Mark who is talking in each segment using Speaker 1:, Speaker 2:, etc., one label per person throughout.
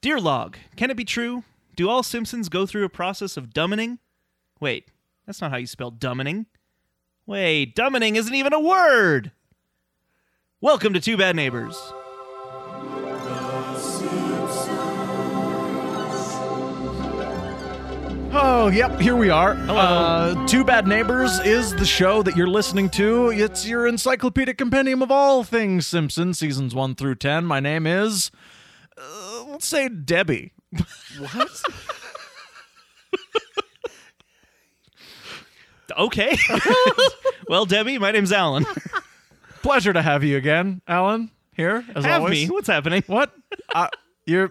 Speaker 1: Dear Log, can it be true? Do all Simpsons go through a process of dumbening? Wait, that's not how you spell dumbening. Wait, dumbening isn't even a word! Welcome to Two Bad Neighbors.
Speaker 2: Oh, yep, here we are. Uh, Two Bad Neighbors is the show that you're listening to. It's your encyclopedic compendium of all things Simpson, seasons one through 10. My name is, uh, let's say, Debbie.
Speaker 1: Okay. well, Debbie, my name's Alan.
Speaker 2: Pleasure to have you again, Alan, here, as
Speaker 1: Have
Speaker 2: always.
Speaker 1: me. What's happening?
Speaker 2: What? uh, you're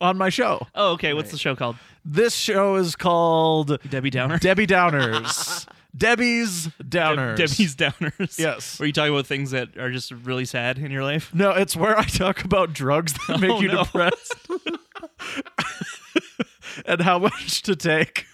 Speaker 2: on my show.
Speaker 1: Oh, okay. What's the show called?
Speaker 2: This show is called
Speaker 1: Debbie Downer.
Speaker 2: Debbie Downers. Debbie's Downers.
Speaker 1: Debbie's Downers.
Speaker 2: Yes.
Speaker 1: Were you talking about things that are just really sad in your life?
Speaker 2: No, it's where I talk about drugs that make
Speaker 1: Oh,
Speaker 2: you
Speaker 1: no.
Speaker 2: depressed and how much to take.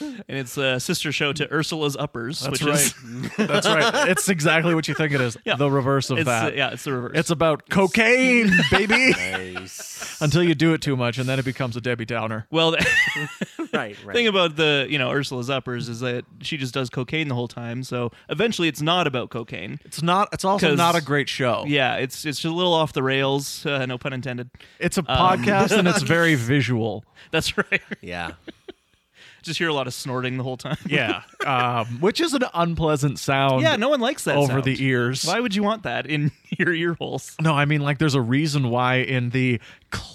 Speaker 1: And it's a sister show to Ursula's Uppers,
Speaker 2: That's
Speaker 1: which is
Speaker 2: right. That's right. It's exactly what you think it is.
Speaker 1: Yeah.
Speaker 2: The reverse of
Speaker 1: it's
Speaker 2: that.
Speaker 1: uh, yeah, it's the reverse.
Speaker 2: It's about cocaine, baby.
Speaker 3: Nice.
Speaker 2: Until you do it too much, and then it becomes a Debbie Downer.
Speaker 1: well, the
Speaker 3: right, right.
Speaker 1: thing about the you know Ursula's uppers is that she just does cocaine the whole time, so eventually it's not about cocaine.
Speaker 2: It's not. It's also
Speaker 1: 'Cause-
Speaker 2: not a great show.
Speaker 1: Yeah, it's it's a little off the rails. Uh, no pun intended.
Speaker 2: It's a
Speaker 1: Um,
Speaker 2: podcast, and it's very visual.
Speaker 1: That's right.
Speaker 3: yeah.
Speaker 1: just hear a lot of snorting the whole time.
Speaker 2: Yeah, um, which is an unpleasant sound.
Speaker 1: yeah. No one likes that
Speaker 2: over
Speaker 1: sound.
Speaker 2: the ears.
Speaker 1: Why would you want that in your ear holes?
Speaker 2: No, I mean like there's a reason why in the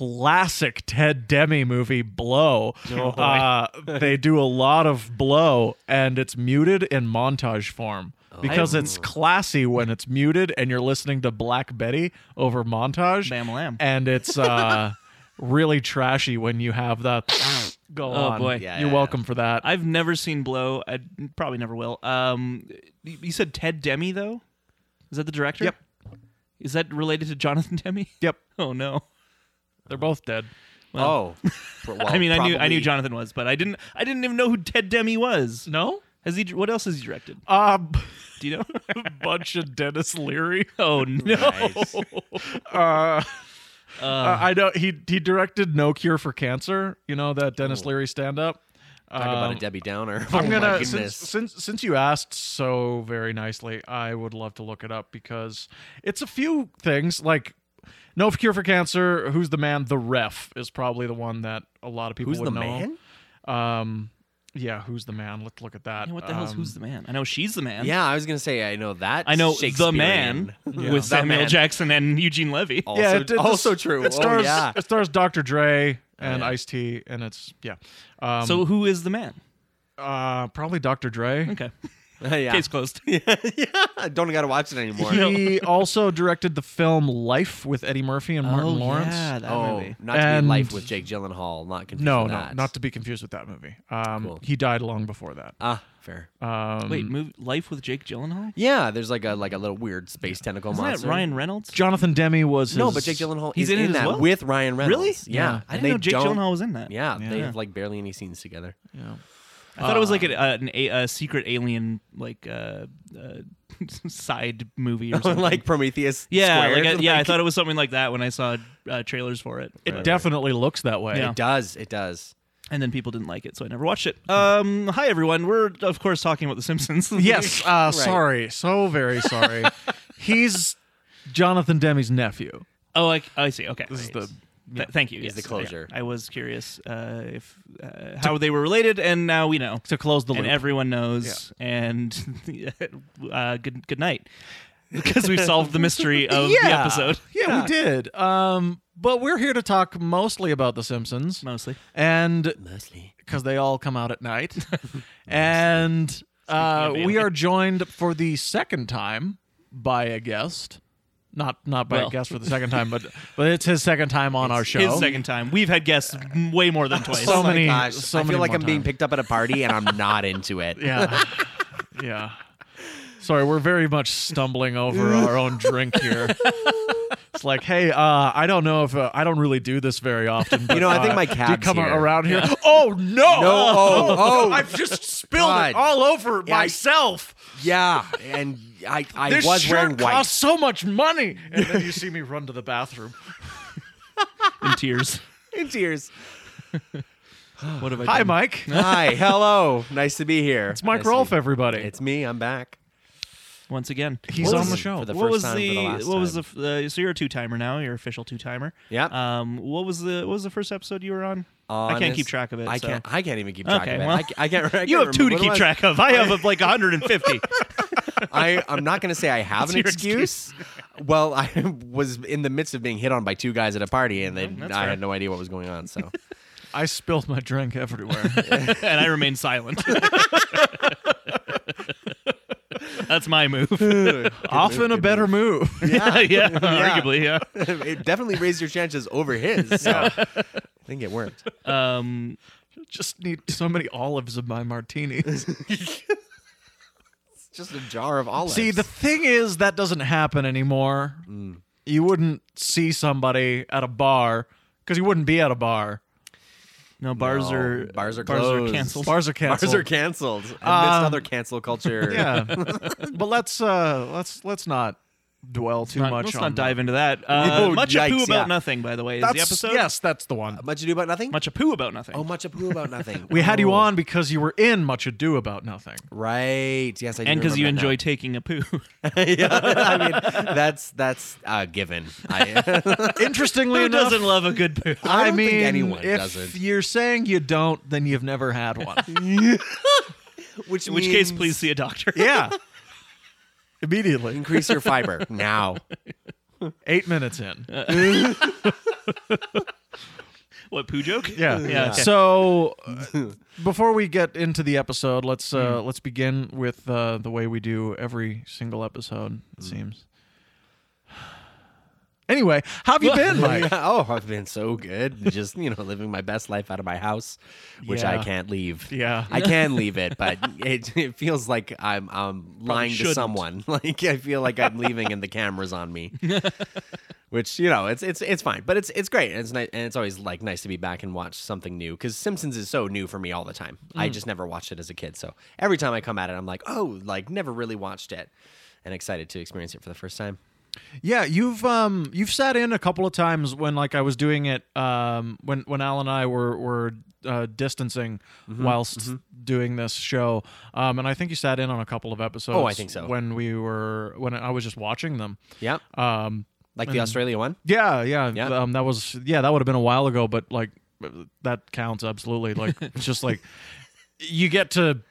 Speaker 2: classic Ted Demi movie Blow,
Speaker 3: Oh,
Speaker 2: uh, they do a lot of blow and it's muted in montage form. Because it's
Speaker 3: Oh.
Speaker 2: classy when it's muted and you're listening to Black Betty over montage.
Speaker 1: Bam lam.
Speaker 2: And it's uh, really trashy when you have that go
Speaker 1: Oh,
Speaker 2: on.
Speaker 1: boy.
Speaker 3: Yeah,
Speaker 2: you're
Speaker 3: yeah,
Speaker 2: welcome for that.
Speaker 1: I've never seen Blow. I probably never will. Um, you you said Ted Demi though. Is that the director?
Speaker 2: Yep.
Speaker 1: Is that related to Jonathan Demi?
Speaker 2: yep.
Speaker 1: Oh no.
Speaker 2: They're both dead.
Speaker 3: oh. For- well,
Speaker 1: I mean, I knew I knew
Speaker 3: probably-
Speaker 1: Jonathan was, but I didn't I didn't even know who Ted Demi was.
Speaker 2: No?
Speaker 1: Has he? What else has he directed?
Speaker 2: Um,
Speaker 1: Do you know?
Speaker 2: a bunch of Dennis Leary.
Speaker 1: oh no!
Speaker 3: Nice.
Speaker 2: Uh, uh, I know he he directed No Cure for Cancer. You know that Dennis Leary stand up.
Speaker 3: Oh. Talk
Speaker 1: Um,
Speaker 3: about a Debbie Downer.
Speaker 2: I'm
Speaker 3: Oh my
Speaker 2: gonna since,
Speaker 3: goodness.
Speaker 2: since since you asked so very nicely, I would love to look it up because it's a few things like No Cure for Cancer. Who's the man? The Ref is probably the one that a lot of people
Speaker 3: Who's
Speaker 2: would
Speaker 3: the
Speaker 2: know.
Speaker 3: man?
Speaker 2: Um, yeah, who's the man? Let's look at that.
Speaker 1: Yeah, what the hell's
Speaker 2: Um,
Speaker 1: Who's the man? I know she's the man.
Speaker 3: Yeah, I was gonna say I know that.
Speaker 1: I know the man
Speaker 3: Shakespearean- Um,
Speaker 1: with
Speaker 3: The
Speaker 1: Samuel
Speaker 3: Man.
Speaker 1: Jackson and Eugene Levy.
Speaker 3: Also,
Speaker 2: yeah, it- it's-
Speaker 3: also true.
Speaker 2: It stars
Speaker 3: oh, yeah. Oh,
Speaker 2: it stars Dr. Dre and
Speaker 3: yeah.
Speaker 2: Ice T, and it's yeah. Um,
Speaker 1: so who is the man?
Speaker 2: uh, probably Dr. Dre.
Speaker 1: Okay,
Speaker 3: yeah.
Speaker 1: case closed.
Speaker 3: I don't gotta watch it anymore.
Speaker 2: He also directed the film Life with Eddie Murphy and Martin Lawrence.
Speaker 1: Oh, yeah, that
Speaker 3: Oh,
Speaker 1: movie.
Speaker 3: not to be
Speaker 2: And-
Speaker 3: in life with Jake Gyllenhaal. Not confused
Speaker 2: No,
Speaker 3: with
Speaker 2: no,
Speaker 3: that.
Speaker 2: not to be confused with that movie. Um,
Speaker 3: Cool.
Speaker 2: He died long before that.
Speaker 3: Ah, fair.
Speaker 1: Uh,
Speaker 2: Um,
Speaker 1: Wait, move, Life with Jake Gyllenhaal.
Speaker 3: Yeah, there's like a like a little weird space tentacle
Speaker 1: Isn't that
Speaker 3: monster.
Speaker 1: Ryan Reynolds?
Speaker 2: Jonathan Demi was
Speaker 3: No,
Speaker 2: his-
Speaker 3: but Jake Gyllenhaal
Speaker 1: He's
Speaker 3: is
Speaker 1: in it as
Speaker 3: that
Speaker 1: well?
Speaker 3: with Ryan Reynolds.
Speaker 1: Really?
Speaker 3: Yeah.
Speaker 2: Yeah.
Speaker 1: I didn't
Speaker 3: and
Speaker 1: know
Speaker 3: they
Speaker 1: Jake
Speaker 3: don't-
Speaker 1: Gyllenhaal was in that.
Speaker 3: Yeah, they
Speaker 2: Yeah.
Speaker 3: have like barely any scenes together.
Speaker 2: Yeah.
Speaker 1: I thought it was like an, uh, an a, a secret alien like uh, uh, side movie or something.
Speaker 3: like Prometheus.
Speaker 1: yeah,
Speaker 3: squared.
Speaker 1: like, I- yeah. I thought it was something like that when I saw uh, trailers for it.
Speaker 2: It definitely looks that way.
Speaker 1: Yeah.
Speaker 3: It does. It does.
Speaker 1: and then people didn't like it, so I never watched it. Um, hi everyone. We're of course talking about The Simpsons.
Speaker 2: Yes. Uh, Sorry. So very sorry. He's Jonathan Demi's nephew.
Speaker 1: Oh, I, I see. Okay.
Speaker 2: This is the.
Speaker 1: Th- thank you.
Speaker 3: Is
Speaker 1: yes.
Speaker 3: the closure.
Speaker 1: I was curious uh, if uh, how they were related, and now we know,
Speaker 2: To close the
Speaker 1: and
Speaker 2: loop.
Speaker 1: everyone knows. And uh, good good night, because we've solved the mystery of the
Speaker 2: Yeah.
Speaker 1: episode
Speaker 2: yeah, we did. Um, but we're here to talk mostly about The Simpsons,
Speaker 1: mostly.
Speaker 2: and
Speaker 3: Mostly.
Speaker 2: because they all come out at night. and uh,
Speaker 1: of
Speaker 2: we
Speaker 1: alien.
Speaker 2: are joined for the second time by a guest. Not not by
Speaker 1: Well.
Speaker 2: a guest for the second time, but but it's his second time on our show.
Speaker 1: His second time. We've had guests m- way more than twice.
Speaker 2: So
Speaker 3: oh my
Speaker 2: many-
Speaker 3: Gosh.
Speaker 2: so
Speaker 3: I feel
Speaker 2: many
Speaker 3: like
Speaker 2: more
Speaker 3: I'm being
Speaker 2: times.
Speaker 3: picked up at a party and I'm not into it.
Speaker 2: Yeah. yeah. Sorry, we're very much stumbling over our own drink here. It's like, hey, uh, I don't know if uh, I don't really do this very often. But,
Speaker 3: know, I think
Speaker 2: uh,
Speaker 3: my
Speaker 2: do you
Speaker 3: cab's
Speaker 2: come
Speaker 3: here.
Speaker 2: around here. Oh no!
Speaker 3: No, oh, oh.
Speaker 2: I've just spilled
Speaker 3: God.
Speaker 2: it all over
Speaker 3: Yeah, I-
Speaker 2: myself.
Speaker 3: Yeah, and I I
Speaker 2: this
Speaker 3: was
Speaker 2: shirt
Speaker 3: wearing white.
Speaker 2: costs so much money. And then you see me run to the bathroom.
Speaker 1: in tears.
Speaker 3: in tears.
Speaker 1: What have I
Speaker 2: Hi,
Speaker 1: done?
Speaker 2: Mike.
Speaker 3: Hi, hello. Nice to be here.
Speaker 2: It's Mike
Speaker 3: nice to-
Speaker 2: Rolfe, everybody.
Speaker 3: It's me. I'm back.
Speaker 1: Once again,
Speaker 2: He's
Speaker 1: What
Speaker 2: on
Speaker 1: was-
Speaker 2: the show.
Speaker 3: For the
Speaker 1: what
Speaker 3: first
Speaker 1: was
Speaker 3: time,
Speaker 1: the,
Speaker 3: for the last
Speaker 1: what was
Speaker 3: time.
Speaker 1: the uh, so you're a two timer now you're official two timer
Speaker 3: Yep.
Speaker 1: um what was the what was the first episode you were on I can't
Speaker 3: Honest-
Speaker 1: keep track of it
Speaker 3: I
Speaker 1: so.
Speaker 3: can't. I can't even keep track
Speaker 1: Okay,
Speaker 3: of it.
Speaker 1: well,
Speaker 3: I, ca- I can't. I can't
Speaker 1: you have two to
Speaker 3: remember.
Speaker 1: keep
Speaker 3: What am I-
Speaker 1: track of I have like 150
Speaker 3: I, I'm not going to say I have
Speaker 1: That's
Speaker 3: an
Speaker 1: your
Speaker 3: excuse. well, I was in the midst of being hit on by two guys at a party, and they,
Speaker 1: that's
Speaker 3: I
Speaker 1: fair.
Speaker 3: had no idea what was going on. So
Speaker 2: I spilled my drink everywhere.
Speaker 1: and I remain silent that's my move
Speaker 2: Often a better move.
Speaker 1: yeah, yeah, arguably yeah
Speaker 3: it definitely raised your chances over his. So I think it worked.
Speaker 1: um
Speaker 2: Just need so many olives of my martinis.
Speaker 3: It's just a jar of olives.
Speaker 2: See, the thing is, that doesn't happen anymore.
Speaker 3: Mm.
Speaker 2: You wouldn't see somebody at a bar because you wouldn't be at a bar.
Speaker 1: no bars
Speaker 3: No,
Speaker 1: are
Speaker 3: bars are
Speaker 1: are
Speaker 3: closed.
Speaker 1: canceled
Speaker 2: Bars are canceled.
Speaker 3: bars are canceled amidst
Speaker 2: Um,
Speaker 3: other cancel culture.
Speaker 2: yeah, but let's uh, let's let's not dwell too
Speaker 1: Not-
Speaker 2: much.
Speaker 1: let's
Speaker 2: on
Speaker 1: not
Speaker 2: that.
Speaker 1: dive into that uh,
Speaker 3: Oh,
Speaker 1: much a poo
Speaker 3: yikes,
Speaker 1: about
Speaker 3: yeah.
Speaker 1: nothing by the way is the
Speaker 2: That's,
Speaker 1: episode
Speaker 2: Yes, that's the one.
Speaker 3: Much ado about nothing.
Speaker 1: much a poo about nothing
Speaker 3: oh, much ado about nothing.
Speaker 2: We had
Speaker 3: Oh.
Speaker 2: you on because you were in Much Ado About Nothing.
Speaker 3: Right. Yes, I do
Speaker 1: and because
Speaker 3: because
Speaker 1: you enjoy taking a poo
Speaker 3: yeah, I mean, that's that's a given. I,
Speaker 2: Interestingly
Speaker 1: who
Speaker 2: enough,
Speaker 1: doesn't love a good poo
Speaker 3: I
Speaker 2: I,
Speaker 3: don't
Speaker 2: mean,
Speaker 3: think anyone
Speaker 2: if
Speaker 3: doesn't.
Speaker 2: you're saying you don't, then you've never had one.
Speaker 3: which
Speaker 1: In which case,
Speaker 3: means
Speaker 1: please see a doctor.
Speaker 2: yeah, immediately.
Speaker 3: increase your fiber now.
Speaker 2: Eight minutes in.
Speaker 1: what poo joke?
Speaker 2: Yeah.
Speaker 1: yeah. okay.
Speaker 2: So uh, before we get into the episode, let's uh, let's begin with uh, the way we do every single episode. It seems. Anyway, how have you been, Mike?
Speaker 3: Yeah, oh, I've been so good. Just you know, living my best life out of my house, which I
Speaker 2: Yeah.
Speaker 3: can't leave.
Speaker 2: Yeah.
Speaker 3: I can leave it, but it, it feels like I'm I'm lying to
Speaker 1: shouldn't.
Speaker 3: someone. Like I feel like I'm leaving and the camera's on me. Which you know, it's it's it's fine, but it's it's great and it's nice and it's always like nice to be back and watch something new because Simpsons is so new for me all the time. I
Speaker 2: Mm.
Speaker 3: just never watched it as a kid, so every time I come at it, I'm like, oh, like never really watched it, and excited to experience it for the first time.
Speaker 2: Yeah, you've um you've sat in a couple of times when like I was doing it um when when Al and I were were uh, distancing
Speaker 3: Mm-hmm,
Speaker 2: whilst doing this show um and I think you sat in on a couple of episodes.
Speaker 3: Oh, I think so.
Speaker 2: When we were when I was just watching them.
Speaker 3: Yeah,
Speaker 2: Um
Speaker 3: like the Australia one.
Speaker 2: yeah yeah,
Speaker 3: Yeah.
Speaker 2: um that was yeah that would have been a while ago but like that counts absolutely like it's just like you get to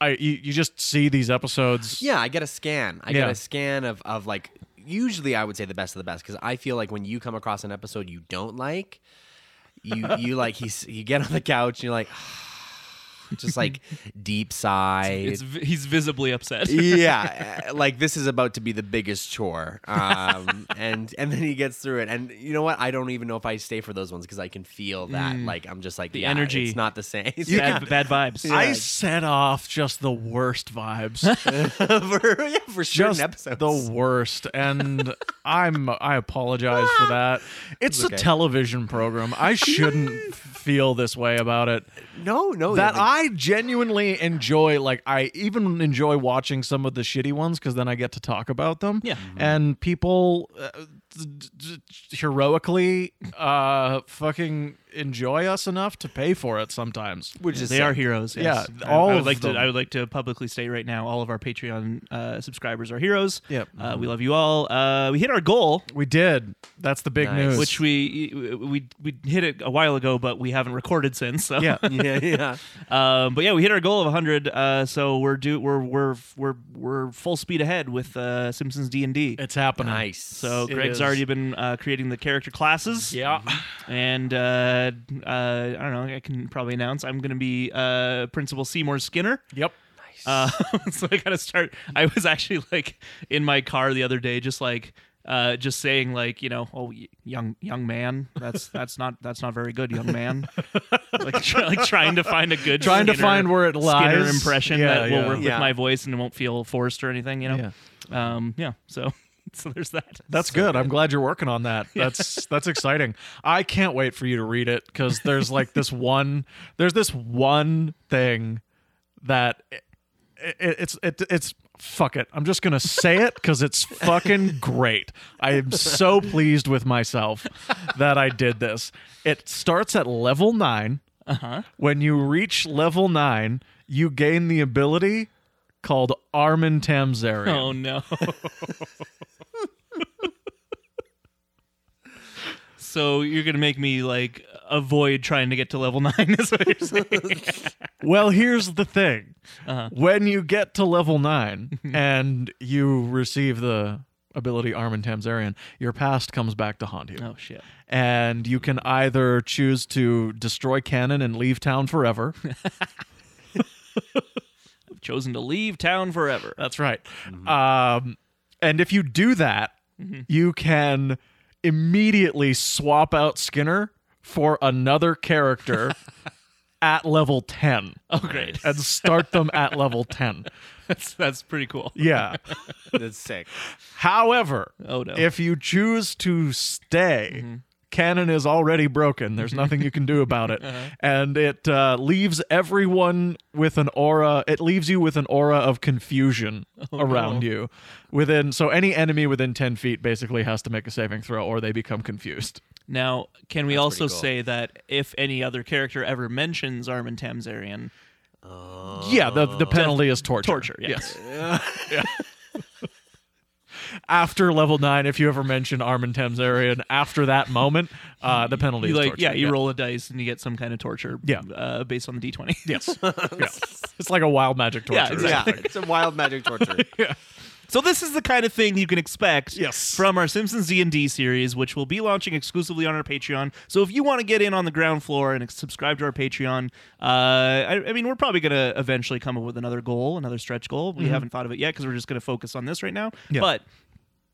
Speaker 2: I you, you just see these episodes.
Speaker 3: Yeah, I get a scan. I get
Speaker 2: Yeah.
Speaker 3: a scan of of like usually I would say the best of the best because I feel like when you come across an episode you don't like, you you like he's you get on the couch and you're like just like deep sigh.
Speaker 1: It's, vi- he's visibly upset.
Speaker 3: yeah, uh, like this is about to be the biggest chore, um, and and then he gets through it, and you know what? I don't even know if I stay for those ones because I can feel that,
Speaker 2: Mm.
Speaker 3: like I'm just like the
Speaker 1: energy.
Speaker 3: It's not the same. It's
Speaker 1: bad, bad vibes.
Speaker 2: I set off just the worst vibes.
Speaker 3: bad for, yeah, for certain
Speaker 2: just
Speaker 3: episodes.
Speaker 2: the worst and i'm i apologize for that it's
Speaker 3: Ah. okay.
Speaker 2: a television program i shouldn't feel this way about it
Speaker 3: no, no,
Speaker 2: that
Speaker 3: the-
Speaker 2: i genuinely enjoy like i even enjoy watching some of the shitty ones because then i get to talk about them
Speaker 1: Yeah.
Speaker 2: and people uh, d- d- d- heroically uh fucking enjoy us enough to pay for it sometimes
Speaker 3: which is
Speaker 1: They
Speaker 3: sick.
Speaker 1: are heroes. Yes.
Speaker 2: Yeah,
Speaker 1: I-
Speaker 2: all
Speaker 1: I would
Speaker 2: of
Speaker 1: like
Speaker 2: them.
Speaker 1: to. I would like to publicly state right now, all of our Patreon uh, subscribers are heroes.
Speaker 2: Yep.
Speaker 1: Uh, we love you all. Uh, we hit our goal,
Speaker 2: we did that's the big
Speaker 3: Nice.
Speaker 2: news
Speaker 1: which we we we hit it a while ago, but we haven't recorded since. So.
Speaker 2: yeah
Speaker 3: yeah, yeah.
Speaker 1: Um, but yeah, we hit our goal of 100. Uh, so we're do we're we're we're we're full speed ahead with uh, Simpsons D and D.
Speaker 2: it's happening
Speaker 3: Nice.
Speaker 1: So
Speaker 2: It
Speaker 1: Greg's
Speaker 2: is.
Speaker 1: already been uh, creating the character classes.
Speaker 2: yeah
Speaker 1: And uh, uh, I don't know. I can probably announce I'm going to be uh, Principal Seymour Skinner.
Speaker 2: yep
Speaker 1: Uh, so I got to start. I was actually like in my car the other day, just like. Uh, just saying, like you know, oh, y- young young man, that's that's not that's not very good, young man. like, try, like trying to find a good
Speaker 2: Trying to
Speaker 1: Skinner-
Speaker 2: find where it
Speaker 1: Skinner
Speaker 2: lies.
Speaker 1: impression
Speaker 2: Yeah,
Speaker 1: that
Speaker 2: yeah.
Speaker 1: will work
Speaker 3: Yeah.
Speaker 1: with my voice and it won't feel forced or anything, you know. Yeah. Um, yeah. So so there's that.
Speaker 2: That's good. I'm glad you're working on that. That's that's exciting. I can't wait for you to read it because there's like this one there's this one thing that it, it, it's it, it's fuck it. I'm just going to say it because it's fucking great. I am so pleased with myself that I did this. It starts at level nine. Uh-huh. When you reach level nine, you gain the ability called Armin Tamzarian.
Speaker 1: Oh no. so you're gonna make me like avoid trying to get to level nine. Is what you're saying?
Speaker 2: Well, here's the thing. When you get to level nine and you receive the ability Armin Tamzarian, your past comes back to haunt you.
Speaker 1: oh shit.
Speaker 2: And you can either choose to destroy Cannon and leave town forever.
Speaker 1: I've chosen to leave town forever.
Speaker 2: That's right. Um, and if you do that, you can immediately swap out Skinner for another character at level 10
Speaker 1: Oh great.
Speaker 2: and start them at level 10.
Speaker 1: That's that's pretty cool.
Speaker 2: Yeah.
Speaker 3: That's sick.
Speaker 2: However,
Speaker 1: Oh no. Mm-hmm.
Speaker 2: if you choose to stay, canon is already broken. There's nothing you can do about it.
Speaker 1: Uh-huh.
Speaker 2: And it uh, leaves everyone with an aura. It leaves you with an aura of confusion
Speaker 1: Oh,
Speaker 2: around you. Within so any enemy within 10 feet basically has to make a saving throw or they become confused.
Speaker 1: now, can we also
Speaker 3: pretty cool.
Speaker 1: say that if any other character ever mentions Armin Tamzarian,
Speaker 2: yeah, the, the penalty is torture.
Speaker 1: Oh. torture? Yes.
Speaker 2: After level 9, if you ever mention Armin Tamzarian after that moment, uh, the penalty
Speaker 1: You
Speaker 2: is
Speaker 1: like
Speaker 2: torture.
Speaker 1: yeah, you roll a dice and you get some kind of torture.
Speaker 2: Yeah.
Speaker 1: Uh, based on the D twenty.
Speaker 2: Yes. Yeah. It's like a wild magic torture.
Speaker 1: Yeah, exactly.
Speaker 3: Yeah, it's a wild magic torture.
Speaker 1: So this is the kind of thing you can expect
Speaker 2: Yes.
Speaker 1: from our Simpsons D&D series, which we'll be launching exclusively on our Patreon. So if you want to get in on the ground floor and subscribe to our Patreon, uh, I, I mean, we're probably going to eventually come up with another goal, another stretch goal. We haven't thought of it yet because we're just going to focus on this right now.
Speaker 2: Mm-hmm. Yeah.
Speaker 1: But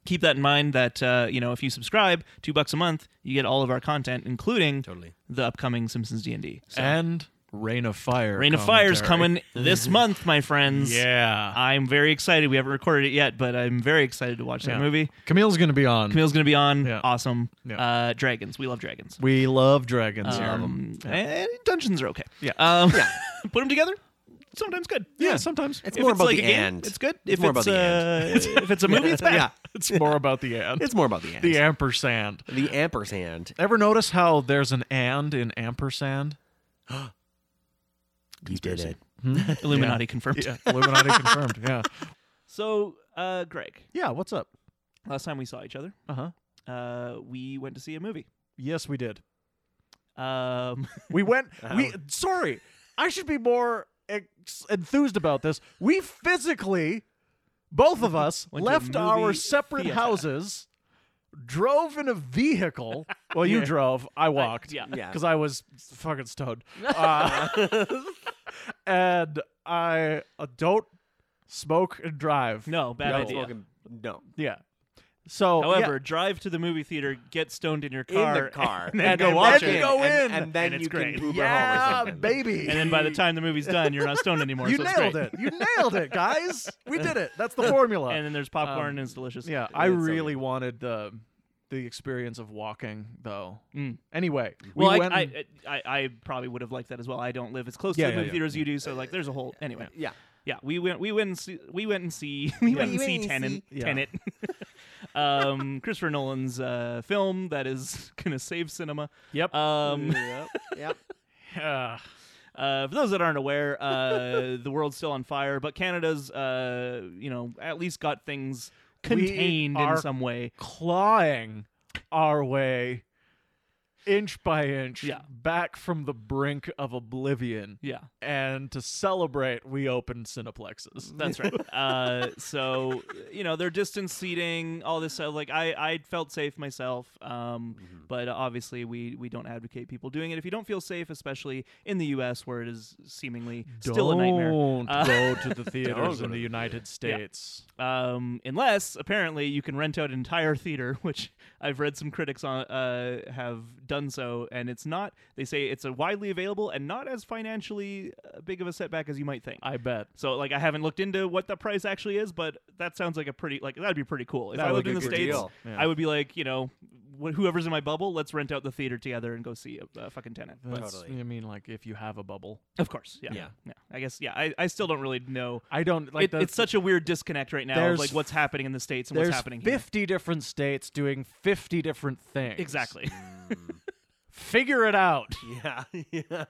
Speaker 1: keep that in mind that, uh, you know, if you subscribe, two bucks a month, you get all of our content, including
Speaker 3: Totally.
Speaker 1: the upcoming Simpsons D&D. So
Speaker 2: and Rain of Fire.
Speaker 1: Rain of
Speaker 2: commentary. Mm-hmm.
Speaker 1: Fire's coming this month, my friends.
Speaker 2: Yeah.
Speaker 1: I'm very excited. We haven't recorded it yet, but I'm very excited to watch that
Speaker 2: Yeah.
Speaker 1: movie.
Speaker 2: Camille's going to be on.
Speaker 1: Camille's gonna be on.
Speaker 2: Yeah.
Speaker 1: Awesome.
Speaker 2: Yeah.
Speaker 1: Uh, dragons. We love dragons.
Speaker 2: we love dragons
Speaker 1: Um, and dungeons are okay.
Speaker 2: Yeah.
Speaker 1: Um, Put them together. Sometimes good.
Speaker 2: here. Yeah, sometimes.
Speaker 3: It's
Speaker 1: If
Speaker 3: more
Speaker 1: it's
Speaker 3: about
Speaker 1: like
Speaker 3: the
Speaker 1: a game,
Speaker 3: and.
Speaker 1: it's good.
Speaker 3: It's
Speaker 1: if
Speaker 3: more
Speaker 1: it's
Speaker 3: about the
Speaker 1: uh, if it's a movie, it's bad.
Speaker 3: yeah,
Speaker 2: It's more about the and.
Speaker 3: it's more about the and.
Speaker 2: the ampersand.
Speaker 3: the ampersand.
Speaker 2: Ever notice how there's an and in ampersand?
Speaker 3: You did it.
Speaker 1: Illuminati confirmed.
Speaker 2: Yeah, Illuminati confirmed. Yeah.
Speaker 1: So, uh, Greg,
Speaker 2: Yeah, what's up?
Speaker 1: last time we saw each other,
Speaker 2: Uh-huh.
Speaker 1: uh, we went to see a movie.
Speaker 2: Yes, we did.
Speaker 1: Um,
Speaker 2: We went we
Speaker 3: Oh.
Speaker 2: sorry. I should be more ex- enthused about this. We physically both of us
Speaker 1: Went to a
Speaker 2: left our
Speaker 1: movie
Speaker 2: separate
Speaker 1: theater.
Speaker 2: houses, drove in a vehicle. Well, you drove, I walked.
Speaker 1: yeah.
Speaker 3: Yeah.
Speaker 2: because I was fucking stoned. Uh, and I uh, don't smoke and drive.
Speaker 1: No, bad
Speaker 2: Yeah.
Speaker 1: idea.
Speaker 3: Fucking- No.
Speaker 2: Yeah. So yeah,
Speaker 1: However, drive to the movie theater, get stoned in your
Speaker 3: In
Speaker 1: car,
Speaker 3: the car.
Speaker 1: and then
Speaker 2: And
Speaker 1: go
Speaker 2: then
Speaker 1: watch
Speaker 2: you
Speaker 1: it.
Speaker 2: go in.
Speaker 3: And, and then
Speaker 1: And it's
Speaker 3: you
Speaker 1: great.
Speaker 3: can Uber home
Speaker 2: yeah,
Speaker 3: or something.
Speaker 2: baby.
Speaker 1: And then by the time the movie's done, you're not stoned anymore.
Speaker 2: you
Speaker 1: so it's
Speaker 2: nailed
Speaker 1: great.
Speaker 2: it. You nailed it, guys. We did it. That's the formula.
Speaker 1: And then there's popcorn and it's delicious.
Speaker 2: yeah, I
Speaker 3: it's so
Speaker 2: really wanted the the experience of walking though.
Speaker 1: Mm.
Speaker 2: Anyway,
Speaker 1: Well,
Speaker 2: we
Speaker 1: I,
Speaker 2: went
Speaker 1: I,
Speaker 2: and-
Speaker 1: I, I probably would have liked that as well. I don't live as close
Speaker 2: Yeah,
Speaker 1: to the
Speaker 2: yeah,
Speaker 1: movie
Speaker 2: yeah.
Speaker 1: theater as you do, so like, there's a whole anyway.
Speaker 3: Yeah.
Speaker 1: Yeah, we went, we went, and see, we went and see, we went and
Speaker 3: We
Speaker 1: see
Speaker 3: went and
Speaker 1: Tenet,
Speaker 2: see- Yeah.
Speaker 1: Tenet, um, Christopher Nolan's uh, film that is gonna save cinema.
Speaker 2: Yep.
Speaker 1: Um,
Speaker 3: Yep. Yep.
Speaker 2: Yeah.
Speaker 1: uh, for those that aren't aware, uh, the world's still on fire, but Canada's, uh, you know, at least got things contained in
Speaker 2: are-
Speaker 1: some way.
Speaker 2: clawing our way inch by inch
Speaker 1: Yeah.
Speaker 2: back from the brink of oblivion
Speaker 1: Yeah.
Speaker 2: and to celebrate we opened cineplexes
Speaker 1: That's right. Uh, so you know, they're distance seating, all this stuff. Like I, I felt safe myself, um, but obviously we we don't advocate people doing it if you don't feel safe, especially in the U.S. where it is seemingly still a nightmare.
Speaker 2: Don't
Speaker 1: Uh,
Speaker 2: go to the theaters
Speaker 3: go
Speaker 2: in
Speaker 3: to
Speaker 2: the
Speaker 3: the
Speaker 2: United States.
Speaker 1: Um, unless apparently you can rent out an entire theater, which I've read some critics on uh, have done so, and it's not. They say it's a widely available and not as financially uh, big of a setback as you might think.
Speaker 2: I bet.
Speaker 1: So like I haven't looked into what the price actually is, but that sounds like a pretty like that'd be pretty cool. If
Speaker 2: That
Speaker 1: I lived
Speaker 2: would be
Speaker 1: in
Speaker 2: a
Speaker 1: the
Speaker 2: good
Speaker 1: states,
Speaker 3: deal.
Speaker 2: Yeah.
Speaker 1: I would be like, you know, wh- whoever's in my bubble, let's rent out the theater together and go see a, a fucking tenant. But
Speaker 2: That's-
Speaker 3: Totally.
Speaker 2: I mean, like if you have a bubble,
Speaker 1: of course, yeah,
Speaker 3: Yeah.
Speaker 1: I guess, yeah. I, I still don't really know.
Speaker 2: I don't like.
Speaker 1: It-
Speaker 2: the,
Speaker 1: it's such a weird disconnect right now of
Speaker 2: There's-
Speaker 1: like what's happening in the states and
Speaker 2: there's
Speaker 1: what's happening here.
Speaker 2: fifty different states doing fifty different things.
Speaker 1: Exactly.
Speaker 3: Mm.
Speaker 2: Figure it out.
Speaker 3: Yeah. Yeah.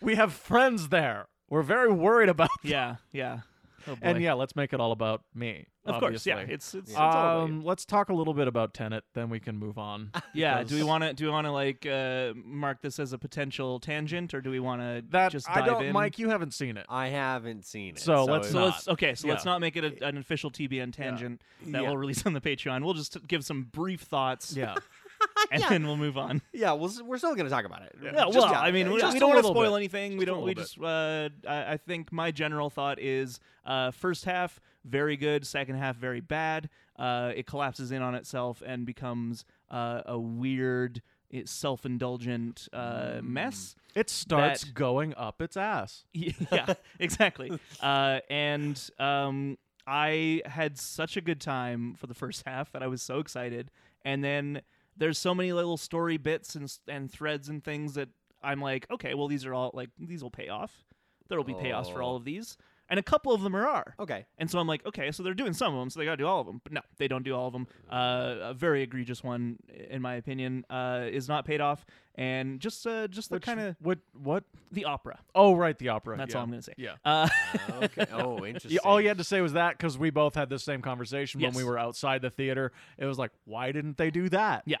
Speaker 2: We have friends there. We're very worried about.
Speaker 1: yeah, yeah. Oh, boy.
Speaker 2: And yeah, let's make it all about me.
Speaker 1: of course, yeah.
Speaker 2: obviously.
Speaker 1: It's it's, it's all about you.
Speaker 2: Um, let's talk a little bit about Tenet, then we can move on.
Speaker 1: Yeah, do we
Speaker 2: because
Speaker 1: want to do we want to like uh, mark this as a potential tangent, or do we want to
Speaker 2: that?
Speaker 1: just dive
Speaker 2: I don't,
Speaker 1: in?
Speaker 2: Mike. You haven't seen it.
Speaker 3: I haven't seen it.
Speaker 2: So let's-
Speaker 1: so
Speaker 3: it-
Speaker 1: let's okay. So let's
Speaker 2: Yeah.
Speaker 1: not make it a, an official TBN tangent that
Speaker 3: Yeah.
Speaker 1: we'll release on the Patreon. We'll just give some brief thoughts,
Speaker 2: Yeah,
Speaker 1: and then we'll move on.
Speaker 3: yeah, we'll, s- we're still going to talk about it.
Speaker 1: Yeah,
Speaker 3: Just-
Speaker 1: well, I mean, we,
Speaker 2: uh, just
Speaker 1: we
Speaker 2: a
Speaker 1: don't want to
Speaker 2: little
Speaker 1: spoil
Speaker 2: bit.
Speaker 1: anything. we
Speaker 2: Just a
Speaker 1: don't. We
Speaker 2: little
Speaker 1: just. Uh, I, I think my general thought is uh, first half very good, second half very bad. Uh, it collapses in on itself and becomes uh, a weird, it's self-indulgent uh, mess.
Speaker 2: it starts
Speaker 1: That-
Speaker 2: going up its ass.
Speaker 1: yeah, exactly. Uh, and um, I had such a good time for the first half that I was so excited, and then there's so many little story bits and s- and threads and things that I'm like, okay, well these are all like these will pay off. There will be payoffs for
Speaker 3: Oh.
Speaker 1: all of these, and a couple of them are are.
Speaker 3: Okay.
Speaker 1: And so I'm like, okay, so they're doing some of them, so they gotta do all of them. But no, they don't do all of them. Uh, a very egregious one, in my opinion, uh, is not paid off, and just uh, just the kind of
Speaker 2: what? What?
Speaker 1: the opera.
Speaker 2: Oh, right, the opera.
Speaker 1: That's
Speaker 2: yeah.
Speaker 1: all I'm gonna say.
Speaker 2: Yeah.
Speaker 1: Uh,
Speaker 3: okay. Oh, interesting.
Speaker 2: Yeah, all you had to say was that because we both had the same conversation
Speaker 1: Yes.
Speaker 2: when we were outside the theater. It was like, why didn't they do that?
Speaker 1: Yeah.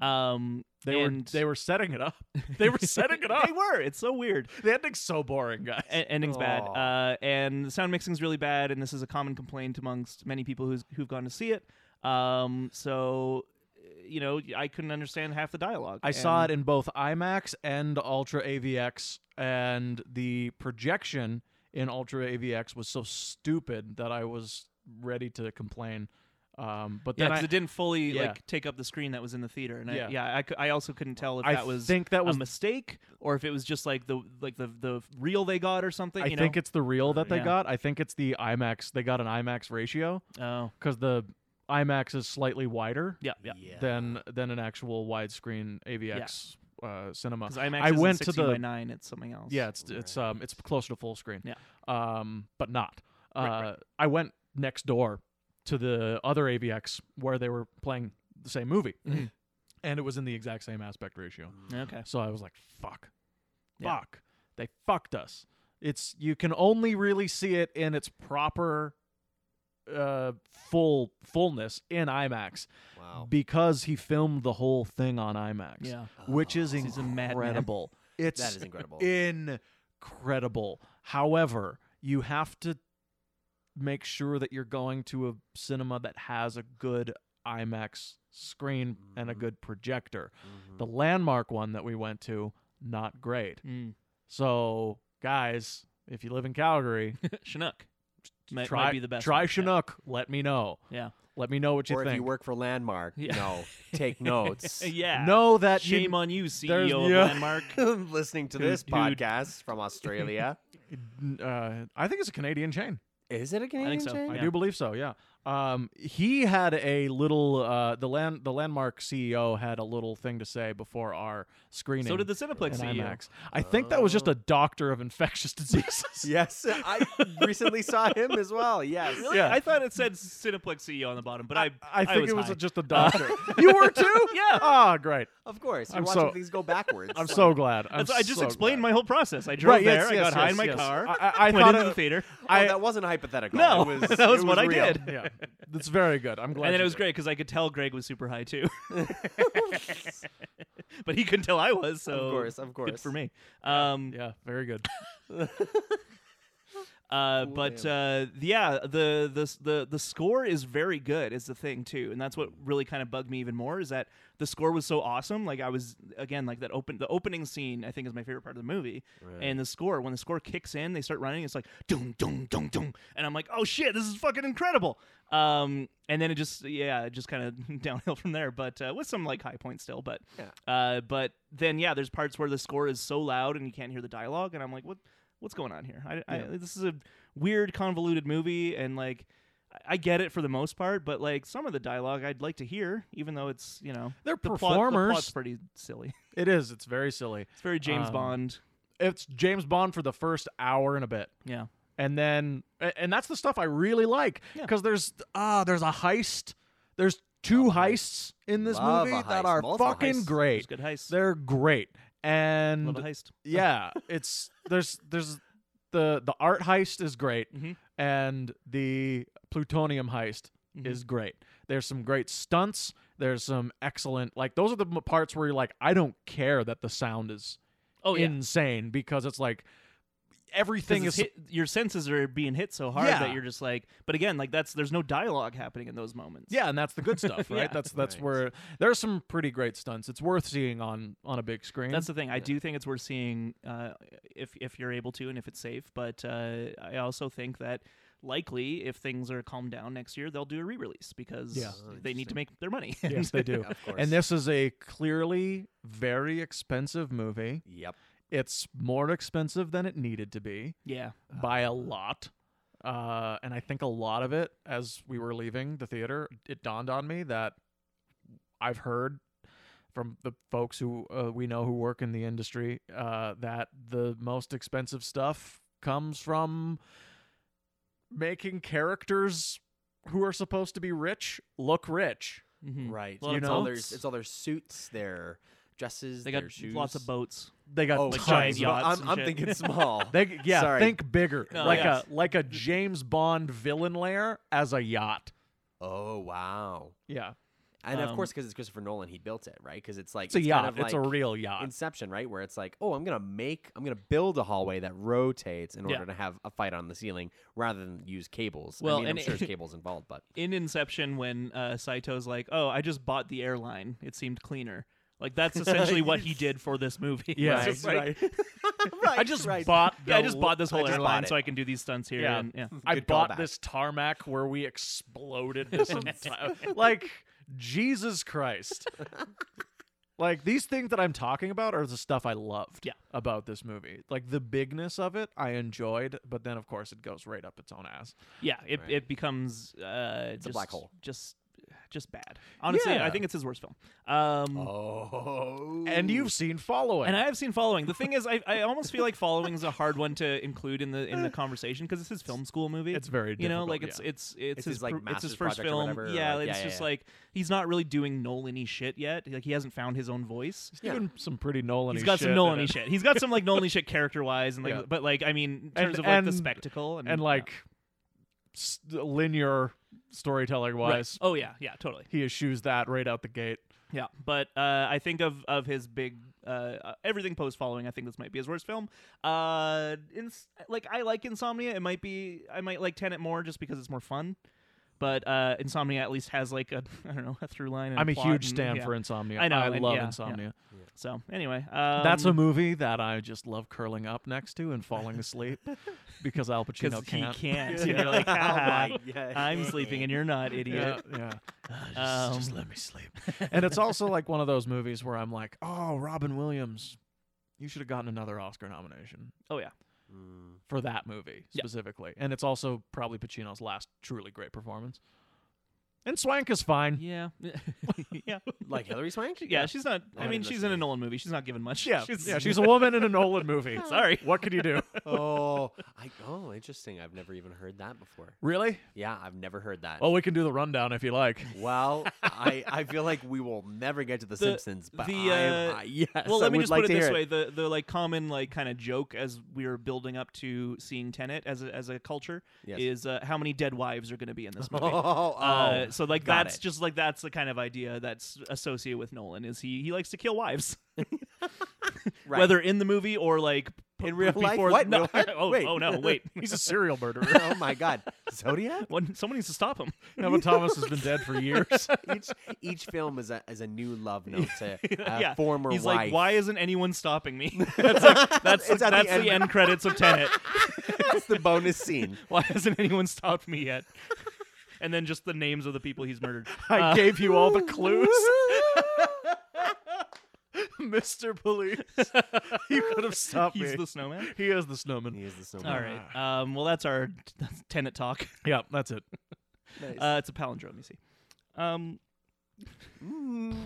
Speaker 1: Um,
Speaker 2: They
Speaker 1: and
Speaker 2: were they were setting it up. They were setting it up.
Speaker 1: They were. It's so weird.
Speaker 2: the ending's so boring, guys.
Speaker 1: E- ending's bad,
Speaker 3: Aw.
Speaker 1: uh, and the sound mixing's really bad, and this is a common complaint amongst many people who's, who've gone to see it. Um, so, uh, you know, I couldn't understand half the dialogue.
Speaker 2: I saw it in both IMAX and Ultra AVX, and the projection in Ultra AVX was so stupid that I was ready to complain. Um, but
Speaker 1: yeah,
Speaker 2: then I,
Speaker 1: because it didn't fully
Speaker 2: Yeah.
Speaker 1: like take up the screen that was in the theater, and I, yeah,
Speaker 2: Yeah.
Speaker 1: I, cou- I also couldn't tell if
Speaker 2: I
Speaker 1: that was
Speaker 2: think that was-
Speaker 1: a mistake or if it was just like the like the the reel they got or something.
Speaker 2: I
Speaker 1: you
Speaker 2: think
Speaker 1: know?
Speaker 2: it's the reel that they
Speaker 1: Yeah.
Speaker 2: got. I think it's the IMAX. They got an IMAX ratio
Speaker 1: oh
Speaker 2: because the IMAX is slightly wider
Speaker 1: yeah yeah.
Speaker 3: Yeah.
Speaker 2: than than an actual widescreen AVX uh, cinema.
Speaker 1: Because IMAX
Speaker 2: I
Speaker 1: isn't
Speaker 2: went to
Speaker 1: 16 by
Speaker 2: the
Speaker 1: nine. It's something else.
Speaker 2: Yeah, it's it's um it's closer to full screen.
Speaker 1: Yeah.
Speaker 2: Um, but not. Uh, I went next door to the other AVX where they were playing the same movie,
Speaker 1: Mm-hmm.
Speaker 2: and it was in the exact same aspect ratio.
Speaker 1: Okay.
Speaker 2: So I was like, "Fuck,
Speaker 1: Yeah.
Speaker 2: fuck, they fucked us." It's you can only really see it in its proper uh full fullness in IMAX
Speaker 3: Wow.
Speaker 2: because he filmed the whole thing on IMAX.
Speaker 1: Oh. Yeah.
Speaker 2: Which is
Speaker 3: Oh,
Speaker 1: He's a madman.
Speaker 2: incredible. It's
Speaker 3: That is incredible.
Speaker 2: incredible. However, you have to make sure that you're going to a cinema that has a good IMAX screen and
Speaker 1: Mm-hmm.
Speaker 2: a good projector. The landmark one that we went to, not great.
Speaker 1: Mm.
Speaker 2: So, guys, if you live in Calgary,
Speaker 1: Chinook. Might,
Speaker 2: try
Speaker 1: might be the best.
Speaker 2: try
Speaker 1: one.
Speaker 2: Chinook. Let me know.
Speaker 1: Yeah.
Speaker 2: Let me know what you
Speaker 3: or if
Speaker 2: think.
Speaker 3: you work for Landmark,
Speaker 1: Yeah.
Speaker 3: no, take notes.
Speaker 1: Yeah. Uh, yeah.
Speaker 2: know that
Speaker 1: Shame
Speaker 2: you,
Speaker 1: on you, CEO
Speaker 2: there's-
Speaker 1: of
Speaker 2: yeah.
Speaker 1: Landmark.
Speaker 3: Listening to this
Speaker 1: Dude, dude.
Speaker 3: podcast from Australia,
Speaker 2: Uh, I think it's a Canadian chain.
Speaker 3: is it a Canadian
Speaker 1: so.
Speaker 3: chain?
Speaker 2: I
Speaker 1: Yeah.
Speaker 2: do believe so. Yeah. Um, he had a little uh, the land the landmark CEO had a little thing to say before our screening.
Speaker 1: So did the Cineplex E
Speaker 2: in
Speaker 1: CEO.
Speaker 2: IMAX. I think that was just a doctor of infectious diseases.
Speaker 3: Yes, I recently saw him as well. Yes.
Speaker 1: Really?
Speaker 2: Yeah.
Speaker 1: I thought it said Cineplex CEO on the bottom, but I
Speaker 2: I think it was
Speaker 1: high. Uh,
Speaker 2: just a doctor. you were too?
Speaker 1: Yeah.
Speaker 2: Ah, great.
Speaker 3: Of course. You're
Speaker 2: I'm
Speaker 3: watching
Speaker 2: so-
Speaker 3: things go backwards.
Speaker 2: I'm so glad. I'm
Speaker 1: That's- I just
Speaker 2: so
Speaker 1: explained
Speaker 2: glad.
Speaker 1: my whole process. I drove
Speaker 2: Right, yes,
Speaker 1: there. I
Speaker 2: yes,
Speaker 1: got high
Speaker 2: yes,
Speaker 1: in my
Speaker 2: yes.
Speaker 1: car.
Speaker 2: I- I- I
Speaker 1: went
Speaker 2: thought
Speaker 1: into
Speaker 2: it-
Speaker 1: the theater.
Speaker 3: Oh,
Speaker 2: I-
Speaker 3: that wasn't hypothetical.
Speaker 1: No,
Speaker 3: It was,
Speaker 1: that was
Speaker 3: it
Speaker 1: what I
Speaker 3: real.
Speaker 1: did.
Speaker 2: Yeah, that's very good. I'm glad.
Speaker 1: And then it
Speaker 2: you
Speaker 1: was
Speaker 2: did.
Speaker 1: great because I could tell Greg was super high too, but he couldn't tell I was. So
Speaker 3: Of course, of
Speaker 1: good
Speaker 3: course.
Speaker 1: for me. Um,
Speaker 2: Yeah, very good.
Speaker 1: Uh, but uh, yeah, the, the the the score is very good. Is the thing too, and that's what really kind of bugged me even more is that the score was so awesome. Like I was again like that open the opening scene I think is my favorite part of the movie, and the score when the score kicks in they start running it's like dum dum dum dum, and I'm like oh shit this is fucking incredible. Um, and then it just yeah it just kind of downhill from there, but uh, with some like high points still, but
Speaker 3: Yeah.
Speaker 1: uh, but then yeah there's parts where the score is so loud and you can't hear the dialogue, and I'm like what what's going on here? I, I- this is a weird, convoluted movie, and like, I- I get it for the most part, but like some of the dialogue I'd like to hear, even though it's you know
Speaker 2: They're
Speaker 1: the Plot,
Speaker 2: performers.
Speaker 1: the plot's pretty silly.
Speaker 2: It is. It's very silly.
Speaker 1: It's very James
Speaker 2: Um,
Speaker 1: Bond.
Speaker 2: It's James Bond for the first hour and a bit.
Speaker 1: Yeah,
Speaker 2: and then a- and that's the stuff I really like
Speaker 1: Yeah.
Speaker 2: because there's ah there's a heist, there's two heists in this
Speaker 3: Love
Speaker 2: movie
Speaker 3: a
Speaker 2: that
Speaker 3: heist.
Speaker 2: are
Speaker 3: Multiple
Speaker 2: fucking
Speaker 3: heists.
Speaker 1: there's
Speaker 2: great.
Speaker 1: good heists.
Speaker 2: They're great, and
Speaker 1: Love a heist.
Speaker 2: yeah, it's there's there's the the art heist is great,
Speaker 1: Mm-hmm.
Speaker 2: and the plutonium heist
Speaker 1: Mm-hmm.
Speaker 2: is great. There's some great stunts. There's some excellent like those are the m- parts where you're like, I don't care that the sound is
Speaker 1: Oh, yeah.
Speaker 2: insane because it's like everything
Speaker 1: Thing
Speaker 2: is
Speaker 1: is, hit, your senses are being hit so hard
Speaker 2: Yeah.
Speaker 1: that you're just like. But again, like that's there's no dialogue happening in those moments.
Speaker 2: Yeah, and that's the good stuff, right?
Speaker 1: Yeah.
Speaker 2: That's that's where there's some pretty great stunts. It's worth seeing on on a big screen.
Speaker 1: That's
Speaker 3: Mm-hmm.
Speaker 1: the thing. I do think it's worth seeing uh, if if you're able to and if it's safe. But uh, I also think that likely, if things are calmed down next year, they'll do a re-release because
Speaker 2: Yeah.
Speaker 1: they need to make their money.
Speaker 2: yes, they do.
Speaker 3: Of course.
Speaker 2: and this is a clearly very expensive movie.
Speaker 3: Yep.
Speaker 2: It's more expensive than it needed to be
Speaker 1: yeah,
Speaker 2: by a lot. Uh, and I think a lot of it, as we were leaving the theater, it dawned on me that I've heard from the folks who uh, we know who work in the industry uh, that the most expensive stuff comes from making characters who are supposed to be rich look rich.
Speaker 3: Right.
Speaker 1: Well,
Speaker 3: it's
Speaker 1: it's
Speaker 3: all
Speaker 1: all-
Speaker 3: their it's all their suits, their dresses,
Speaker 1: they
Speaker 3: their
Speaker 1: got
Speaker 3: shoes.
Speaker 1: lots of boats.
Speaker 2: They got
Speaker 3: Oh,
Speaker 2: tons
Speaker 1: giant
Speaker 2: of-
Speaker 1: yachts.
Speaker 3: I'm,
Speaker 1: and
Speaker 3: I'm
Speaker 1: shit.
Speaker 3: thinking small.
Speaker 2: They, yeah,
Speaker 3: Sorry.
Speaker 2: think bigger,
Speaker 1: No,
Speaker 2: like
Speaker 1: yes.
Speaker 2: a like a James Bond villain lair as a yacht.
Speaker 3: oh wow.
Speaker 2: Yeah,
Speaker 3: And of
Speaker 1: Um,
Speaker 3: course, because it's Christopher Nolan, he built it, right? Because it's like
Speaker 2: it's a yacht.
Speaker 3: kind of
Speaker 2: it's a
Speaker 3: like
Speaker 2: real yacht.
Speaker 3: Inception, right? Where it's like, oh, I'm gonna make, I'm gonna build a hallway that rotates in order
Speaker 1: Yeah.
Speaker 3: to have a fight on the ceiling rather than use cables.
Speaker 1: Well,
Speaker 3: I mean,
Speaker 1: and
Speaker 3: I'm sure
Speaker 1: it-
Speaker 3: there's cables involved, but
Speaker 1: in Inception when uh, Saito's like, "Oh, I just bought the airline. It seemed cleaner." Like that's essentially what he did for this movie.
Speaker 2: Yeah.
Speaker 1: It's just like,
Speaker 3: right,
Speaker 2: I just
Speaker 3: right.
Speaker 2: bought.
Speaker 1: yeah, I
Speaker 2: the-
Speaker 1: just bought this
Speaker 3: I
Speaker 1: whole
Speaker 3: just
Speaker 1: airline
Speaker 3: bought it.
Speaker 1: so I can do these stunts here.
Speaker 2: Yeah,
Speaker 1: and, yeah.
Speaker 2: I
Speaker 3: Good
Speaker 2: bought
Speaker 3: callback.
Speaker 2: this tarmac where we exploded this entire. like Jesus Christ. Like these things that I'm talking about are the stuff I loved
Speaker 1: Yeah.
Speaker 2: about this movie. Like the bigness of it, I enjoyed, but then of course it goes right up its own ass.
Speaker 1: Yeah, it, it becomes uh, just,
Speaker 3: a black hole.
Speaker 1: Just just bad. Honestly,
Speaker 2: Yeah.
Speaker 1: I think it's his worst film. Um,
Speaker 3: Oh,
Speaker 2: And you've seen Following.
Speaker 1: And I have seen Following. The thing is, I, I almost feel like Following is a hard one to include in the in the conversation because it's his film school movie.
Speaker 2: It's very
Speaker 1: you know
Speaker 2: difficult,
Speaker 1: like it's
Speaker 2: yeah.
Speaker 1: it's it's,
Speaker 3: It's
Speaker 1: his
Speaker 3: his, like,
Speaker 1: pr- it's his
Speaker 3: master's
Speaker 1: first
Speaker 3: project or
Speaker 1: film.
Speaker 3: whatever, or,
Speaker 1: yeah,
Speaker 3: like-
Speaker 1: it's
Speaker 3: yeah,
Speaker 1: just
Speaker 3: yeah, yeah.
Speaker 1: like he's not really doing Nolan-y shit yet. Like he hasn't found his own voice.
Speaker 2: He's doing some pretty Nolan.
Speaker 1: He's got some Nolan-y shit. He's got some like Nolan-y shit character-wise, and like
Speaker 2: Yeah.
Speaker 1: but like I mean in terms
Speaker 2: And-
Speaker 1: of like the
Speaker 2: and-
Speaker 1: spectacle and
Speaker 2: and
Speaker 1: yeah.
Speaker 2: like s- linear storytelling
Speaker 1: Right.
Speaker 2: wise,
Speaker 1: Oh yeah, yeah, totally.
Speaker 2: he eschews that right out the gate.
Speaker 1: Yeah, but uh, I think of of his big uh, uh, everything post following. I think this might be his worst film. Uh, ins- like I like Insomnia. It might be I might like Tenet more just because it's more fun. But uh, Insomnia at least has like a I don't know a through line. And
Speaker 2: I'm a
Speaker 1: plot
Speaker 2: huge
Speaker 1: and-
Speaker 2: stand
Speaker 1: yeah.
Speaker 2: for Insomnia.
Speaker 1: I know,
Speaker 2: I
Speaker 1: and
Speaker 2: love
Speaker 1: yeah, yeah.
Speaker 2: Insomnia.
Speaker 1: So anyway, um,
Speaker 2: That's a movie that I just love curling up next to and falling asleep because Al
Speaker 1: because
Speaker 2: Pacino
Speaker 1: he
Speaker 2: can't.
Speaker 1: can't. And you're like, "Haha, I'm sleeping and you're not,
Speaker 2: Yeah,
Speaker 1: idiot.
Speaker 2: yeah.
Speaker 1: Um,
Speaker 2: let me sleep. and it's also like one of those movies where I'm like, oh, Robin Williams, you should have gotten another Oscar nomination
Speaker 1: oh yeah,
Speaker 3: Mm.
Speaker 2: for that movie
Speaker 1: Yeah.
Speaker 2: specifically. And it's also probably Pacino's last truly great performance. And Swank is fine.
Speaker 1: yeah, yeah,
Speaker 3: like Hillary Swank.
Speaker 1: yeah. She's not. I
Speaker 3: Yeah.
Speaker 1: mean, she's in a Nolan movie. She's not given much.
Speaker 2: Yeah,
Speaker 1: she's,
Speaker 2: yeah, she's a woman in a Nolan movie.
Speaker 1: Sorry.
Speaker 2: what could you do?
Speaker 3: oh, I, oh, interesting. I've never even heard that before.
Speaker 2: Really?
Speaker 3: Yeah, I've never heard that.
Speaker 1: Oh.
Speaker 2: Well, we can do the rundown if you like.
Speaker 3: Well, I, I feel like we will never get to The, Simpsons, but
Speaker 1: the,
Speaker 3: I am,
Speaker 1: uh,
Speaker 3: I- yes,
Speaker 1: well,
Speaker 3: I
Speaker 1: let me
Speaker 3: would
Speaker 1: just
Speaker 3: like
Speaker 1: put
Speaker 3: to
Speaker 1: it this
Speaker 3: hear
Speaker 1: way: the the like common like kind of joke as we were building up to seeing Tenet as a, as a culture
Speaker 3: Yes.
Speaker 1: is uh, how many dead wives are going to be in this movie.
Speaker 3: Oh, oh,
Speaker 1: uh, so like
Speaker 3: got
Speaker 1: that's
Speaker 3: it.
Speaker 1: just like that's the kind of idea that's associated with Nolan is he he likes to kill wives,
Speaker 3: Right.
Speaker 1: whether in the movie or like p-
Speaker 3: In real life?
Speaker 1: before-
Speaker 3: What?
Speaker 1: No,
Speaker 3: What?
Speaker 1: oh,
Speaker 3: Wait.
Speaker 1: oh no, wait,
Speaker 2: He's a serial murderer.
Speaker 3: oh my God, Zodiac.
Speaker 1: One, someone needs to stop him.
Speaker 2: Evan Thomas has been dead for years.
Speaker 3: Each each film is a is a new love note to a
Speaker 1: yeah,
Speaker 3: former
Speaker 1: he's
Speaker 3: wife.
Speaker 1: like, why isn't anyone stopping me? that's like, that's,
Speaker 3: It's at the
Speaker 1: that's the
Speaker 3: end.
Speaker 1: end credits of Tenet.
Speaker 3: That's the bonus scene.
Speaker 1: Why hasn't anyone stopped me yet? and then just the names of the people he's murdered. Uh,
Speaker 2: I gave you all the clues. Mr. Police. You could have stopped
Speaker 1: He's
Speaker 2: me. Ah.
Speaker 1: the snowman.
Speaker 2: he is the snowman.
Speaker 3: He is the snowman.
Speaker 1: All right. Um, well, that's our t- that's tenant talk.
Speaker 2: Yeah, that's it.
Speaker 3: Ah,
Speaker 1: Uh, it's a palindrome, you see. Um,
Speaker 3: Mm,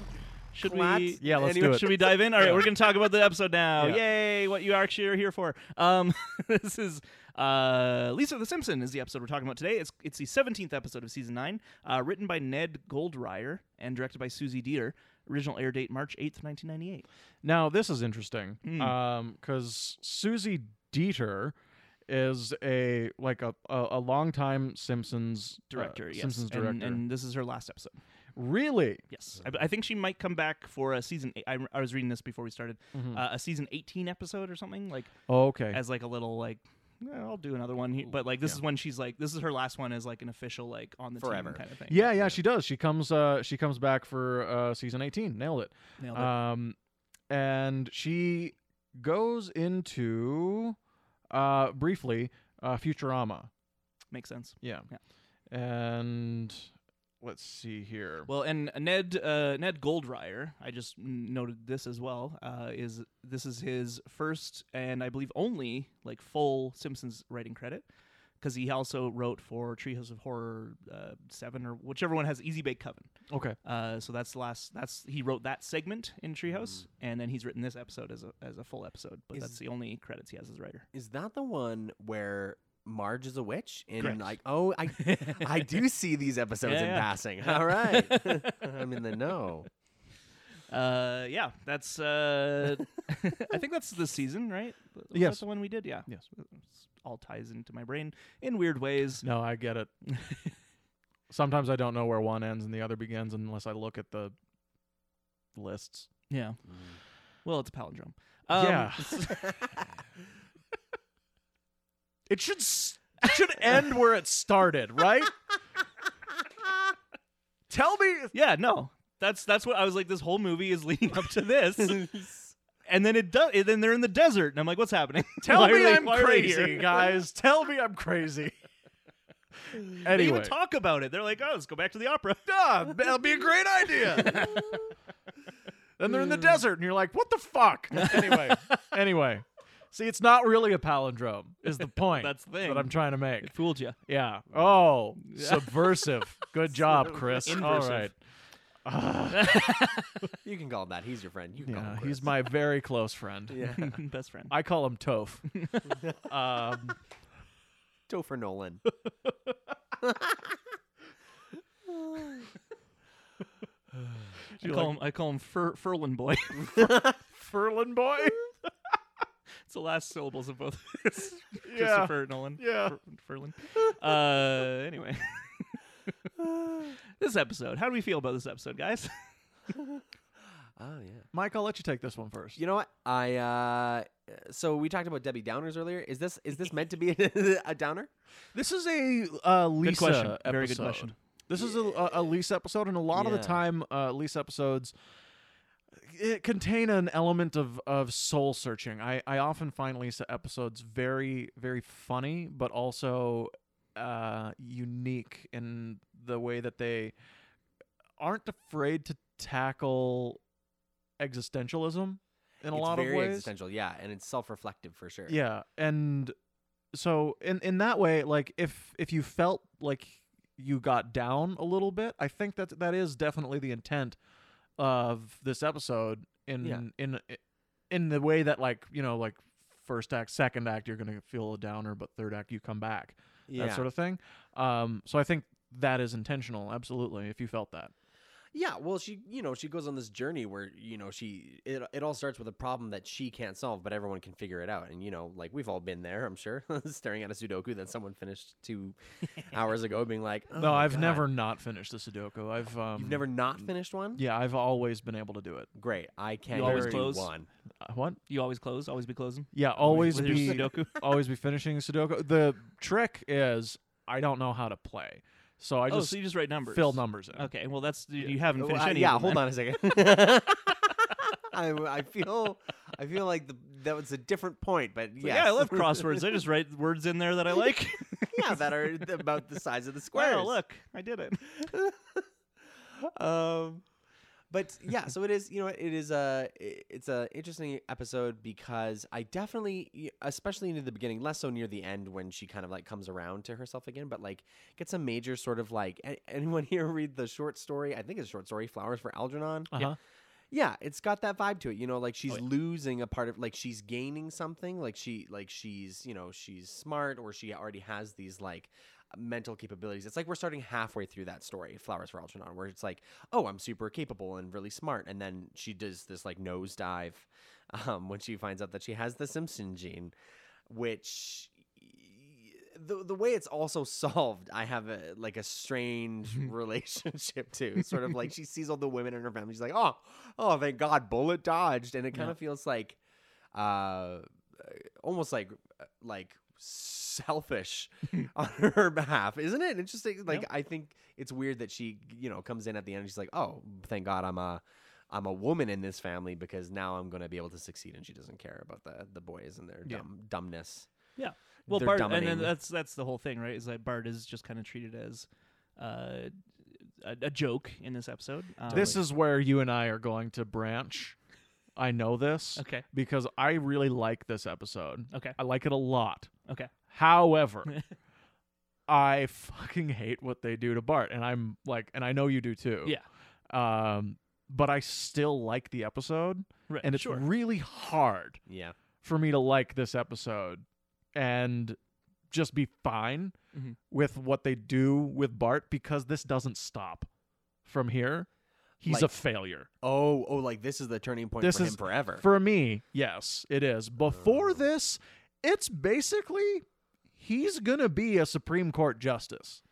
Speaker 1: should we?
Speaker 3: Clats?
Speaker 2: Yeah, let's
Speaker 1: Anyway,
Speaker 2: do it.
Speaker 1: Should we dive in? All right, we're going to talk about the episode now.
Speaker 2: Yeah.
Speaker 1: Yay! What you actually are here for. Um, this is uh, Lisa the Simpson is the episode we're talking about today. It's it's the seventeenth episode of season nine, uh, written by Ned Goldreyer and directed by Susie Dieter. Original air date March eighth, nineteen ninety
Speaker 2: Uh,
Speaker 1: eight.
Speaker 2: Now this is interesting
Speaker 1: Hmm.
Speaker 2: because Susie Dieter is a like a a, a longtime Simpsons uh,
Speaker 1: Director, yes.
Speaker 2: Simpsons
Speaker 1: And-
Speaker 2: director.
Speaker 1: and, this is her last episode.
Speaker 2: really?
Speaker 1: Yes, I, I think she might come back for a season. Eight, I, I was reading this before we started,
Speaker 2: Mm-hmm.
Speaker 1: uh, a season eighteen episode or something like
Speaker 2: Okay.
Speaker 1: as like a little like "Eh, I'll do another one, here. but like this is when she's like this is her last one as like an official like on the
Speaker 3: Forever.
Speaker 1: team kind of thing.
Speaker 2: yeah, yeah, she does. She comes. Uh, she comes back for uh, season eighteen. Nailed it.
Speaker 1: Nailed it.
Speaker 2: Um, and she goes into uh, briefly uh, Futurama.
Speaker 1: makes sense.
Speaker 2: Yeah.
Speaker 1: Yeah.
Speaker 2: And let's see here.
Speaker 1: Well, and Ned uh, Ned Goldreyer, I just n- noted this as well. Uh, is this is his first and I believe only like full Simpsons writing credit because he also wrote for Treehouse of Horror uh, seven or whichever one has Easy Bake Coven.
Speaker 2: okay.
Speaker 1: Uh, so that's the last. That's he wrote that segment in Treehouse,
Speaker 2: Mm-hmm.
Speaker 1: and then he's written this episode as a as a full episode. But that's the only credits he has as a writer.
Speaker 3: Is that the one where Marge is a witch? And
Speaker 1: Correct.
Speaker 3: like, oh, I I do see these episodes
Speaker 1: Yeah,
Speaker 3: in
Speaker 1: yeah.
Speaker 3: passing. All right, I'm in the know.
Speaker 1: Uh, yeah, that's. Uh, I think that's the season, right? Was
Speaker 2: Yes.
Speaker 1: that the one we did. Yeah,
Speaker 2: Yes.
Speaker 1: It's- all ties into my brain in weird ways.
Speaker 2: No, I get it. Sometimes I don't know where one ends and the other begins unless I look at the lists.
Speaker 1: Yeah. Mm-hmm. Well, it's a palindrome. Um,
Speaker 2: Yeah. It should s- it should end where it started, right? Tell me.
Speaker 1: Yeah. No. That's that's what I was like. This whole movie is leading up to this, and then it does. And then they're in the desert, and I'm like, "What's happening?
Speaker 2: Tell
Speaker 1: Why are
Speaker 2: me
Speaker 1: they-
Speaker 2: I'm
Speaker 1: why are they here?
Speaker 2: crazy, guys. Tell me I'm crazy. anyway,
Speaker 1: They even talk about it. They're like, "Oh, let's go back to the opera."
Speaker 2: Ah, that'll be a great idea. then they're in the desert, and you're like, "What the fuck?" Anyway, anyway, see, it's not really a palindrome. Is the point
Speaker 1: That's the thing.
Speaker 2: that I'm trying to make?
Speaker 1: Fooled you.
Speaker 2: Yeah. Oh, subversive. Good job, Chris. All
Speaker 1: Inversive.
Speaker 2: right.
Speaker 3: You can call him that. He's your friend. You can call
Speaker 2: Yeah,
Speaker 3: him
Speaker 2: he's
Speaker 3: Chris.
Speaker 2: my very close friend.
Speaker 3: yeah.
Speaker 1: Best friend.
Speaker 2: I call him Toph. um,
Speaker 3: Topher Nolan.
Speaker 1: I call him. I call him Fur, Furlan Boy.
Speaker 2: Furlan boy.
Speaker 1: it's the last syllables of both. Christopher
Speaker 2: Yeah.
Speaker 1: Nolan.
Speaker 2: Yeah.
Speaker 1: Fur- Furlan. Uh, anyway, this episode. How do we feel about this episode, guys?
Speaker 3: Oh yeah.
Speaker 2: Mike, I'll let you take this one first.
Speaker 3: You know what? I uh so we talked about Debbie Downers earlier. Is this is this meant to be a, downer?
Speaker 2: This is a uh, Lisa
Speaker 1: question.
Speaker 2: episode.
Speaker 1: Very good question.
Speaker 2: This is a, a, a Lisa episode, and a lot of
Speaker 3: Yeah.
Speaker 2: the time, uh, Lisa episodes it contain an element of, of soul searching. I, I often find Lisa episodes very, very funny, but also uh, unique in the way that they aren't afraid to tackle existentialism in a
Speaker 3: it's
Speaker 2: lot
Speaker 3: very
Speaker 2: of ways.
Speaker 3: existential, yeah, and it's self-reflective for sure.
Speaker 2: Yeah, and so in in that way, like if if you felt like you got down a little bit, I think that that is definitely the intent of this episode in
Speaker 3: Yeah.
Speaker 2: in in the way that like you know like first act, second act, you're gonna feel a downer, but third act you come back,
Speaker 3: Yeah.
Speaker 2: that sort of thing. Um, so I think that is intentional, absolutely. If you felt that,
Speaker 3: Yeah, well, she, you know, she goes on this journey where, you know, she it, it all starts with a problem that she can't solve, but everyone can figure it out. And you know, like we've all been there, I'm sure, staring at a Sudoku that someone finished 2 hours ago being like, oh
Speaker 2: no,
Speaker 3: my
Speaker 2: I've
Speaker 3: God,
Speaker 2: never not finished the Sudoku. I've um,
Speaker 3: You've never not finished one?
Speaker 2: yeah, I've always been able to do it.
Speaker 3: Great. I can't
Speaker 1: You always
Speaker 3: do
Speaker 1: close?
Speaker 3: one.
Speaker 2: Uh, What?
Speaker 1: You always close. Always be closing.
Speaker 2: Yeah, always
Speaker 1: with your
Speaker 2: be
Speaker 1: Sudoku.
Speaker 2: always be finishing Sudoku. The trick is I don't know how to play, so I
Speaker 1: Oh,
Speaker 2: just
Speaker 1: so you just write numbers.
Speaker 2: fill numbers in.
Speaker 1: Okay. Well, that's you haven't
Speaker 3: Well,
Speaker 1: finished
Speaker 3: I-
Speaker 1: any.
Speaker 3: yeah,
Speaker 1: of them
Speaker 3: hold
Speaker 1: then.
Speaker 3: on a second. I, I feel I feel like the, that was a different point, but yes.
Speaker 1: Yeah, I love crosswords. I just write words in there that I like.
Speaker 3: yeah, that are about the size of the squares.
Speaker 1: wow, look, I did it.
Speaker 3: Um, but yeah, so it is. You know, it is a it's a interesting episode because I definitely, especially near the beginning, less so near the end when she kind of like comes around to herself again, but like gets a major sort of like. a- Anyone here read the short story? I think it's a short story, "Flowers for Algernon."
Speaker 2: Uh-huh.
Speaker 3: Yeah, it's got that vibe to it. You know, like she's losing a part of like she's gaining something, like she like she's, you know, she's smart or she already has these like mental capabilities. It's like we're starting halfway through that story, Flowers for Algernon, where it's like, "Oh, I'm super capable and really smart." And then she does this like nosedive um when she finds out that she has the Simpson gene, which the the way it's also solved, I have a like a strange relationship to. Sort of like she sees all the women in her family. She's like, oh, oh, thank God, bullet dodged, and it kind of feels like, uh, almost like uh, like selfish on her behalf, isn't it? Interesting. Like I think it's weird that she you know comes in at the end. and She's like, oh, thank God, I'm a. I'm a woman in this family because now I'm going to be able to succeed, and she doesn't care about the the boys and their dumb, dumbness.
Speaker 1: Yeah. Well,
Speaker 3: They're
Speaker 1: Bart, and
Speaker 3: dominating.
Speaker 1: then that's that's the whole thing, right? Is that Bart is just kind of treated as uh, a, a joke in this episode. Um,
Speaker 2: This is where you and I are going to branch. I know this.
Speaker 1: Okay.
Speaker 2: Because I really like this episode.
Speaker 1: Okay.
Speaker 2: I like it a lot.
Speaker 1: okay.
Speaker 2: However, I fucking hate what they do to Bart. And I'm like, and I know you do too.
Speaker 1: Yeah.
Speaker 2: Um, but I still like the episode.
Speaker 1: Right,
Speaker 2: And it's
Speaker 1: sure.
Speaker 2: really hard
Speaker 3: Yeah.
Speaker 2: for me to like this episode and just be fine
Speaker 3: Mm-hmm.
Speaker 2: with what they do with Bart because this doesn't stop from here. He's a
Speaker 3: Like-
Speaker 2: failure.
Speaker 3: Oh, oh, like this is the turning point
Speaker 2: This
Speaker 3: for
Speaker 2: is
Speaker 3: him forever.
Speaker 2: For me, yes, it is. Before this, it's basically he's going to be a Supreme Court justice.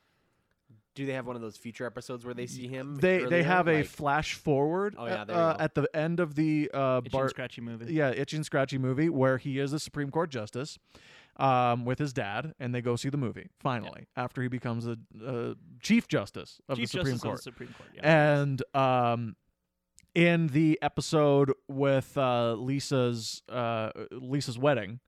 Speaker 3: Do they have one of those feature episodes where they see him?
Speaker 2: They
Speaker 3: earlier?
Speaker 2: they have a
Speaker 3: Like-
Speaker 2: flash forward
Speaker 3: Oh, yeah, there you
Speaker 2: uh,
Speaker 3: go.
Speaker 2: at the end of the uh,
Speaker 1: Itchy and
Speaker 2: Bart
Speaker 1: scratchy movie.
Speaker 2: yeah, Itchy and Scratchy movie where he is a Supreme Court justice um, with his dad, and they go see the movie finally after he becomes a, uh chief justice of
Speaker 1: Chief
Speaker 2: the Supreme
Speaker 1: Justice
Speaker 2: Court.
Speaker 1: of the Supreme Court. Yeah.
Speaker 2: and um, in the episode with uh, Lisa's uh, Lisa's wedding.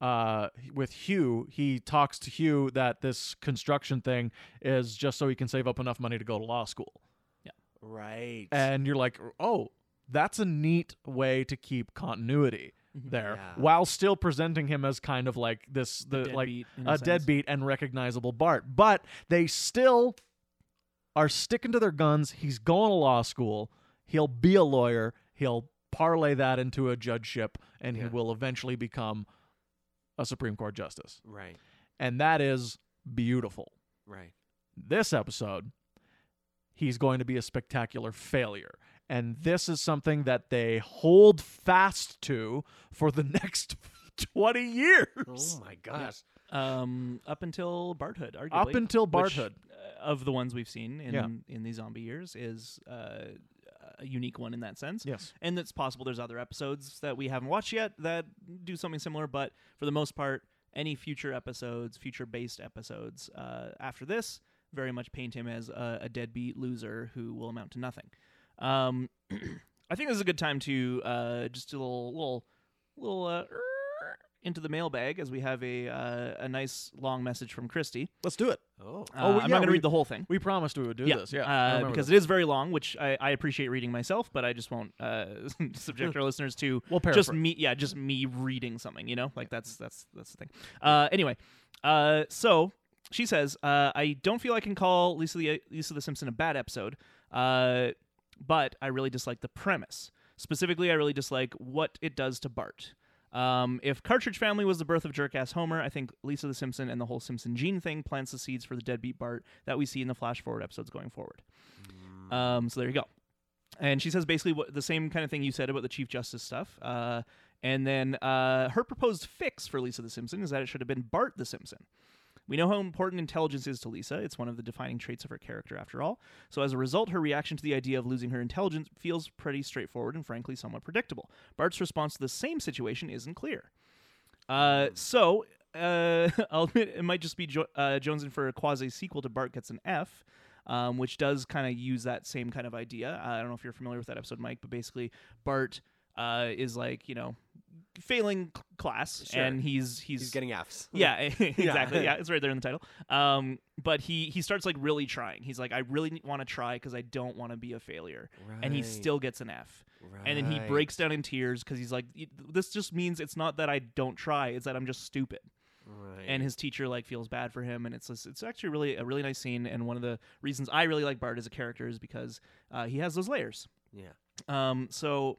Speaker 2: Uh, with Hugh, he talks to Hugh that this construction thing is just so he can save up enough money to go to law school
Speaker 3: right.
Speaker 2: and you're like, oh, that's a neat way to keep continuity
Speaker 1: Mm-hmm.
Speaker 2: there
Speaker 3: Yeah.
Speaker 2: while still presenting him as kind of like this the like
Speaker 1: deadbeat, in a
Speaker 2: a
Speaker 1: sense.
Speaker 2: deadbeat and recognizable Bart. But they still are sticking to their guns. He's going to law school. He'll be a lawyer. He'll parlay that into a judgeship and he will eventually become a Supreme Court justice.
Speaker 3: right.
Speaker 2: And that is beautiful
Speaker 3: Right.
Speaker 2: this episode, he's going to be a spectacular failure. And this is something that they hold fast to for the next 20 years.
Speaker 3: Oh my gosh.
Speaker 1: um, up until Barthood, arguably.
Speaker 2: Up until
Speaker 1: which,
Speaker 2: Barthood.
Speaker 1: uh, of the ones we've seen in
Speaker 2: Yeah.
Speaker 1: in these zombie years, is uh, a unique one in that sense.
Speaker 2: Yes.
Speaker 1: and it's possible there's other episodes that we haven't watched yet that do something similar. But for the most part, any future episodes, future based episodes uh, after this, very much paint him as a, a deadbeat loser who will amount to nothing. Um, I think this is a good time to uh, just do a little little little uh, into the mailbag as we have a uh, a nice long message from Christy.
Speaker 2: Let's do it.
Speaker 3: Oh.
Speaker 1: Uh,
Speaker 2: Oh,
Speaker 1: I'm
Speaker 2: well, yeah,
Speaker 1: not going to
Speaker 2: we-
Speaker 1: read the whole thing.
Speaker 2: We promised we would do this. Yeah. I
Speaker 1: uh,
Speaker 2: remember
Speaker 1: because
Speaker 2: that.
Speaker 1: it is very long, which I, I appreciate reading myself, but I just won't uh, subject our listeners to
Speaker 2: We'll
Speaker 1: just
Speaker 2: paraphrase.
Speaker 1: me, yeah, just me reading something, you know, like that's that's that's the thing. Uh, anyway, uh, so she says, uh, I don't feel I can call Lisa the Lisa the Simpson a bad episode, uh, but I really dislike the premise. Specifically, I really dislike what it does to Bart. Um, if Cartridge Family was the birth of jerk-ass Homer, I think Lisa the Simpson and the whole Simpson gene thing plants the seeds for the deadbeat Bart that we see in the flash forward episodes going forward. Um, so there you go. And she says basically what the same kind of thing you said about the Chief Justice stuff. Uh, and then uh, her proposed fix for Lisa the Simpson is that it should have been Bart the Simpson. We know how important intelligence is to Lisa. It's one of the defining traits of her character, after all. So, as a result, her reaction to the idea of losing her intelligence feels pretty straightforward and, frankly, somewhat predictable. Bart's response to the same situation isn't clear. Uh, so uh, I'll admit it might just be jo- uh, Jonesing for a quasi sequel to Bart Gets an F, um, which does kind of use that same kind of idea. Uh, I don't know if you're familiar with that episode, Mike, but basically Bart uh, is like you know failing c- class,
Speaker 3: Sure.
Speaker 1: and he's he's,
Speaker 3: He's getting Fs.
Speaker 1: yeah exactly yeah it's right there in the title. Um, but he he starts like really trying. He's like, I really want to try because I don't want to be a failure, and he
Speaker 3: Right.
Speaker 1: still gets an F. And then he
Speaker 3: Right.
Speaker 1: breaks down in tears because he's like, this just means it's not that I don't try; it's that I'm just stupid
Speaker 3: Right.
Speaker 1: and his teacher like feels bad for him and it's this, it's actually really a really nice scene and one of the reasons i really like bart as a character is because uh, he has those layers
Speaker 3: yeah.
Speaker 1: um, so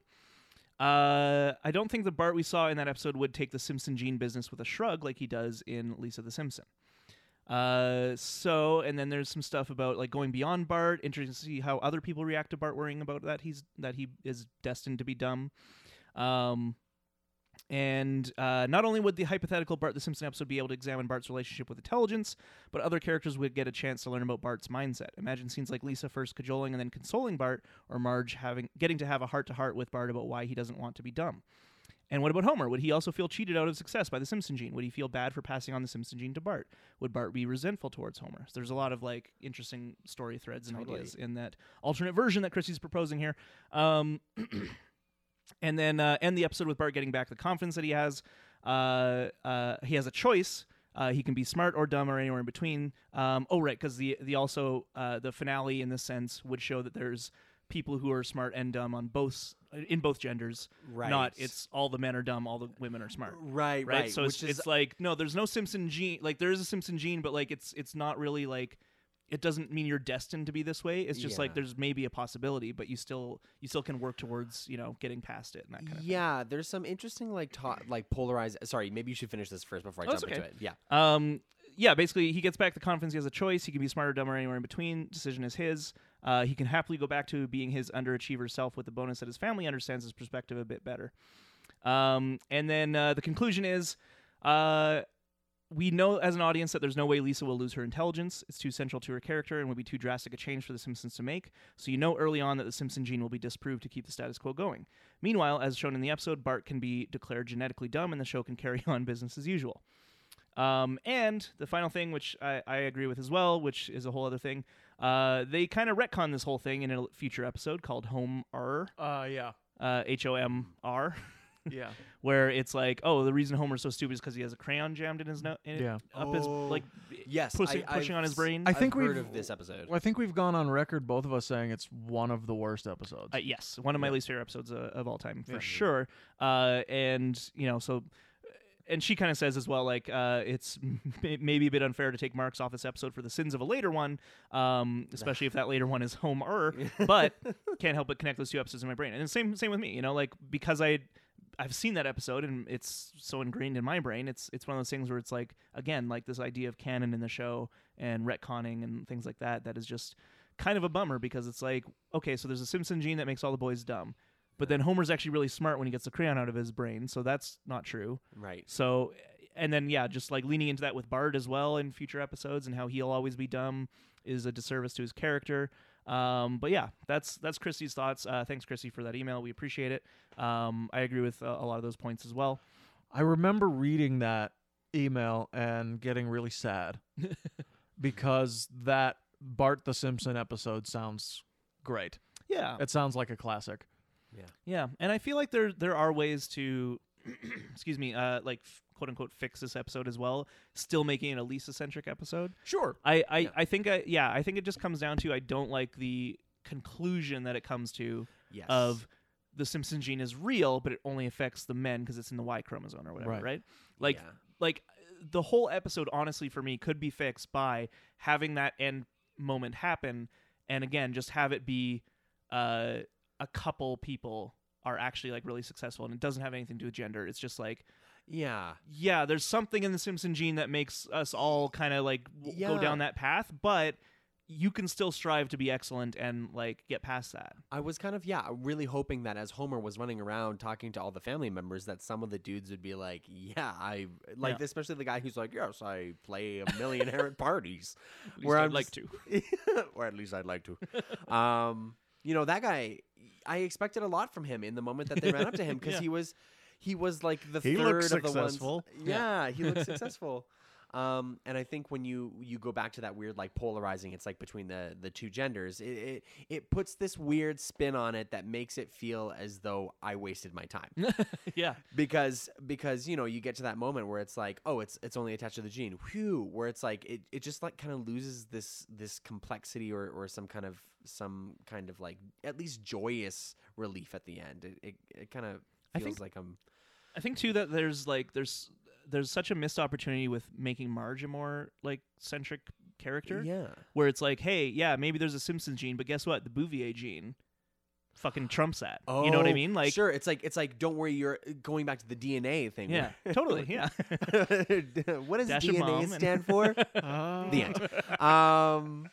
Speaker 1: uh, i don't think the bart we saw in that episode would take the simpson gene business with a shrug like he does in lisa the simpson uh, so and then there's some stuff about like going beyond Bart, interesting to see how other people react to Bart worrying about that he's that he is destined to be dumb. Um, and uh, not only would the hypothetical Bart the Simpson episode be able to examine Bart's relationship with intelligence, but other characters would get a chance to learn about Bart's mindset. Imagine scenes like Lisa first cajoling and then consoling Bart, or Marge having getting to have a heart to heart with Bart about why he doesn't want to be dumb. And what about Homer? Would he also feel cheated out of success by the Simpson gene? Would he feel bad for passing on the Simpson gene to Bart? Would Bart be resentful towards Homer? So there's a lot of like interesting story threads and
Speaker 3: Totally.
Speaker 1: ideas in that alternate version that Christie's proposing here. Um, and then uh, end the episode with Bart getting back the confidence that he has. Uh, uh, he has a choice. Uh, he can be smart or dumb or anywhere in between. Um, oh, right, because the the also uh, the finale in this sense would show that there's people who are smart and dumb on both in both genders.
Speaker 3: Right.
Speaker 1: Not it's all the men are dumb, all the women are smart.
Speaker 3: Right,
Speaker 1: Right.
Speaker 3: right,
Speaker 1: So it's,
Speaker 3: which is-
Speaker 1: it's like no, there's no Simpson gene. Like there is a Simpson gene, but like it's it's not really like it doesn't mean you're destined to be this way. It's just like
Speaker 3: Yeah.
Speaker 1: there's maybe a possibility, but you still you still can work towards you know getting past it and that kind of. thing.
Speaker 3: Yeah, there's some interesting like ta- like polarized. Sorry, maybe you should finish this first before I
Speaker 1: Oh, it's
Speaker 3: jump into
Speaker 1: okay.
Speaker 3: it. Yeah,
Speaker 1: Um, yeah, basically, he gets back the confidence. He has a choice. He can be smart or dumb or anywhere in between. Decision is his. Uh, he can happily go back to being his underachiever self with the bonus that his family understands his perspective a bit better. Um, and then uh, the conclusion is uh, we know as an audience that there's no way Lisa will lose her intelligence. It's too central to her character and would be too drastic a change for The Simpsons to make. So you know early on that the Simpson gene will be disproved to keep the status quo going. Meanwhile, as shown in the episode, Bart can be declared genetically dumb and the show can carry on business as usual. Um, and the final thing, which I, I agree with as well, which is a whole other thing, uh, they kind of retcon this whole thing in a future episode called Home R,
Speaker 2: Uh, yeah,
Speaker 1: uh, H O M R,
Speaker 2: yeah.
Speaker 1: where it's like, oh, the reason Homer's so stupid is because he has a crayon jammed in his nose,
Speaker 2: Yeah.
Speaker 1: up his
Speaker 3: Oh.
Speaker 1: like,
Speaker 3: yes,
Speaker 1: pushing,
Speaker 3: I,
Speaker 1: pushing
Speaker 3: I've
Speaker 1: on his
Speaker 3: s-
Speaker 1: brain.
Speaker 2: I think
Speaker 3: I've heard
Speaker 2: we've-
Speaker 3: of this episode.
Speaker 2: Well, I think we've gone on record, both of us saying it's one of the worst episodes.
Speaker 1: Uh, yes, one of my least favorite episodes uh, of all time for sure. Uh, and you know, so and she kind of says as well, like uh, it's maybe a bit unfair to take marks off this episode for the sins of a later one, um, especially if that later one is Homer. But can't help but connect those two episodes in my brain. And the same same with me, you know, like because I. I've seen that episode and it's so ingrained in my brain. It's it's one of those things where it's like again like this idea of canon in the show and retconning and things like that. That is just kind of a bummer because it's like okay, so there's a Simpson gene that makes all the boys dumb, but then Homer's actually really smart when he gets the crayon out of his brain, so that's not true.
Speaker 3: right.
Speaker 1: So, and then yeah, just like leaning into that with Bart as well in future episodes, and how he'll always be dumb is a disservice to his character. Um, but yeah, that's that's Christy's thoughts. Uh, thanks, Christy, for that email. We appreciate it. Um, I agree with uh, a lot of those points as well.
Speaker 2: I remember reading that email and getting really sad because that Bart the Simpson episode sounds great.
Speaker 1: Yeah,
Speaker 2: It sounds like a classic.
Speaker 1: yeah, and I feel like there there are ways to, excuse me, uh, like quote unquote fix this episode as well, still making it a Lisa centric episode.
Speaker 2: Sure.
Speaker 1: I I, I think I yeah I think it just comes down to I don't like the conclusion that it comes to
Speaker 3: Yes.
Speaker 1: of the Simpson gene is real, but it only affects the men because it's in the Y chromosome or whatever, right?
Speaker 2: Right.
Speaker 1: Like
Speaker 3: Yeah.
Speaker 1: like the whole episode honestly for me could be fixed by having that end moment happen, and again just have it be uh, a couple people are actually like really successful, and it doesn't have anything to do with gender. It's just like
Speaker 3: Yeah.
Speaker 1: yeah, there's something in the Simpson gene that makes us all kind of like w- go
Speaker 3: Yeah.
Speaker 1: down that path, but you can still strive to be excellent and like get past that.
Speaker 3: I was kind of yeah, really hoping that as Homer was running around talking to all the family members, that some of the dudes would be like, "Yeah, I like,"
Speaker 1: Yeah.
Speaker 3: especially the guy who's like, "Yes, I play a millionaire at parties,"
Speaker 1: I'd
Speaker 3: I'm
Speaker 1: like
Speaker 3: just- or at least I'd like to. Um, you know that guy. I expected a lot from him in the moment that they ran up to him because
Speaker 1: Yeah.
Speaker 3: he was, he was like the
Speaker 2: He
Speaker 3: third
Speaker 2: looks
Speaker 3: of the
Speaker 2: successful.
Speaker 3: ones. Yeah, he looked successful. Um, and I think when you you go back to that weird like polarizing, it's like between the the two genders. It it, it puts this weird spin on it that makes it feel as though I wasted my time
Speaker 1: yeah.
Speaker 3: because because you know you get to that moment where it's like oh it's it's only attached to the gene whew where it's like it, it just like kind of loses this this complexity or or some kind of some kind of like at least joyous relief at the end it it, it kind of feels
Speaker 1: think-
Speaker 3: like i'm
Speaker 1: I think too that there's like there's there's such a missed opportunity with making Marge a more like centric character.
Speaker 3: Yeah.
Speaker 1: Where it's like, hey, yeah, maybe there's a Simpson gene, but guess what? The Bouvier gene fucking trumps that. you know what I
Speaker 3: Oh,
Speaker 1: mean? Like
Speaker 3: sure it's like it's like don't worry you're going back to the dna thing
Speaker 1: Yeah. Totally. Yeah.
Speaker 3: what does
Speaker 1: Dash a mom
Speaker 3: dna
Speaker 1: and-
Speaker 3: stand for
Speaker 2: Ah.
Speaker 3: the end. Um,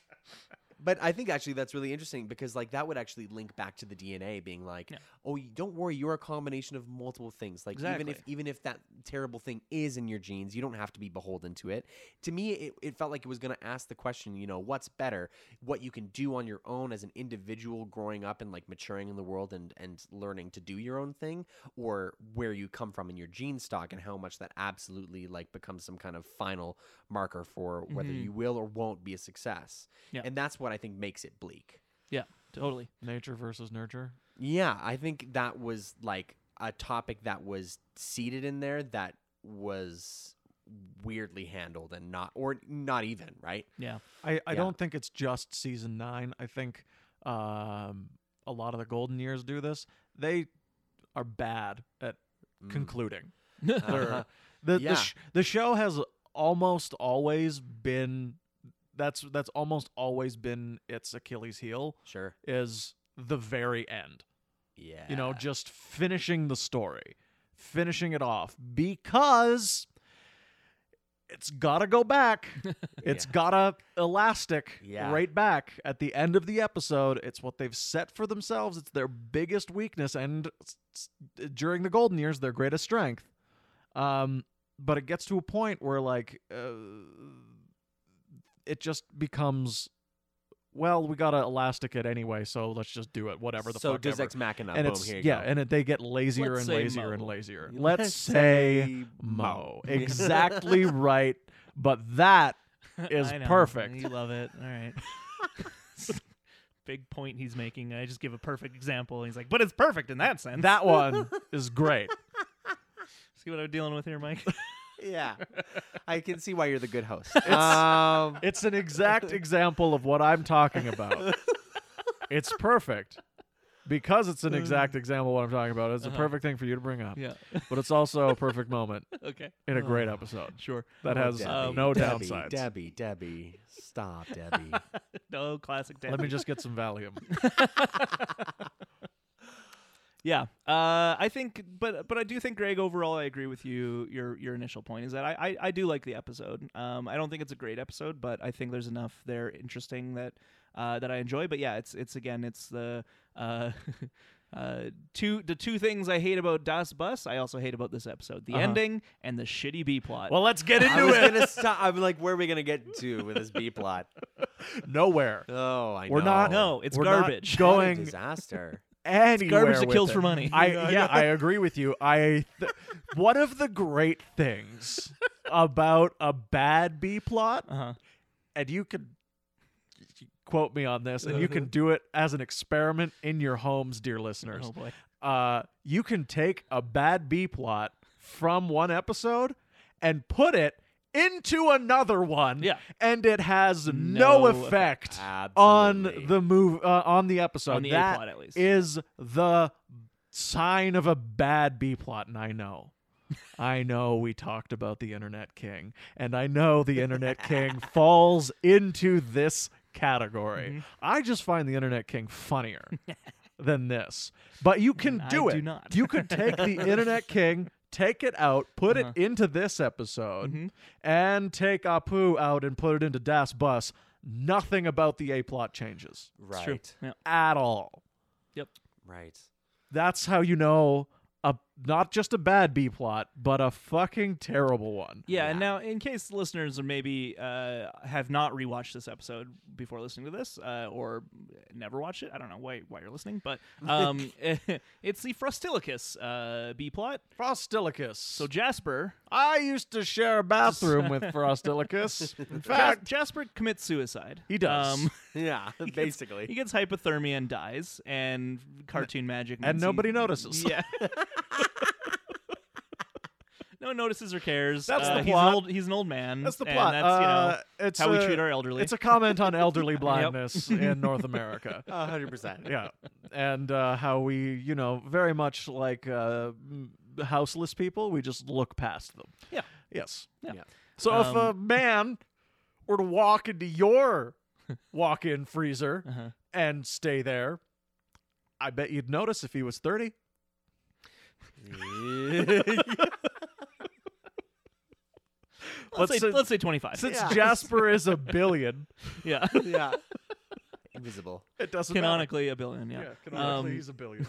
Speaker 3: but I think actually that's really interesting because like that would actually link back to the DNA being like, oh, you, don't worry, you're a combination of multiple things. Like even if
Speaker 1: Exactly.
Speaker 3: even if that terrible thing is in your genes, you don't have to be beholden to it. To me, it, it felt like it was going to ask the question, you know, what's better, what you can do on your own as an individual growing up and like maturing in the world and and learning to do your own thing, or where you come from in your gene stock and how much that absolutely like becomes some kind of final marker for whether you will or won't be a success.
Speaker 1: Yeah.
Speaker 3: And that's what I think makes it bleak.
Speaker 1: yeah. Totally.
Speaker 2: Nature versus nurture.
Speaker 3: Yeah, I think that was like a topic that was seated in there that was weirdly handled and not or not even, right?
Speaker 1: Yeah.
Speaker 2: I, I
Speaker 3: Yeah.
Speaker 2: don't think it's just season nine. I think um, a lot of the golden years do this. They are bad at
Speaker 3: Mm.
Speaker 2: concluding.
Speaker 3: Uh-huh.
Speaker 2: They're- the,
Speaker 3: Yeah.
Speaker 2: the, sh- the show has almost always been that's that's almost always been its Achilles heel
Speaker 3: Sure.
Speaker 2: is the very end.
Speaker 3: Yeah.
Speaker 2: You know, just finishing the story, finishing it off because it's got to go back. It's got to elastic
Speaker 3: Yeah.
Speaker 2: right back at the end of the episode. It's what they've set for themselves. It's their biggest weakness and s- s- during the golden years their greatest strength. Um but it gets to a point where like uh, it just becomes well, we got to elastic it anyway, so let's just do it whatever the
Speaker 3: so
Speaker 2: fuck
Speaker 3: does
Speaker 2: ever
Speaker 3: Ex Machina.
Speaker 2: and
Speaker 3: Uh, boom,
Speaker 2: it's
Speaker 3: here you
Speaker 2: yeah,
Speaker 3: go.
Speaker 2: and it, they get lazier
Speaker 1: Let's
Speaker 2: and
Speaker 1: say
Speaker 2: lazier
Speaker 1: Mo.
Speaker 2: and lazier.
Speaker 3: Let's
Speaker 2: Let's, say
Speaker 3: say
Speaker 2: Mo. Exactly right. But that is
Speaker 1: I know.
Speaker 2: perfect.
Speaker 1: You love it. All right. Big point he's making. I just give a perfect example. He's like, but it's perfect in that sense.
Speaker 2: That one is great.
Speaker 1: See what I'm dealing with here, Mike?
Speaker 3: yeah. I can see why you're the good host. um,
Speaker 2: It's an exact example of what I'm talking about. It's perfect. Because it's an exact example of what I'm talking about. It's
Speaker 3: Uh-huh.
Speaker 2: a perfect thing for you to bring up. But it's also a perfect moment
Speaker 1: okay.
Speaker 2: in a great episode.
Speaker 1: Sure.
Speaker 2: That has
Speaker 3: Debbie,
Speaker 2: no
Speaker 3: Um, Debbie,
Speaker 2: downsides.
Speaker 3: Debbie, Debbie, stop, Debbie.
Speaker 1: No classic Debbie.
Speaker 2: Let me just get some Valium.
Speaker 1: Yeah, uh, I think, but but I do think, Greg. Overall, I agree with you. Your your initial point is that I I, I do like the episode. Um, I don't think it's a great episode, but I think there's enough there interesting that uh, that I enjoy. But yeah, it's it's again, it's the uh, uh, two the two things I hate about Das Bus. I also hate about this episode: the ending and the shitty B plot.
Speaker 2: Uh-huh. Well, let's get
Speaker 3: I
Speaker 2: into
Speaker 3: was
Speaker 2: it.
Speaker 3: gonna stop. I'm like, where are we gonna get to with this B plot?
Speaker 2: Nowhere.
Speaker 3: Oh, I
Speaker 2: We're
Speaker 3: know.
Speaker 2: not.
Speaker 1: No, it's
Speaker 2: we're not
Speaker 1: garbage.
Speaker 3: What a
Speaker 2: going
Speaker 3: disaster.
Speaker 2: anywhere.
Speaker 1: garbage that
Speaker 2: with
Speaker 1: kills
Speaker 2: it.
Speaker 1: for money.
Speaker 2: I yeah, I agree with you. I th- one of the great things about a bad B plot,
Speaker 1: Uh-huh.
Speaker 2: and you can quote me on this, and you
Speaker 1: Uh-huh.
Speaker 2: can do it as an experiment in your homes, dear listeners.
Speaker 1: Oh, boy.
Speaker 2: Uh, you can take a bad B plot from one episode and put it into another one
Speaker 1: Yeah.
Speaker 2: and it has no,
Speaker 1: No
Speaker 2: effect,
Speaker 3: Absolutely.
Speaker 2: on the move uh, on the episode
Speaker 1: On the A
Speaker 2: That
Speaker 1: plot, at least.
Speaker 2: is the sign of a bad b plot and i know i know we talked about the internet king and i know the internet king falls into this category
Speaker 1: Mm-hmm.
Speaker 2: i just find the internet king funnier than this but you can
Speaker 1: I
Speaker 2: do it
Speaker 1: do not.
Speaker 2: you could take the internet king take it out put
Speaker 1: Uh-huh.
Speaker 2: it into this episode
Speaker 1: Mm-hmm.
Speaker 2: and take apu out and put it into das bus nothing about the a plot changes
Speaker 1: It's
Speaker 3: Right.
Speaker 1: true. Yeah.
Speaker 2: at all
Speaker 1: Yep.
Speaker 3: Right.
Speaker 2: that's how you know a not just a bad B plot, but a fucking terrible one.
Speaker 1: Yeah, and now in case listeners or maybe uh, have not rewatched this episode before listening to this, uh, or never watched it, I don't know why why you're listening, but um, it's the Frostilicus uh, B plot.
Speaker 2: Frostilicus. So
Speaker 1: So Jasper,
Speaker 2: I used to share a bathroom with Frostilicus. In
Speaker 1: Jas-
Speaker 2: fact,
Speaker 1: Jasper commits suicide.
Speaker 2: he does.
Speaker 1: Um,
Speaker 3: Yeah,
Speaker 1: he
Speaker 3: basically.
Speaker 1: gets hypothermia and dies, and cartoon magic.
Speaker 2: and
Speaker 1: means he-
Speaker 2: nobody notices.
Speaker 1: Yeah. no one notices or cares.
Speaker 2: That's
Speaker 1: Uh,
Speaker 2: the
Speaker 1: he's an
Speaker 2: plot.
Speaker 1: old- He's an old, man.
Speaker 2: That's the
Speaker 1: and
Speaker 2: plot.
Speaker 1: That's you know
Speaker 2: Uh, it's
Speaker 1: how we
Speaker 2: a-
Speaker 1: treat our elderly.
Speaker 2: It's a comment on elderly blindness in North America.
Speaker 3: A hundred percent.
Speaker 2: yeah and uh, how we you know very much like uh, houseless people we just look past them
Speaker 1: yeah. Um,
Speaker 2: yes
Speaker 3: Yeah.
Speaker 2: so if a man were to walk into your walk-in freezer
Speaker 1: uh-huh.
Speaker 2: and stay there i bet you'd notice if he was 30
Speaker 1: Let's,
Speaker 2: Let's
Speaker 1: say,
Speaker 2: say-
Speaker 1: let's say twenty five.
Speaker 2: since jasper is a billion
Speaker 1: yeah.
Speaker 3: yeah. Invisible.
Speaker 2: it doesn't
Speaker 1: canonically a billion. Yeah.
Speaker 2: matter. yeah canonically
Speaker 1: Um,
Speaker 2: he's a billion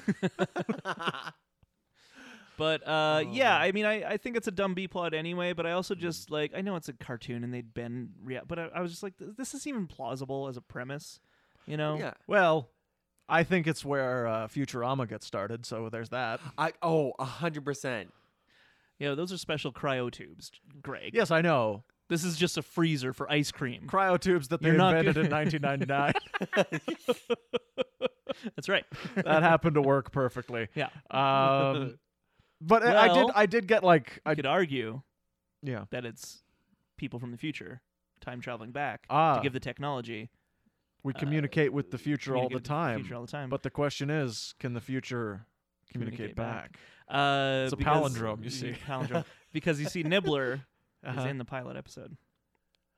Speaker 1: But uh, yeah, I mean, I, I think it's a dumb B plot anyway. But I also
Speaker 2: Mm.
Speaker 1: just like I know it's a cartoon and they'd been rea- But I, I was just like, this this isn't even plausible as a premise. You know?
Speaker 3: Yeah.
Speaker 2: well i think it's where uh, futurama gets started so there's that
Speaker 3: I oh, a hundred percent.
Speaker 1: Yeah. Those are special cryo tubes, Greg.
Speaker 2: yes i know
Speaker 1: This is just a freezer for ice cream.
Speaker 2: cryo tubes that they
Speaker 1: You're not
Speaker 2: invented
Speaker 1: good-
Speaker 2: in 1999.
Speaker 1: That's right.
Speaker 2: that happened to work perfectly.
Speaker 1: Yeah.
Speaker 2: Um, but I I did.
Speaker 1: Well-
Speaker 2: I did get like. I,
Speaker 1: I could argue
Speaker 2: yeah.
Speaker 1: that it's people from the future time traveling back
Speaker 2: Ah.
Speaker 1: uh, to give the technology
Speaker 2: We communicate with the future all the
Speaker 1: communicate with the
Speaker 2: time.
Speaker 1: future all the time.
Speaker 2: But the question is, can the future communicate,
Speaker 1: Communicate
Speaker 2: back?
Speaker 1: back. Uh,
Speaker 2: It's a
Speaker 1: because-
Speaker 2: palindrome, you see.
Speaker 1: Palindrome. because you see, Nibbler is
Speaker 2: Uh-huh.
Speaker 1: in the pilot episode.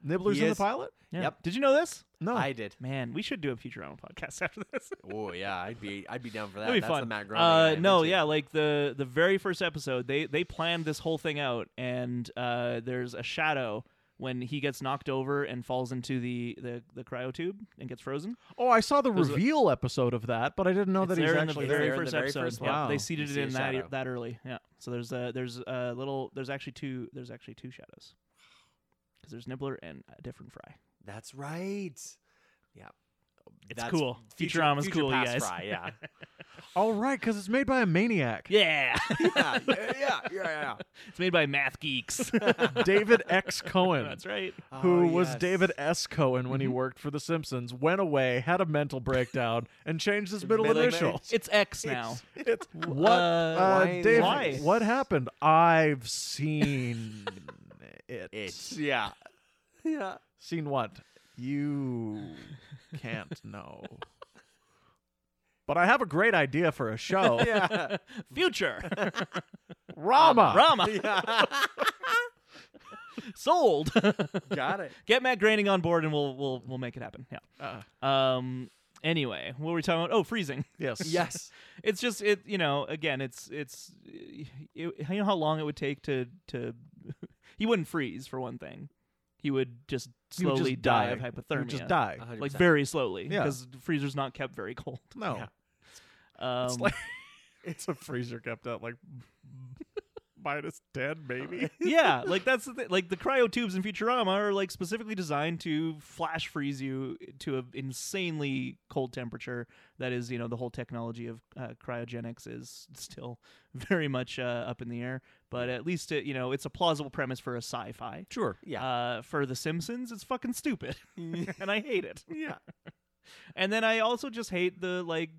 Speaker 2: Nibbler's
Speaker 3: He
Speaker 2: in the
Speaker 3: is-
Speaker 2: pilot?
Speaker 1: Yeah.
Speaker 3: Yep.
Speaker 1: Did you know this?
Speaker 2: No.
Speaker 3: I did.
Speaker 1: Man, we should do a Futurama podcast after this.
Speaker 3: Oh yeah, I'd be I'd be down for that.
Speaker 1: That'd be
Speaker 3: That's
Speaker 1: fun.
Speaker 3: the Matt Groening
Speaker 1: uh,
Speaker 3: I'm
Speaker 1: no,
Speaker 3: into.
Speaker 1: yeah, like the the very first episode, they they planned this whole thing out, and uh, there's a shadow when he gets knocked over and falls into the the, the cryo tube and gets frozen.
Speaker 2: oh, I saw the
Speaker 1: There's a-
Speaker 2: reveal episode of that, but I didn't know Oh, that
Speaker 1: It's
Speaker 2: he's
Speaker 1: there
Speaker 2: actually
Speaker 1: in the very
Speaker 2: there.
Speaker 3: in
Speaker 1: first
Speaker 3: the very
Speaker 1: episode.
Speaker 3: first
Speaker 1: Yeah,
Speaker 2: one.
Speaker 1: they
Speaker 2: Wow.
Speaker 1: seeded
Speaker 3: You
Speaker 1: it
Speaker 3: see
Speaker 1: in
Speaker 3: a shadow.
Speaker 1: that that early. Yeah. So there's a there's a little there's actually two there's actually two shadows. Because there's Nibbler and a different Fry.
Speaker 3: That's right. Yeah.
Speaker 1: It's cool. Futurama's
Speaker 3: future
Speaker 1: cool, you
Speaker 3: past
Speaker 1: guys.
Speaker 3: Fry, yeah.
Speaker 2: All right, because it's made by a maniac.
Speaker 1: Yeah,
Speaker 3: yeah. Yeah. Yeah. Yeah.
Speaker 1: it's made by math geeks.
Speaker 2: David X. Cohen.
Speaker 1: That's right.
Speaker 2: who
Speaker 3: Oh,
Speaker 2: was
Speaker 3: yes.
Speaker 2: David S. Cohen when he worked for The Simpsons, went away, had a mental breakdown, and changed his middle
Speaker 3: Middle
Speaker 2: initial.
Speaker 1: It's X now.
Speaker 2: It's, what,
Speaker 1: Uh,
Speaker 2: uh,
Speaker 3: why-
Speaker 2: David?
Speaker 1: why?
Speaker 2: What happened? I've seen it.
Speaker 3: It's yeah. Yeah.
Speaker 2: Seen what? You can't know. But I have a great idea for a show.
Speaker 3: Yeah.
Speaker 1: Future
Speaker 2: Rama.
Speaker 1: Rama sold.
Speaker 3: Got it.
Speaker 1: Get Matt Groening on board, and we'll we'll we'll make it happen. Yeah. Um. Anyway, what were we talking about? Oh, freezing.
Speaker 2: Yes.
Speaker 3: Yes.
Speaker 1: it's just it you know again it's it's it, you know how long it would take to to he wouldn't freeze for one thing he would just
Speaker 2: You would
Speaker 1: slowly
Speaker 2: just
Speaker 1: die,
Speaker 2: die
Speaker 1: of hypothermia
Speaker 2: You just die.
Speaker 3: 100%.
Speaker 1: like very slowly
Speaker 2: Yeah.
Speaker 1: because the freezer's not kept very cold
Speaker 2: No.
Speaker 1: um,
Speaker 2: It's like it's a freezer kept at like minus ten, maybe.
Speaker 1: yeah like that's the thing. like the cryo tubes in futurama are like specifically designed to flash freeze you to an insanely cold temperature that is you know the whole technology of uh, cryogenics is still very much uh, up in the air but at least it you know it's a plausible premise for a sci-fi
Speaker 2: Sure.
Speaker 3: Yeah.
Speaker 1: uh, for the simpsons it's fucking stupid and i hate it
Speaker 2: Yeah.
Speaker 1: and then I also just hate the like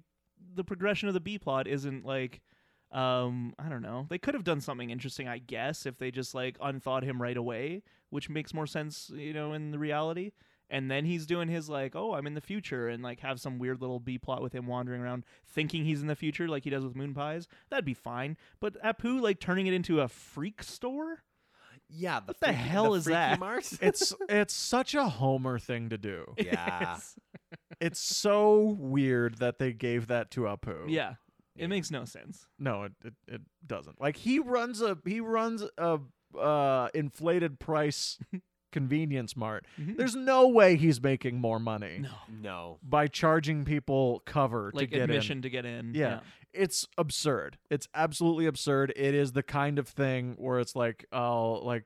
Speaker 1: the progression of the B plot isn't like um I don't know. They could have done something interesting, I guess, if they just like unthought him right away, which makes more sense, you know, in the reality. And then he's doing his like, oh, I'm in the future, and like have some weird little B plot with him wandering around thinking he's in the future, like he does with Moon Pies. That'd be fine. But Apu like turning it into a freak store.
Speaker 3: yeah. The what
Speaker 1: the hell is that?
Speaker 3: Mars?
Speaker 2: It's it's such a Homer thing to do.
Speaker 3: yeah.
Speaker 2: It's so weird that they gave that to Apu.
Speaker 1: Yeah, it makes no sense.
Speaker 2: No, it it, it doesn't. Like he runs a he runs a uh inflated price convenience mart. There's no way he's making more money
Speaker 1: No.
Speaker 3: No.
Speaker 2: by charging people cover
Speaker 1: Like
Speaker 2: to get
Speaker 1: admission
Speaker 2: in.
Speaker 1: to get in.
Speaker 2: Yeah. it's absurd. It's absolutely absurd. It is the kind of thing where it's like, oh, like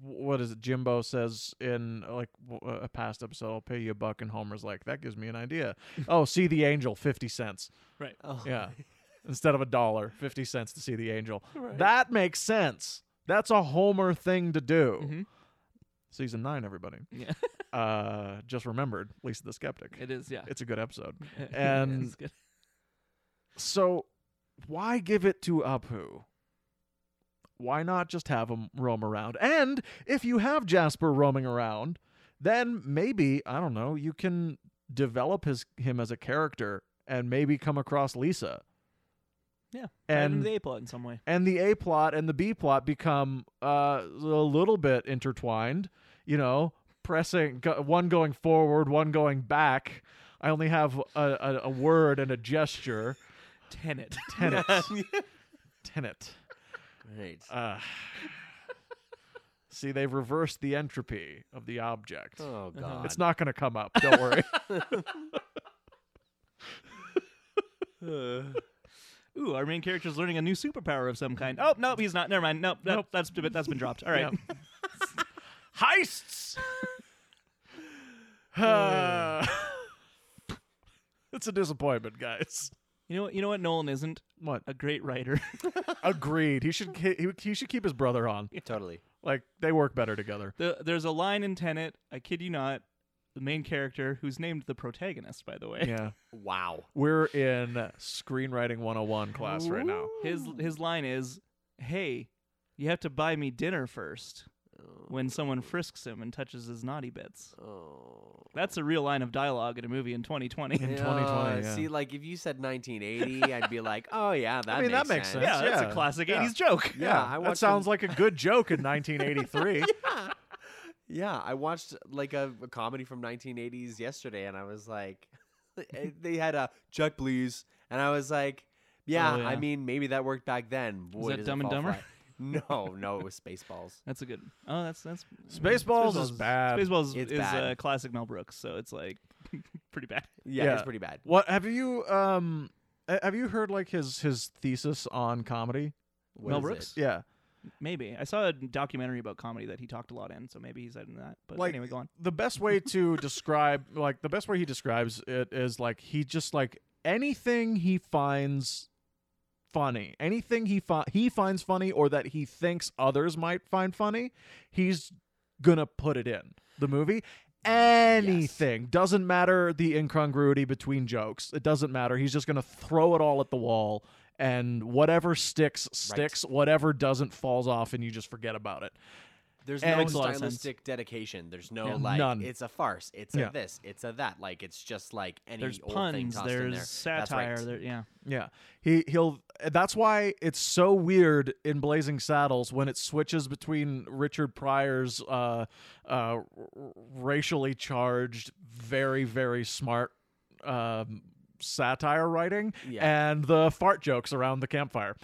Speaker 2: what is it? Jimbo says in like w- a past episode, "I'll pay you a buck," and Homer's like, "That gives me an idea." oh, see the angel, fifty cents.
Speaker 1: Right.
Speaker 3: Oh,
Speaker 2: Yeah. Instead of a dollar, 50 cents to see the angel. That makes sense. That's a Homer thing to do. Season nine, everybody.
Speaker 1: Mm-hmm. Yeah.
Speaker 2: Uh, just remembered Lisa the Skeptic.
Speaker 1: It is, yeah.
Speaker 2: It's a good episode.
Speaker 1: It's
Speaker 2: And
Speaker 1: good.
Speaker 2: so, why give it to Apu? Why not just have him roam around? And if you have Jasper roaming around, then maybe, I don't know, you can develop his him as a character and maybe come across Lisa.
Speaker 1: Yeah. And
Speaker 2: And-
Speaker 1: the A plot in some way.
Speaker 2: and the A plot and the B plot become uh, a little bit intertwined. You know, pressing go, one going forward, one going back. I only have a, a, a word and a gesture.
Speaker 1: Tenet.
Speaker 2: Tenet, tenet.
Speaker 3: Right.
Speaker 2: Uh, See, they've reversed the entropy of the object.
Speaker 3: oh god.
Speaker 2: It's not going to come up. Don't worry.
Speaker 1: Ooh, our main character's learning a new superpower of some kind. Oh, nope, he's not. Never mind. Nope, that, that's that's been dropped. All right.
Speaker 2: Heists. Uh, it's a disappointment, guys.
Speaker 1: You know what? You know what? Nolan isn't
Speaker 2: What?
Speaker 1: a great writer.
Speaker 2: Agreed. He should he, he should keep his brother on.
Speaker 3: totally.
Speaker 2: Like they work better together.
Speaker 1: The, there's a line in Tenet. I kid you not. The main character, who's named the protagonist, by the way.
Speaker 2: Yeah.
Speaker 3: Wow.
Speaker 2: We're in screenwriting 101 class right now.
Speaker 1: His his line is, "Hey, you have to buy me dinner first
Speaker 3: Oh.
Speaker 1: when someone frisks him and touches his naughty bits."
Speaker 3: Oh.
Speaker 1: That's a real line of dialogue in a movie in 2020.
Speaker 2: In 2020. yeah.
Speaker 3: See, like if you said 1980, I'd be like, oh yeah, that.
Speaker 2: I mean, that
Speaker 3: makes
Speaker 2: makes
Speaker 3: sense.
Speaker 1: yeah, that's
Speaker 2: yeah,
Speaker 1: a classic
Speaker 2: yeah.
Speaker 1: 80s joke.
Speaker 3: Yeah, I
Speaker 2: that
Speaker 3: watched
Speaker 2: sounds
Speaker 3: an-
Speaker 2: like a good joke in 1983.
Speaker 3: Yeah, I watched like a, a comedy from 1980s yesterday, and I was like, eh, they had a Chuck Blues, and I was like, yeah,
Speaker 1: Oh, yeah.
Speaker 3: I mean, maybe that worked back then. Boy,
Speaker 1: that
Speaker 3: does it
Speaker 1: Dumb and
Speaker 3: fall
Speaker 1: Dumber?
Speaker 3: flat. No, no, it was Spaceballs.
Speaker 1: That's a good. Oh, that's that's
Speaker 2: Spaceballs is bad.
Speaker 1: Spaceballs
Speaker 3: It's
Speaker 1: is
Speaker 3: bad.
Speaker 1: Uh, classic Mel Brooks, so it's like pretty bad.
Speaker 3: Yeah,
Speaker 2: Yeah.
Speaker 3: it's pretty bad.
Speaker 2: What have you um ha- have you heard like his his thesis on comedy?
Speaker 3: What
Speaker 1: Mel
Speaker 3: is
Speaker 1: Brooks?
Speaker 3: it?
Speaker 2: Yeah.
Speaker 1: Maybe I saw a documentary about comedy that he talked a lot in, so maybe he's in that. But
Speaker 2: Like
Speaker 1: anyway, go on.
Speaker 2: the best way to describe like the best way he describes it is like he just like anything he finds funny anything he fi- he finds funny or that he thinks others might find funny he's gonna put it in the movie anything doesn't matter the incongruity between jokes it doesn't matter he's just gonna throw it all at the wall and whatever sticks sticks whatever doesn't falls off and you just forget about it
Speaker 3: There's
Speaker 2: And-
Speaker 3: no
Speaker 2: Makes
Speaker 1: a lot of sense.
Speaker 3: stylistic dedication. There's no
Speaker 1: Yeah.
Speaker 3: like
Speaker 2: None.
Speaker 3: it's a farce. It's
Speaker 2: Yeah.
Speaker 3: a this. It's a that. Like it's just like any
Speaker 1: There's
Speaker 3: old thing
Speaker 1: puns.
Speaker 3: tossed in
Speaker 1: There's
Speaker 3: there. That's
Speaker 1: satire.
Speaker 3: right.
Speaker 1: There, yeah.
Speaker 2: Yeah. He he'll that's why it's so weird in Blazing Saddles when it switches between Richard Pryor's uh uh r- racially charged very very smart um satire writing
Speaker 3: Yeah.
Speaker 2: and the fart jokes around the campfire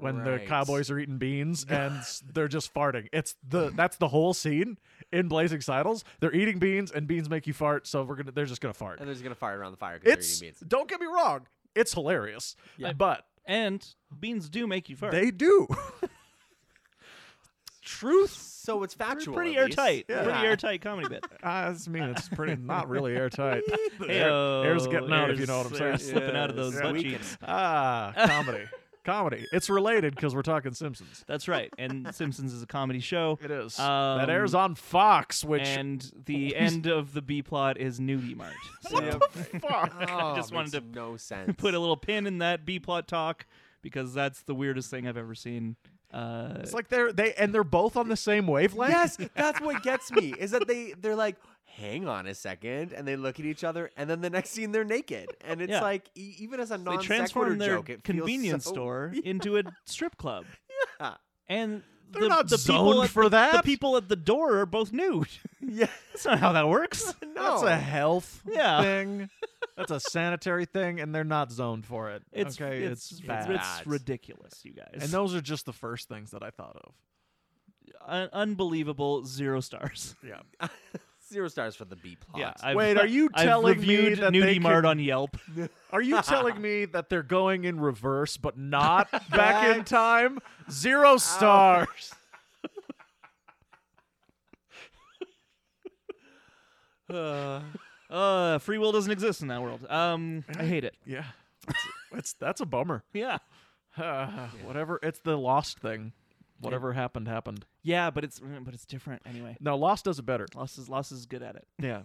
Speaker 2: when the
Speaker 3: Right.
Speaker 2: cowboys are eating beans and s- they're just farting. It's the that's the whole scene in Blazing Saddles. They're eating beans and beans make you fart, so we're going to they're just going to fart.
Speaker 3: And they're just gonna fire around the fire. 'cause they're
Speaker 2: It's
Speaker 3: eating beans.
Speaker 2: don't get me wrong, it's hilarious. But
Speaker 1: And beans do make you fart.
Speaker 2: they do. Truth.
Speaker 3: So it's factual.
Speaker 1: pretty
Speaker 3: at least.
Speaker 1: airtight.
Speaker 3: Yeah.
Speaker 1: Pretty airtight comedy bit.
Speaker 2: I just mean it's pretty not really airtight. The air-
Speaker 1: Heyo,
Speaker 2: air's getting out if you
Speaker 1: air's-
Speaker 2: know what I'm saying.
Speaker 1: air's Slipping out of those
Speaker 3: Yes.
Speaker 1: butt
Speaker 3: We
Speaker 1: cheeks.
Speaker 2: Ah, comedy. comedy. It's related because we're talking Simpsons.
Speaker 1: That's right. And Simpsons is a comedy show.
Speaker 2: It is.
Speaker 1: Um,
Speaker 2: that airs on Fox, which
Speaker 1: And the end of the B plot is Nudie Mart. So
Speaker 2: fuck.
Speaker 3: Oh,
Speaker 1: just wanted
Speaker 3: makes no sense.
Speaker 1: put a little pin in that B plot talk because that's the weirdest thing I've ever seen. Uh,
Speaker 2: It's like they're they and they're both on the same wavelength.
Speaker 3: yes, that's what gets me is that they they're like, hang on a second, and they look at each other, and then the next scene they're naked, and it's
Speaker 1: Yeah.
Speaker 3: like e- even as a
Speaker 1: they
Speaker 3: non sequitur
Speaker 1: transform their
Speaker 3: joke, it feels
Speaker 1: convenience
Speaker 3: so-
Speaker 1: store into a strip club.
Speaker 3: Yeah.
Speaker 1: And
Speaker 2: They're
Speaker 1: the,
Speaker 2: not
Speaker 1: the
Speaker 2: zoned
Speaker 1: people at
Speaker 2: for
Speaker 1: the, The
Speaker 2: that.
Speaker 1: people at the door are both nude.
Speaker 3: Yeah,
Speaker 1: that's not how that works.
Speaker 2: That's a health
Speaker 1: Yeah.
Speaker 2: thing. That's a sanitary thing, and they're not zoned for it.
Speaker 1: It's
Speaker 2: okay,
Speaker 1: it's
Speaker 2: it's bad.
Speaker 1: it's ridiculous, you guys.
Speaker 2: and those are just the first things that I thought of.
Speaker 1: Un- unbelievable zero stars.
Speaker 2: Yeah.
Speaker 3: Zero stars for the B plot.
Speaker 1: Yeah, I've-
Speaker 2: Wait, are you
Speaker 1: I've
Speaker 2: telling me
Speaker 1: reviewed
Speaker 2: that they
Speaker 1: Nudie
Speaker 2: can-
Speaker 1: Mart on Yelp?
Speaker 2: Are you telling me that they're going in reverse but not back in time? Zero stars.
Speaker 1: Uh, free will doesn't exist in that world. Um, I hate it.
Speaker 2: Yeah. It's- It's that's a bummer.
Speaker 1: Yeah,
Speaker 2: Uh, Whatever. It's the Lost thing. Whatever happened happened.
Speaker 1: yeah, but it's mm, but it's different anyway.
Speaker 2: Now Lost does it better.
Speaker 1: Lost is Lost is good at it.
Speaker 2: Yeah.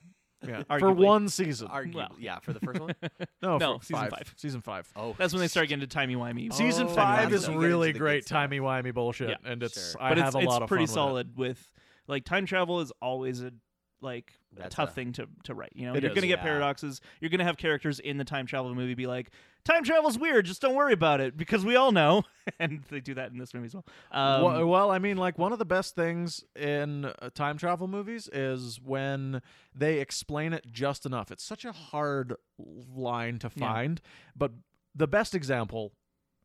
Speaker 2: Yeah. For
Speaker 1: Arguably.
Speaker 2: one season.
Speaker 3: Arguably,
Speaker 1: Well.
Speaker 3: yeah, for the first one.
Speaker 2: no,
Speaker 1: No,
Speaker 2: for
Speaker 1: season five.
Speaker 2: Season 5.
Speaker 3: Oh,
Speaker 1: That's when they start getting to timey wimey.
Speaker 2: Season
Speaker 3: Oh,
Speaker 2: 5
Speaker 3: that's
Speaker 2: is
Speaker 3: when you get
Speaker 2: really
Speaker 3: into the good
Speaker 2: great
Speaker 3: stuff.
Speaker 2: timey-wimey bullshit
Speaker 1: Yeah.
Speaker 2: and it's
Speaker 3: Sure.
Speaker 2: I
Speaker 1: but
Speaker 2: have
Speaker 1: it's,
Speaker 2: a lot
Speaker 1: it's
Speaker 2: of
Speaker 1: pretty
Speaker 2: fun with
Speaker 1: solid with like time travel is always a like a
Speaker 3: That's
Speaker 1: tough
Speaker 3: a-
Speaker 1: thing to to write. You know,
Speaker 2: It
Speaker 1: you're
Speaker 2: is,
Speaker 1: gonna get
Speaker 3: yeah.
Speaker 1: paradoxes. You're gonna have characters in the time travel movie be like, time travel's weird. Just don't worry about it because we all know. and they do that in this movie as well.
Speaker 2: it.
Speaker 1: Um,
Speaker 2: well, well, I mean like one of the best things in uh, time travel movies is when they explain it just enough. It's such a hard line to find, but the best example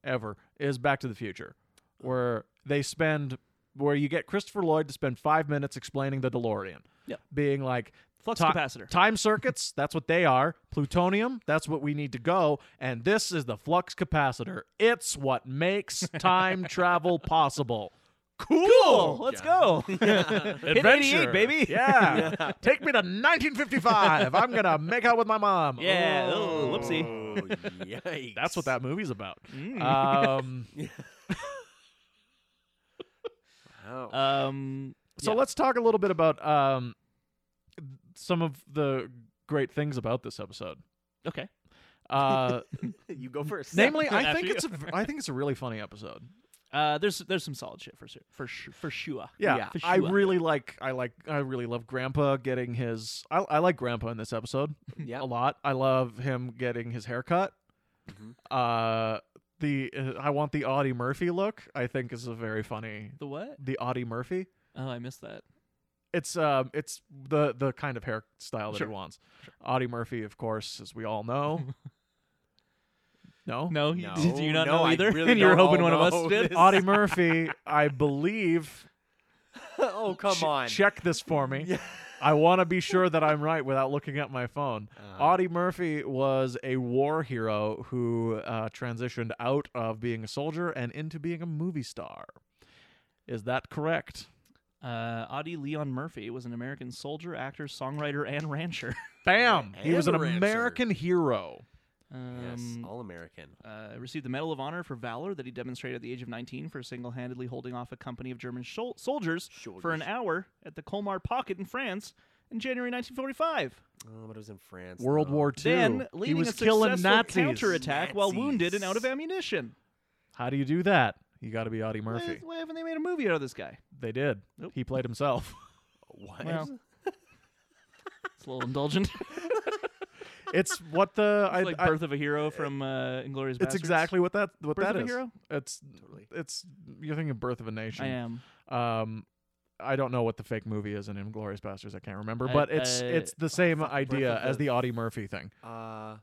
Speaker 2: ever is Back to the Future where they spend where you get Christopher Lloyd to spend 5 minutes explaining the DeLorean.
Speaker 1: Yep.
Speaker 2: Being like
Speaker 1: flux
Speaker 2: Ti-
Speaker 1: capacitor.
Speaker 2: Time circuits, that's what they are. Plutonium, that's what we need to go. And this is the flux capacitor. It's what makes time travel possible. Cool.
Speaker 1: Cool. Let's go. Hit 88, baby.
Speaker 2: Yeah. Take me to 1955. I'm going to make out with my mom.
Speaker 1: Yeah.
Speaker 2: Oh.
Speaker 1: Oh, whoopsie.
Speaker 3: Oh, yikes.
Speaker 2: That's what that movie's about.
Speaker 1: Mm.
Speaker 2: Um,
Speaker 3: Oh.
Speaker 1: Um.
Speaker 2: so
Speaker 1: yeah.
Speaker 2: let's talk a little bit about um, some of the great things about this episode.
Speaker 1: Okay.
Speaker 2: Uh,
Speaker 3: you go first.
Speaker 2: namely, I
Speaker 1: After
Speaker 2: think
Speaker 1: you.
Speaker 2: it's a, v- I think it's a really funny episode.
Speaker 1: Uh. There's there's some solid shit for sure. For sure. For sure.
Speaker 2: Yeah,
Speaker 3: Yeah.
Speaker 1: For
Speaker 2: I
Speaker 1: sure.
Speaker 2: really like. I like. I really love Grandpa getting his. I, I like Grandpa in this episode
Speaker 3: Yeah.
Speaker 2: a lot. I love him getting his haircut.
Speaker 1: Mm-hmm.
Speaker 2: Uh, the uh, I want the Audie Murphy look. I think is a very funny.
Speaker 1: The what?
Speaker 2: The Audie Murphy.
Speaker 1: Oh, I missed that.
Speaker 2: It's um, it's the the kind of hairstyle that
Speaker 1: Sure.
Speaker 2: he wants. Audie Murphy, of course, as we all know. no,
Speaker 1: No, you-
Speaker 3: No.
Speaker 1: do you not
Speaker 3: No,
Speaker 1: know
Speaker 3: I
Speaker 1: either?
Speaker 3: really
Speaker 1: and you were
Speaker 3: don't
Speaker 1: hoping
Speaker 3: all
Speaker 1: one of us
Speaker 3: know
Speaker 1: did.
Speaker 3: this.
Speaker 2: Audie Murphy, I believe,
Speaker 3: oh, come
Speaker 2: Ch-
Speaker 3: on.
Speaker 2: Check this for me. I want to be sure that I'm right without looking at my phone.
Speaker 1: Uh.
Speaker 3: uh,
Speaker 2: Audie Murphy was a war hero who uh, transitioned out of being a soldier and into being a movie star. Is that correct?
Speaker 1: Uh, Audie Leon Murphy was an American soldier, actor, songwriter, and rancher.
Speaker 2: Bam! he was an
Speaker 3: And a rancher.
Speaker 2: American hero.
Speaker 3: yes,
Speaker 1: Um,
Speaker 3: all American.
Speaker 1: uh, received the Medal of Honor for valor that he demonstrated at the age of 19 for single-handedly holding off a company of German shol- soldiers for an
Speaker 3: Soldiers.
Speaker 1: hour at the Colmar Pocket in France in January 1945.
Speaker 3: Oh, but it was in France.
Speaker 2: World
Speaker 3: though.
Speaker 2: War II.
Speaker 1: Then,
Speaker 2: he
Speaker 1: leading
Speaker 2: was
Speaker 1: a
Speaker 2: killing
Speaker 1: successful
Speaker 2: Nazis.
Speaker 1: counterattack while
Speaker 3: Nazis.
Speaker 1: wounded and out of ammunition.
Speaker 2: How do you do that? You got to be Audie
Speaker 1: Why,
Speaker 2: Murphy.
Speaker 1: why haven't they made a movie out of this guy?
Speaker 2: They did.
Speaker 1: Nope.
Speaker 2: He played himself.
Speaker 3: What?
Speaker 1: Well, it's a little indulgent.
Speaker 2: it's what the I,
Speaker 1: like
Speaker 2: I-
Speaker 1: Birth of a Hero from uh, Inglorious
Speaker 2: It's exactly what that what
Speaker 1: Birth
Speaker 2: that
Speaker 1: of a
Speaker 2: is.
Speaker 1: Hero?
Speaker 2: It's
Speaker 3: Totally.
Speaker 2: it's you're thinking of Birth of a Nation.
Speaker 1: I am.
Speaker 2: Um, I don't know what the fake movie is in Inglorious Bastards. I can't remember,
Speaker 1: I-
Speaker 2: but it's
Speaker 1: I-
Speaker 2: it's the same
Speaker 3: uh, fuck, Birth
Speaker 2: idea
Speaker 3: of
Speaker 2: as
Speaker 3: the-
Speaker 2: the Audie Murphy thing,
Speaker 3: Uh,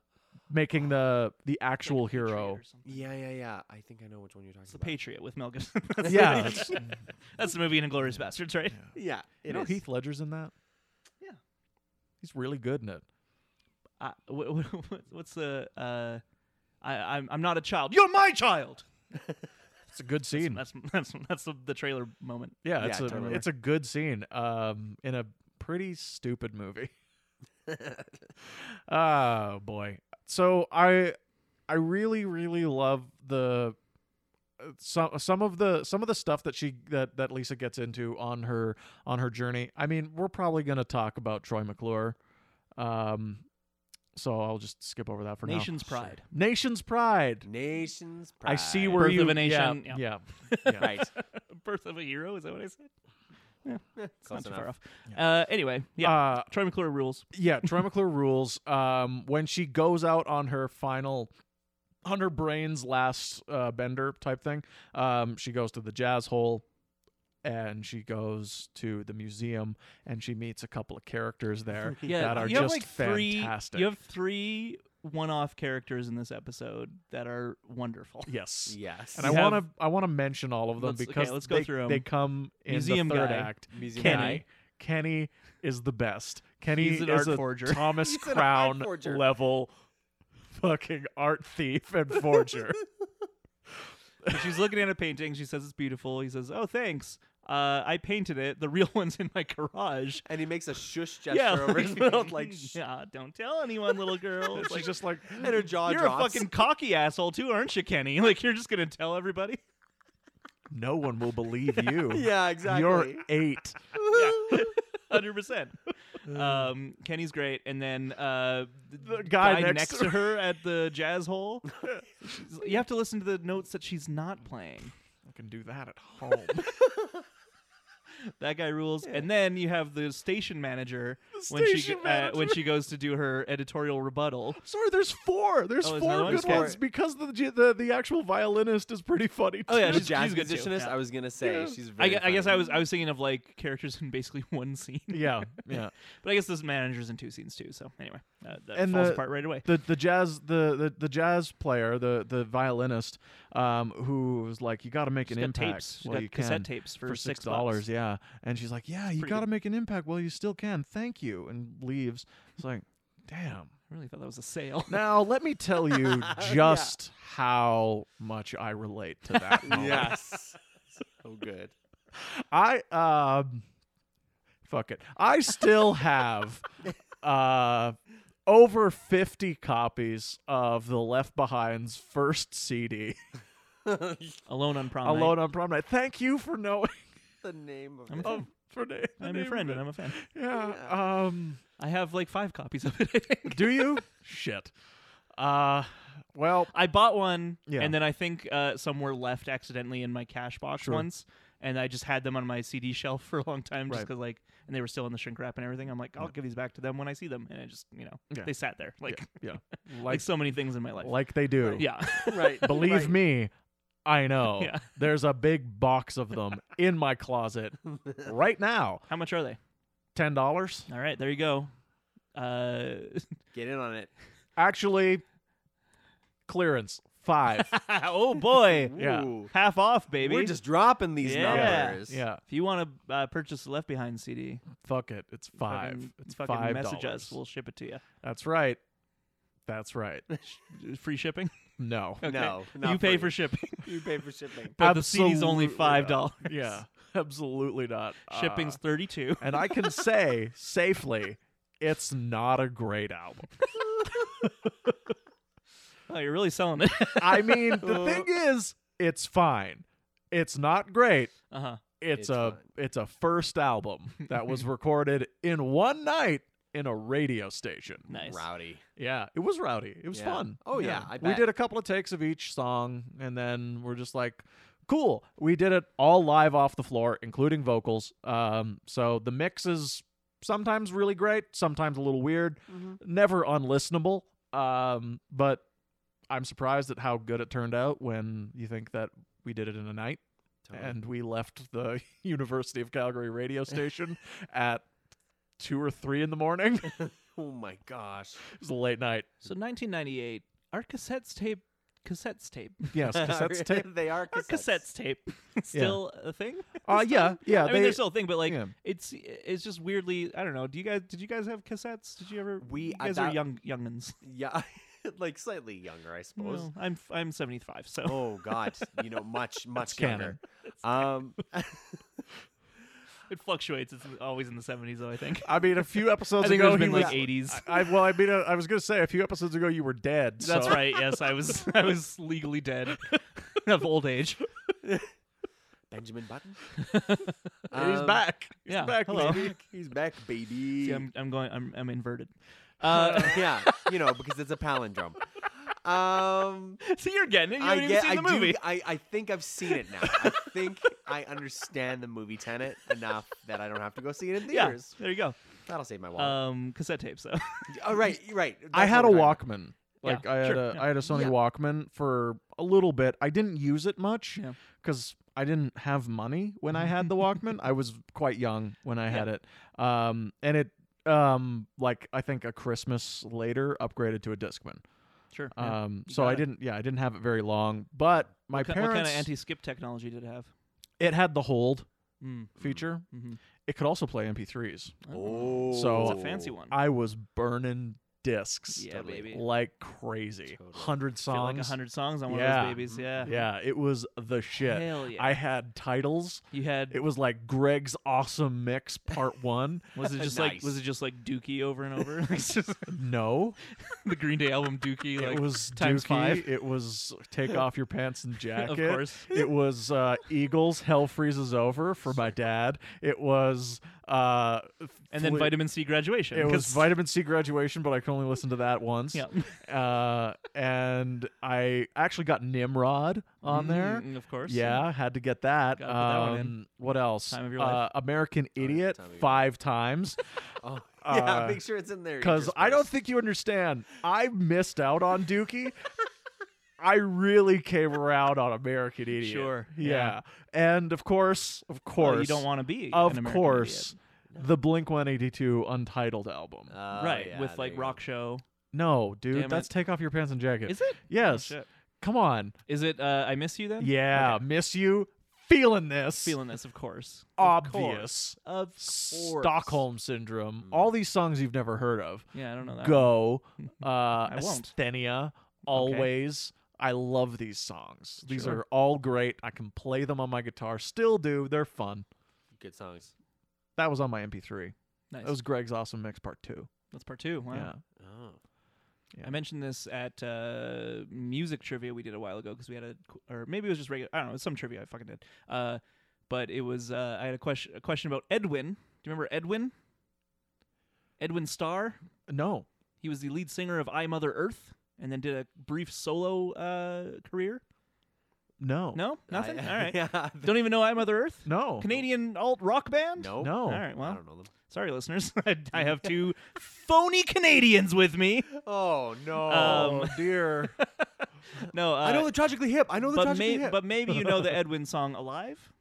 Speaker 2: making the the actual
Speaker 1: Like a Patriot
Speaker 2: hero.
Speaker 1: or something.
Speaker 3: yeah, yeah, yeah. I think I know which one you're talking
Speaker 1: The
Speaker 3: about.
Speaker 1: Patriot with Mel Gibson. That's
Speaker 2: Yeah,
Speaker 1: the-
Speaker 2: it's-
Speaker 1: that's the movie in Inglorious Bastards, right?
Speaker 3: yeah, it
Speaker 2: you know
Speaker 3: is.
Speaker 2: Heath Ledger's in that.
Speaker 1: Yeah.
Speaker 2: he's really good in it.
Speaker 1: Uh, wh- wh- wh- what's the? Uh, I, I'm I'm not a child. You're my child.
Speaker 2: It's a good scene.
Speaker 1: That's that's that's the, the trailer moment.
Speaker 2: yeah, it's
Speaker 3: Yeah,
Speaker 2: a
Speaker 3: totally.
Speaker 2: it's a good scene. Um, in a pretty stupid movie. oh boy. So I I really really love the some some of the some of the stuff that she that that Lisa gets into on her on her journey. I mean, we're probably going to talk about Troy McClure. Um so I'll just skip over that for
Speaker 1: Nation's
Speaker 2: now.
Speaker 1: pride.
Speaker 2: Nation's pride.
Speaker 3: Nation's pride.
Speaker 2: I see where
Speaker 1: Birth
Speaker 2: you
Speaker 1: of a nation,
Speaker 2: Yeah.
Speaker 1: yeah.
Speaker 2: yeah, yeah.
Speaker 3: Right.
Speaker 1: Birth of a hero. Is that what I said? Yeah, it's not
Speaker 3: Close
Speaker 1: too far
Speaker 3: enough.
Speaker 1: off. Uh, anyway, yeah.
Speaker 2: Uh
Speaker 1: Troy McClure rules.
Speaker 2: yeah, Troy McClure rules. Um, when she goes out on her final, on her brain's last uh, bender type thing, um, she goes to the jazz hole, and she goes to the museum, and she meets a couple of characters there
Speaker 1: Yeah,
Speaker 2: that are
Speaker 1: you
Speaker 2: just
Speaker 1: have like three.
Speaker 2: fantastic.
Speaker 1: You have three one-off characters in this episode that are wonderful.
Speaker 2: yes.
Speaker 3: Yes.
Speaker 2: And
Speaker 1: You
Speaker 2: I want
Speaker 1: have-
Speaker 2: to I want to mention all of them
Speaker 1: Let's- okay,
Speaker 2: because
Speaker 1: let's go
Speaker 2: they,
Speaker 1: through 'em.
Speaker 2: they come in
Speaker 1: Museum
Speaker 2: the third
Speaker 1: guy.
Speaker 2: act.
Speaker 3: Museum
Speaker 2: Kenny,
Speaker 3: guy.
Speaker 2: Kenny is the best. Kenny
Speaker 1: He's an
Speaker 2: is
Speaker 1: art
Speaker 2: a
Speaker 1: forger.
Speaker 2: Thomas
Speaker 3: He's an art
Speaker 2: Crown
Speaker 3: forger.
Speaker 2: level fucking art thief and forger.
Speaker 1: She's looking at a painting. She says it's beautiful. He says, "Oh, thanks. Uh, I painted it. The real one's in my garage."
Speaker 3: And he makes a shush gesture
Speaker 1: Yeah,
Speaker 3: over his mouth, like, shh.
Speaker 1: yeah, don't tell anyone, little girl. It's
Speaker 2: She's
Speaker 1: like,
Speaker 2: just like
Speaker 3: and her jaw
Speaker 1: you're
Speaker 3: drops.
Speaker 1: a fucking cocky asshole too, aren't you, Kenny? Like you're just gonna tell everybody.
Speaker 2: no one will believe you.
Speaker 3: Yeah, exactly.
Speaker 2: You're eight.
Speaker 1: Hundred percent.
Speaker 2: Uh.
Speaker 1: Um, Kenny's great, and then uh, the
Speaker 2: guy next
Speaker 1: next
Speaker 2: to
Speaker 1: to her at the jazz hole. she's- you have to listen to the notes that she's not playing.
Speaker 2: I can do that at home.
Speaker 1: That guy rules. And then you have the station manager when she
Speaker 2: station
Speaker 1: uh,
Speaker 2: manager.
Speaker 1: when she goes to do her editorial rebuttal.
Speaker 2: Sorry, there's four. There's
Speaker 1: Oh,
Speaker 2: four
Speaker 1: there's another one?
Speaker 2: good
Speaker 1: Okay.
Speaker 2: ones because the, the the actual violinist is pretty funny. Too.
Speaker 1: Oh, yeah,
Speaker 3: The
Speaker 1: she's-
Speaker 3: jazz
Speaker 1: she's good too.
Speaker 3: musicianist.
Speaker 1: Yeah.
Speaker 3: I was gonna say
Speaker 2: Yeah.
Speaker 3: she's.
Speaker 1: I,
Speaker 3: Very
Speaker 1: gu- I guess I
Speaker 3: funny.
Speaker 1: was I was thinking of like characters in basically one scene,
Speaker 2: yeah, yeah.
Speaker 1: but I guess this manager's in two scenes too. So anyway, uh, that
Speaker 2: And
Speaker 1: falls
Speaker 2: the-
Speaker 1: apart right away.
Speaker 2: the the jazz the, the, the jazz player the the violinist um who was like you got to make an
Speaker 1: got
Speaker 2: impact
Speaker 1: tapes. She
Speaker 2: while
Speaker 1: got
Speaker 2: you
Speaker 1: cassette
Speaker 2: can
Speaker 1: tapes for
Speaker 2: six
Speaker 1: six
Speaker 2: dollars
Speaker 1: bucks.
Speaker 2: yeah and she's like yeah you
Speaker 1: pretty
Speaker 2: got to
Speaker 1: good.
Speaker 2: make an impact while you still can thank you and leaves it's like damn
Speaker 1: I really thought that was a sale.
Speaker 2: now let me tell you just how much I relate to that moment.
Speaker 3: Yes. so good.
Speaker 2: I um fuck it. I still have uh over 50 copies of the Left Behind's first CD
Speaker 1: Alone on prom.
Speaker 2: alone
Speaker 1: night.
Speaker 2: on prom night. Thank you for knowing
Speaker 3: The name of
Speaker 1: I'm a
Speaker 3: it.
Speaker 1: fan.
Speaker 2: of for na- the
Speaker 1: I'm
Speaker 2: name
Speaker 1: your
Speaker 2: of
Speaker 1: friend, and
Speaker 2: it.
Speaker 1: I'm a fan.
Speaker 2: Yeah. Um
Speaker 1: I have like five copies of it. I think
Speaker 2: do you? Shit. Uh well,
Speaker 1: I bought one,
Speaker 2: Yeah.
Speaker 1: and then I think uh, some were left accidentally in my cash box once, and I just had them on my CD shelf for a long time, just
Speaker 2: Right.
Speaker 1: because like, and they were still in the shrink wrap and everything. I'm like, I'll give these back to them when I see them, and I just you know
Speaker 2: Yeah.
Speaker 1: they sat there like
Speaker 2: yeah.
Speaker 1: like
Speaker 2: Like
Speaker 1: so many things in my life.
Speaker 2: like they do.
Speaker 1: yeah,
Speaker 3: Right.
Speaker 2: Believe
Speaker 3: right.
Speaker 2: me, I know.
Speaker 1: Yeah.
Speaker 2: There's a big box of them in my closet right now.
Speaker 1: how much are they?
Speaker 2: Ten dollars?
Speaker 1: All right, there you go. Uh,
Speaker 3: Get in on it.
Speaker 2: Actually, clearance five.
Speaker 1: oh boy,
Speaker 2: Yeah.
Speaker 3: Ooh.
Speaker 1: half off, baby.
Speaker 3: We're just dropping these
Speaker 1: Yeah.
Speaker 3: numbers.
Speaker 2: yeah,
Speaker 1: if you want to uh, purchase the Left Behind CD,
Speaker 2: fuck it. It's five.
Speaker 1: fucking,
Speaker 2: it's
Speaker 1: fucking
Speaker 2: five
Speaker 1: message
Speaker 2: dollars.
Speaker 1: us. We'll ship it to you.
Speaker 2: That's right. That's right.
Speaker 1: Free shipping.
Speaker 2: No.
Speaker 3: No.
Speaker 1: Okay.
Speaker 3: not
Speaker 1: you pay
Speaker 3: free.
Speaker 1: for shipping,
Speaker 3: You pay for shipping.
Speaker 1: but the CD's only
Speaker 2: Absolutely
Speaker 1: five dollars.
Speaker 2: not. Yeah, absolutely not. Uh,
Speaker 1: Shipping's thirty-two.
Speaker 2: and I can say safely, it's not a great album.
Speaker 1: Oh, you're really selling it.
Speaker 2: I mean, the thing is, it's fine. It's not great.
Speaker 1: uh huh.
Speaker 2: It's,
Speaker 3: It's
Speaker 2: a
Speaker 3: fine.
Speaker 2: it's a first album that was recorded in one night in a radio station.
Speaker 1: Nice.
Speaker 3: Rowdy.
Speaker 2: Yeah, it was rowdy. It was
Speaker 3: Yeah.
Speaker 2: fun.
Speaker 3: Oh, yeah, I
Speaker 2: we
Speaker 3: bet.
Speaker 2: did a couple of takes of each song, and then we're just like, cool. We did it all live off the floor, including vocals. Um, so the mix is sometimes really great, sometimes a little weird, never unlistenable. Um, but I'm surprised at how good it turned out when you think that we did it in a night, and we left the University of Calgary radio station at two or three in the morning. it
Speaker 3: Oh my gosh.
Speaker 2: was a late night.
Speaker 1: So 1998, our cassettes tape, cassettes tape,
Speaker 2: Yes, cassettes tape.
Speaker 3: they are
Speaker 1: our
Speaker 3: cassettes.
Speaker 1: cassettes tape, still a thing.
Speaker 2: Uh, yeah, yeah.
Speaker 1: I mean, they're still a thing, but like,
Speaker 2: yeah.
Speaker 1: it's it's just weirdly, I don't know. Do you guys did you guys have cassettes? Did you ever?
Speaker 3: We-
Speaker 1: you
Speaker 3: I
Speaker 1: guys are
Speaker 3: thought-
Speaker 1: young youngins.
Speaker 3: Yeah. like slightly younger, I suppose.
Speaker 1: Well, I'm I'm 75, so
Speaker 3: Oh God. You know, much, much
Speaker 2: canon.
Speaker 3: younger. Um
Speaker 1: it fluctuates. It's always in the 70s, though. I think.
Speaker 2: I mean, a few episodes
Speaker 1: I think
Speaker 2: ago,
Speaker 1: there's been
Speaker 2: he
Speaker 1: like
Speaker 2: was.
Speaker 1: 80s.
Speaker 2: I, well, I mean, uh, I was gonna say a few episodes ago you were dead.
Speaker 1: That's
Speaker 2: so-
Speaker 1: right. Yes, I was I was legally dead of old age.
Speaker 3: Benjamin Button.
Speaker 2: He's
Speaker 3: Um,
Speaker 2: back. He's
Speaker 1: yeah,
Speaker 2: back.
Speaker 1: hello.
Speaker 2: baby.
Speaker 3: He's back, baby.
Speaker 1: See, I'm I'm going. I'm I'm inverted.
Speaker 3: Uh, yeah, you know, because it's a palindrome. Um,
Speaker 1: So you're getting it. You
Speaker 3: I
Speaker 1: haven't
Speaker 3: get,
Speaker 1: even
Speaker 3: I
Speaker 1: seen the movie.
Speaker 3: do, I, I think I've seen it now. I think I understand the movie Tenet enough that I don't have to go see it in
Speaker 1: yeah,
Speaker 3: theaters.
Speaker 1: there you go.
Speaker 3: That'll save my wallet.
Speaker 1: Um, cassette tapes though.
Speaker 3: oh, right, right.
Speaker 2: Uh, I
Speaker 3: that's
Speaker 2: had a
Speaker 3: what we're talking
Speaker 2: Walkman. Like
Speaker 1: Yeah,
Speaker 2: I had
Speaker 1: sure,
Speaker 2: a I
Speaker 1: yeah.
Speaker 2: had a Sony
Speaker 3: Yeah.
Speaker 2: Walkman for a little bit. I didn't use it much
Speaker 1: Yeah.
Speaker 2: because I didn't have money when I had the Walkman. I was quite young when I had
Speaker 1: Yeah.
Speaker 2: it, um, and it um like I think a Christmas later upgraded to a Discman.
Speaker 1: Sure. yeah.
Speaker 2: Um, so
Speaker 1: got
Speaker 2: I
Speaker 1: it.
Speaker 2: didn't. Yeah, I didn't have it very long. But my
Speaker 1: Ki-
Speaker 2: parents.
Speaker 1: What kind of anti-skip technology did it have?
Speaker 2: It had the hold.
Speaker 1: Hmm, Mm.
Speaker 2: feature.
Speaker 1: mm-hmm.
Speaker 2: It could also play MP3s.
Speaker 3: Oh,
Speaker 2: So-
Speaker 1: It's a fancy one.
Speaker 2: I was burning discs
Speaker 1: Yeah, baby.
Speaker 2: like crazy. 100
Speaker 1: I
Speaker 2: songs.
Speaker 1: feel like 100 songs on one
Speaker 2: Yeah.
Speaker 1: of those babies. Yeah.
Speaker 2: Yeah, it was the shit.
Speaker 1: Hell yeah.
Speaker 2: I had titles.
Speaker 1: You had
Speaker 2: It was like Greg's Awesome Mix Part 1.
Speaker 1: was it just like
Speaker 3: Nice.
Speaker 1: was it just like Dookie over and over? It's just
Speaker 2: no,
Speaker 1: the Green Day album Dookie like
Speaker 2: it was
Speaker 1: times
Speaker 2: Dookie.
Speaker 1: 5.
Speaker 2: It was Take Off Your Pants and Jacket.
Speaker 1: course.
Speaker 2: It was uh, Eagles Hell Freezes Over for my dad. It was uh,
Speaker 1: And then
Speaker 2: Fle-
Speaker 1: Vitamin C graduation.
Speaker 2: It
Speaker 1: 'cause-
Speaker 2: was vitamin C graduation, but I could only listen to that once.
Speaker 1: Yeah.
Speaker 2: Uh, and I actually got Nimrod on there.
Speaker 1: Mm, of course.
Speaker 2: Yeah, had to get that.
Speaker 1: Gotta put that one in.
Speaker 2: Um, What else?
Speaker 1: Time of your life.
Speaker 2: Uh, American Idiot
Speaker 3: Time of Your
Speaker 2: five times.
Speaker 3: Oh. yeah.
Speaker 2: uh,
Speaker 3: make sure it's in there.
Speaker 2: Because I don't think you understand. I missed out on Dookie. I really came around on American Idiot.
Speaker 1: Sure,
Speaker 2: Yeah. And of course, of
Speaker 1: Well,
Speaker 2: course,
Speaker 1: you don't want to be an
Speaker 2: of
Speaker 1: American
Speaker 2: course,
Speaker 1: Idiot.
Speaker 2: the Blink 182 Untitled album.
Speaker 3: Uh,
Speaker 1: right,
Speaker 3: yeah,
Speaker 1: with
Speaker 3: there
Speaker 1: like
Speaker 3: you go.
Speaker 1: rock show.
Speaker 2: No,
Speaker 1: Damn
Speaker 2: dude,
Speaker 1: it.
Speaker 2: that's take off your pants and jacket.
Speaker 1: Is it? Oh,
Speaker 2: Yes.
Speaker 1: shit.
Speaker 2: Come on.
Speaker 1: Is it uh, I miss you then?
Speaker 2: Yeah, miss you. Feeling this.
Speaker 1: Feeling this, of course.
Speaker 2: obvious.
Speaker 1: Of course. Hmm.
Speaker 2: Stockholm syndrome. All these songs you've never heard of.
Speaker 1: Yeah, I don't know that. one.
Speaker 2: Go. Uh
Speaker 1: won't.
Speaker 2: Asthenia. Always. I love these songs. These
Speaker 1: Sure.
Speaker 2: are all great. I can play them on my guitar. Still do. They're fun.
Speaker 3: Good songs.
Speaker 2: That was on my MP3.
Speaker 1: Nice.
Speaker 2: That was Greg's Awesome Mix Part 2.
Speaker 1: That's part two. Wow.
Speaker 2: Yeah.
Speaker 3: Oh,
Speaker 2: Yeah.
Speaker 1: I mentioned this at uh, music trivia we did a while ago because we had a, or maybe it was just regular. I don't know. It's some trivia I fucking did. Uh, but it was uh, I had a question a question about Edwin. Do you remember Edwin? Edwin Starr.
Speaker 2: No.
Speaker 1: He was the lead singer of I Mother Earth, and then did a brief solo uh, career.
Speaker 2: No.
Speaker 1: No, nothing.
Speaker 3: I-
Speaker 1: All right.
Speaker 3: Yeah.
Speaker 1: Don't even know I Mother Earth.
Speaker 2: No.
Speaker 1: Canadian alt rock band.
Speaker 3: No.
Speaker 2: No.
Speaker 1: All right.
Speaker 3: I
Speaker 1: Well,
Speaker 3: don't know them.
Speaker 1: sorry, listeners. I, I have two phony Canadians with me.
Speaker 3: Oh no.
Speaker 2: Oh dear.
Speaker 1: No, uh,
Speaker 3: I know the tragically hip. I know the
Speaker 1: but,
Speaker 3: tragically
Speaker 1: may-
Speaker 3: hip.
Speaker 1: but maybe you know the Edwin song "Alive."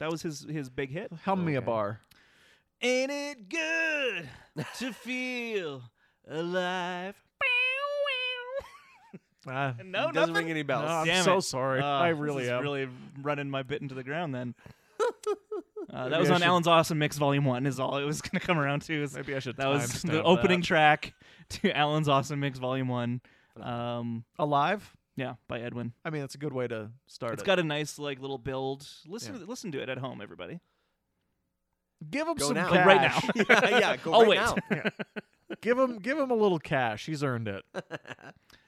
Speaker 1: That was his his big hit.
Speaker 2: Helm me a
Speaker 3: Okay.
Speaker 2: bar.
Speaker 1: Ain't it good to feel alive?
Speaker 2: Ah,
Speaker 1: No,
Speaker 3: it doesn't
Speaker 1: nothing.
Speaker 3: ring any bells.
Speaker 2: No, I'm
Speaker 1: Damn
Speaker 2: so
Speaker 1: it.
Speaker 2: sorry.
Speaker 1: Uh,
Speaker 2: I
Speaker 1: this
Speaker 2: really
Speaker 1: is
Speaker 2: am.
Speaker 1: Really running my bit into the ground then. Uh, that
Speaker 2: Maybe
Speaker 1: was
Speaker 2: I
Speaker 1: on
Speaker 2: should-
Speaker 1: Alan's Awesome Mix Volume One. Is all it was going to come around to. Is
Speaker 2: Maybe I should
Speaker 1: that was
Speaker 2: timestamp
Speaker 1: the opening
Speaker 2: that.
Speaker 1: track to Alan's Awesome Mix Volume One. Um,
Speaker 2: Alive.
Speaker 1: yeah, by Edwin.
Speaker 2: I mean, that's a good way to start.
Speaker 1: It's
Speaker 2: it.
Speaker 1: got a nice like little build. Listen, to, listen to it at home, everybody.
Speaker 2: give him
Speaker 3: Go
Speaker 2: some
Speaker 3: now.
Speaker 2: cash.
Speaker 1: Like right now.
Speaker 3: yeah, yeah. Go
Speaker 1: I'll
Speaker 3: right
Speaker 1: wait.
Speaker 3: now.
Speaker 2: give him give him a little cash. He's earned it.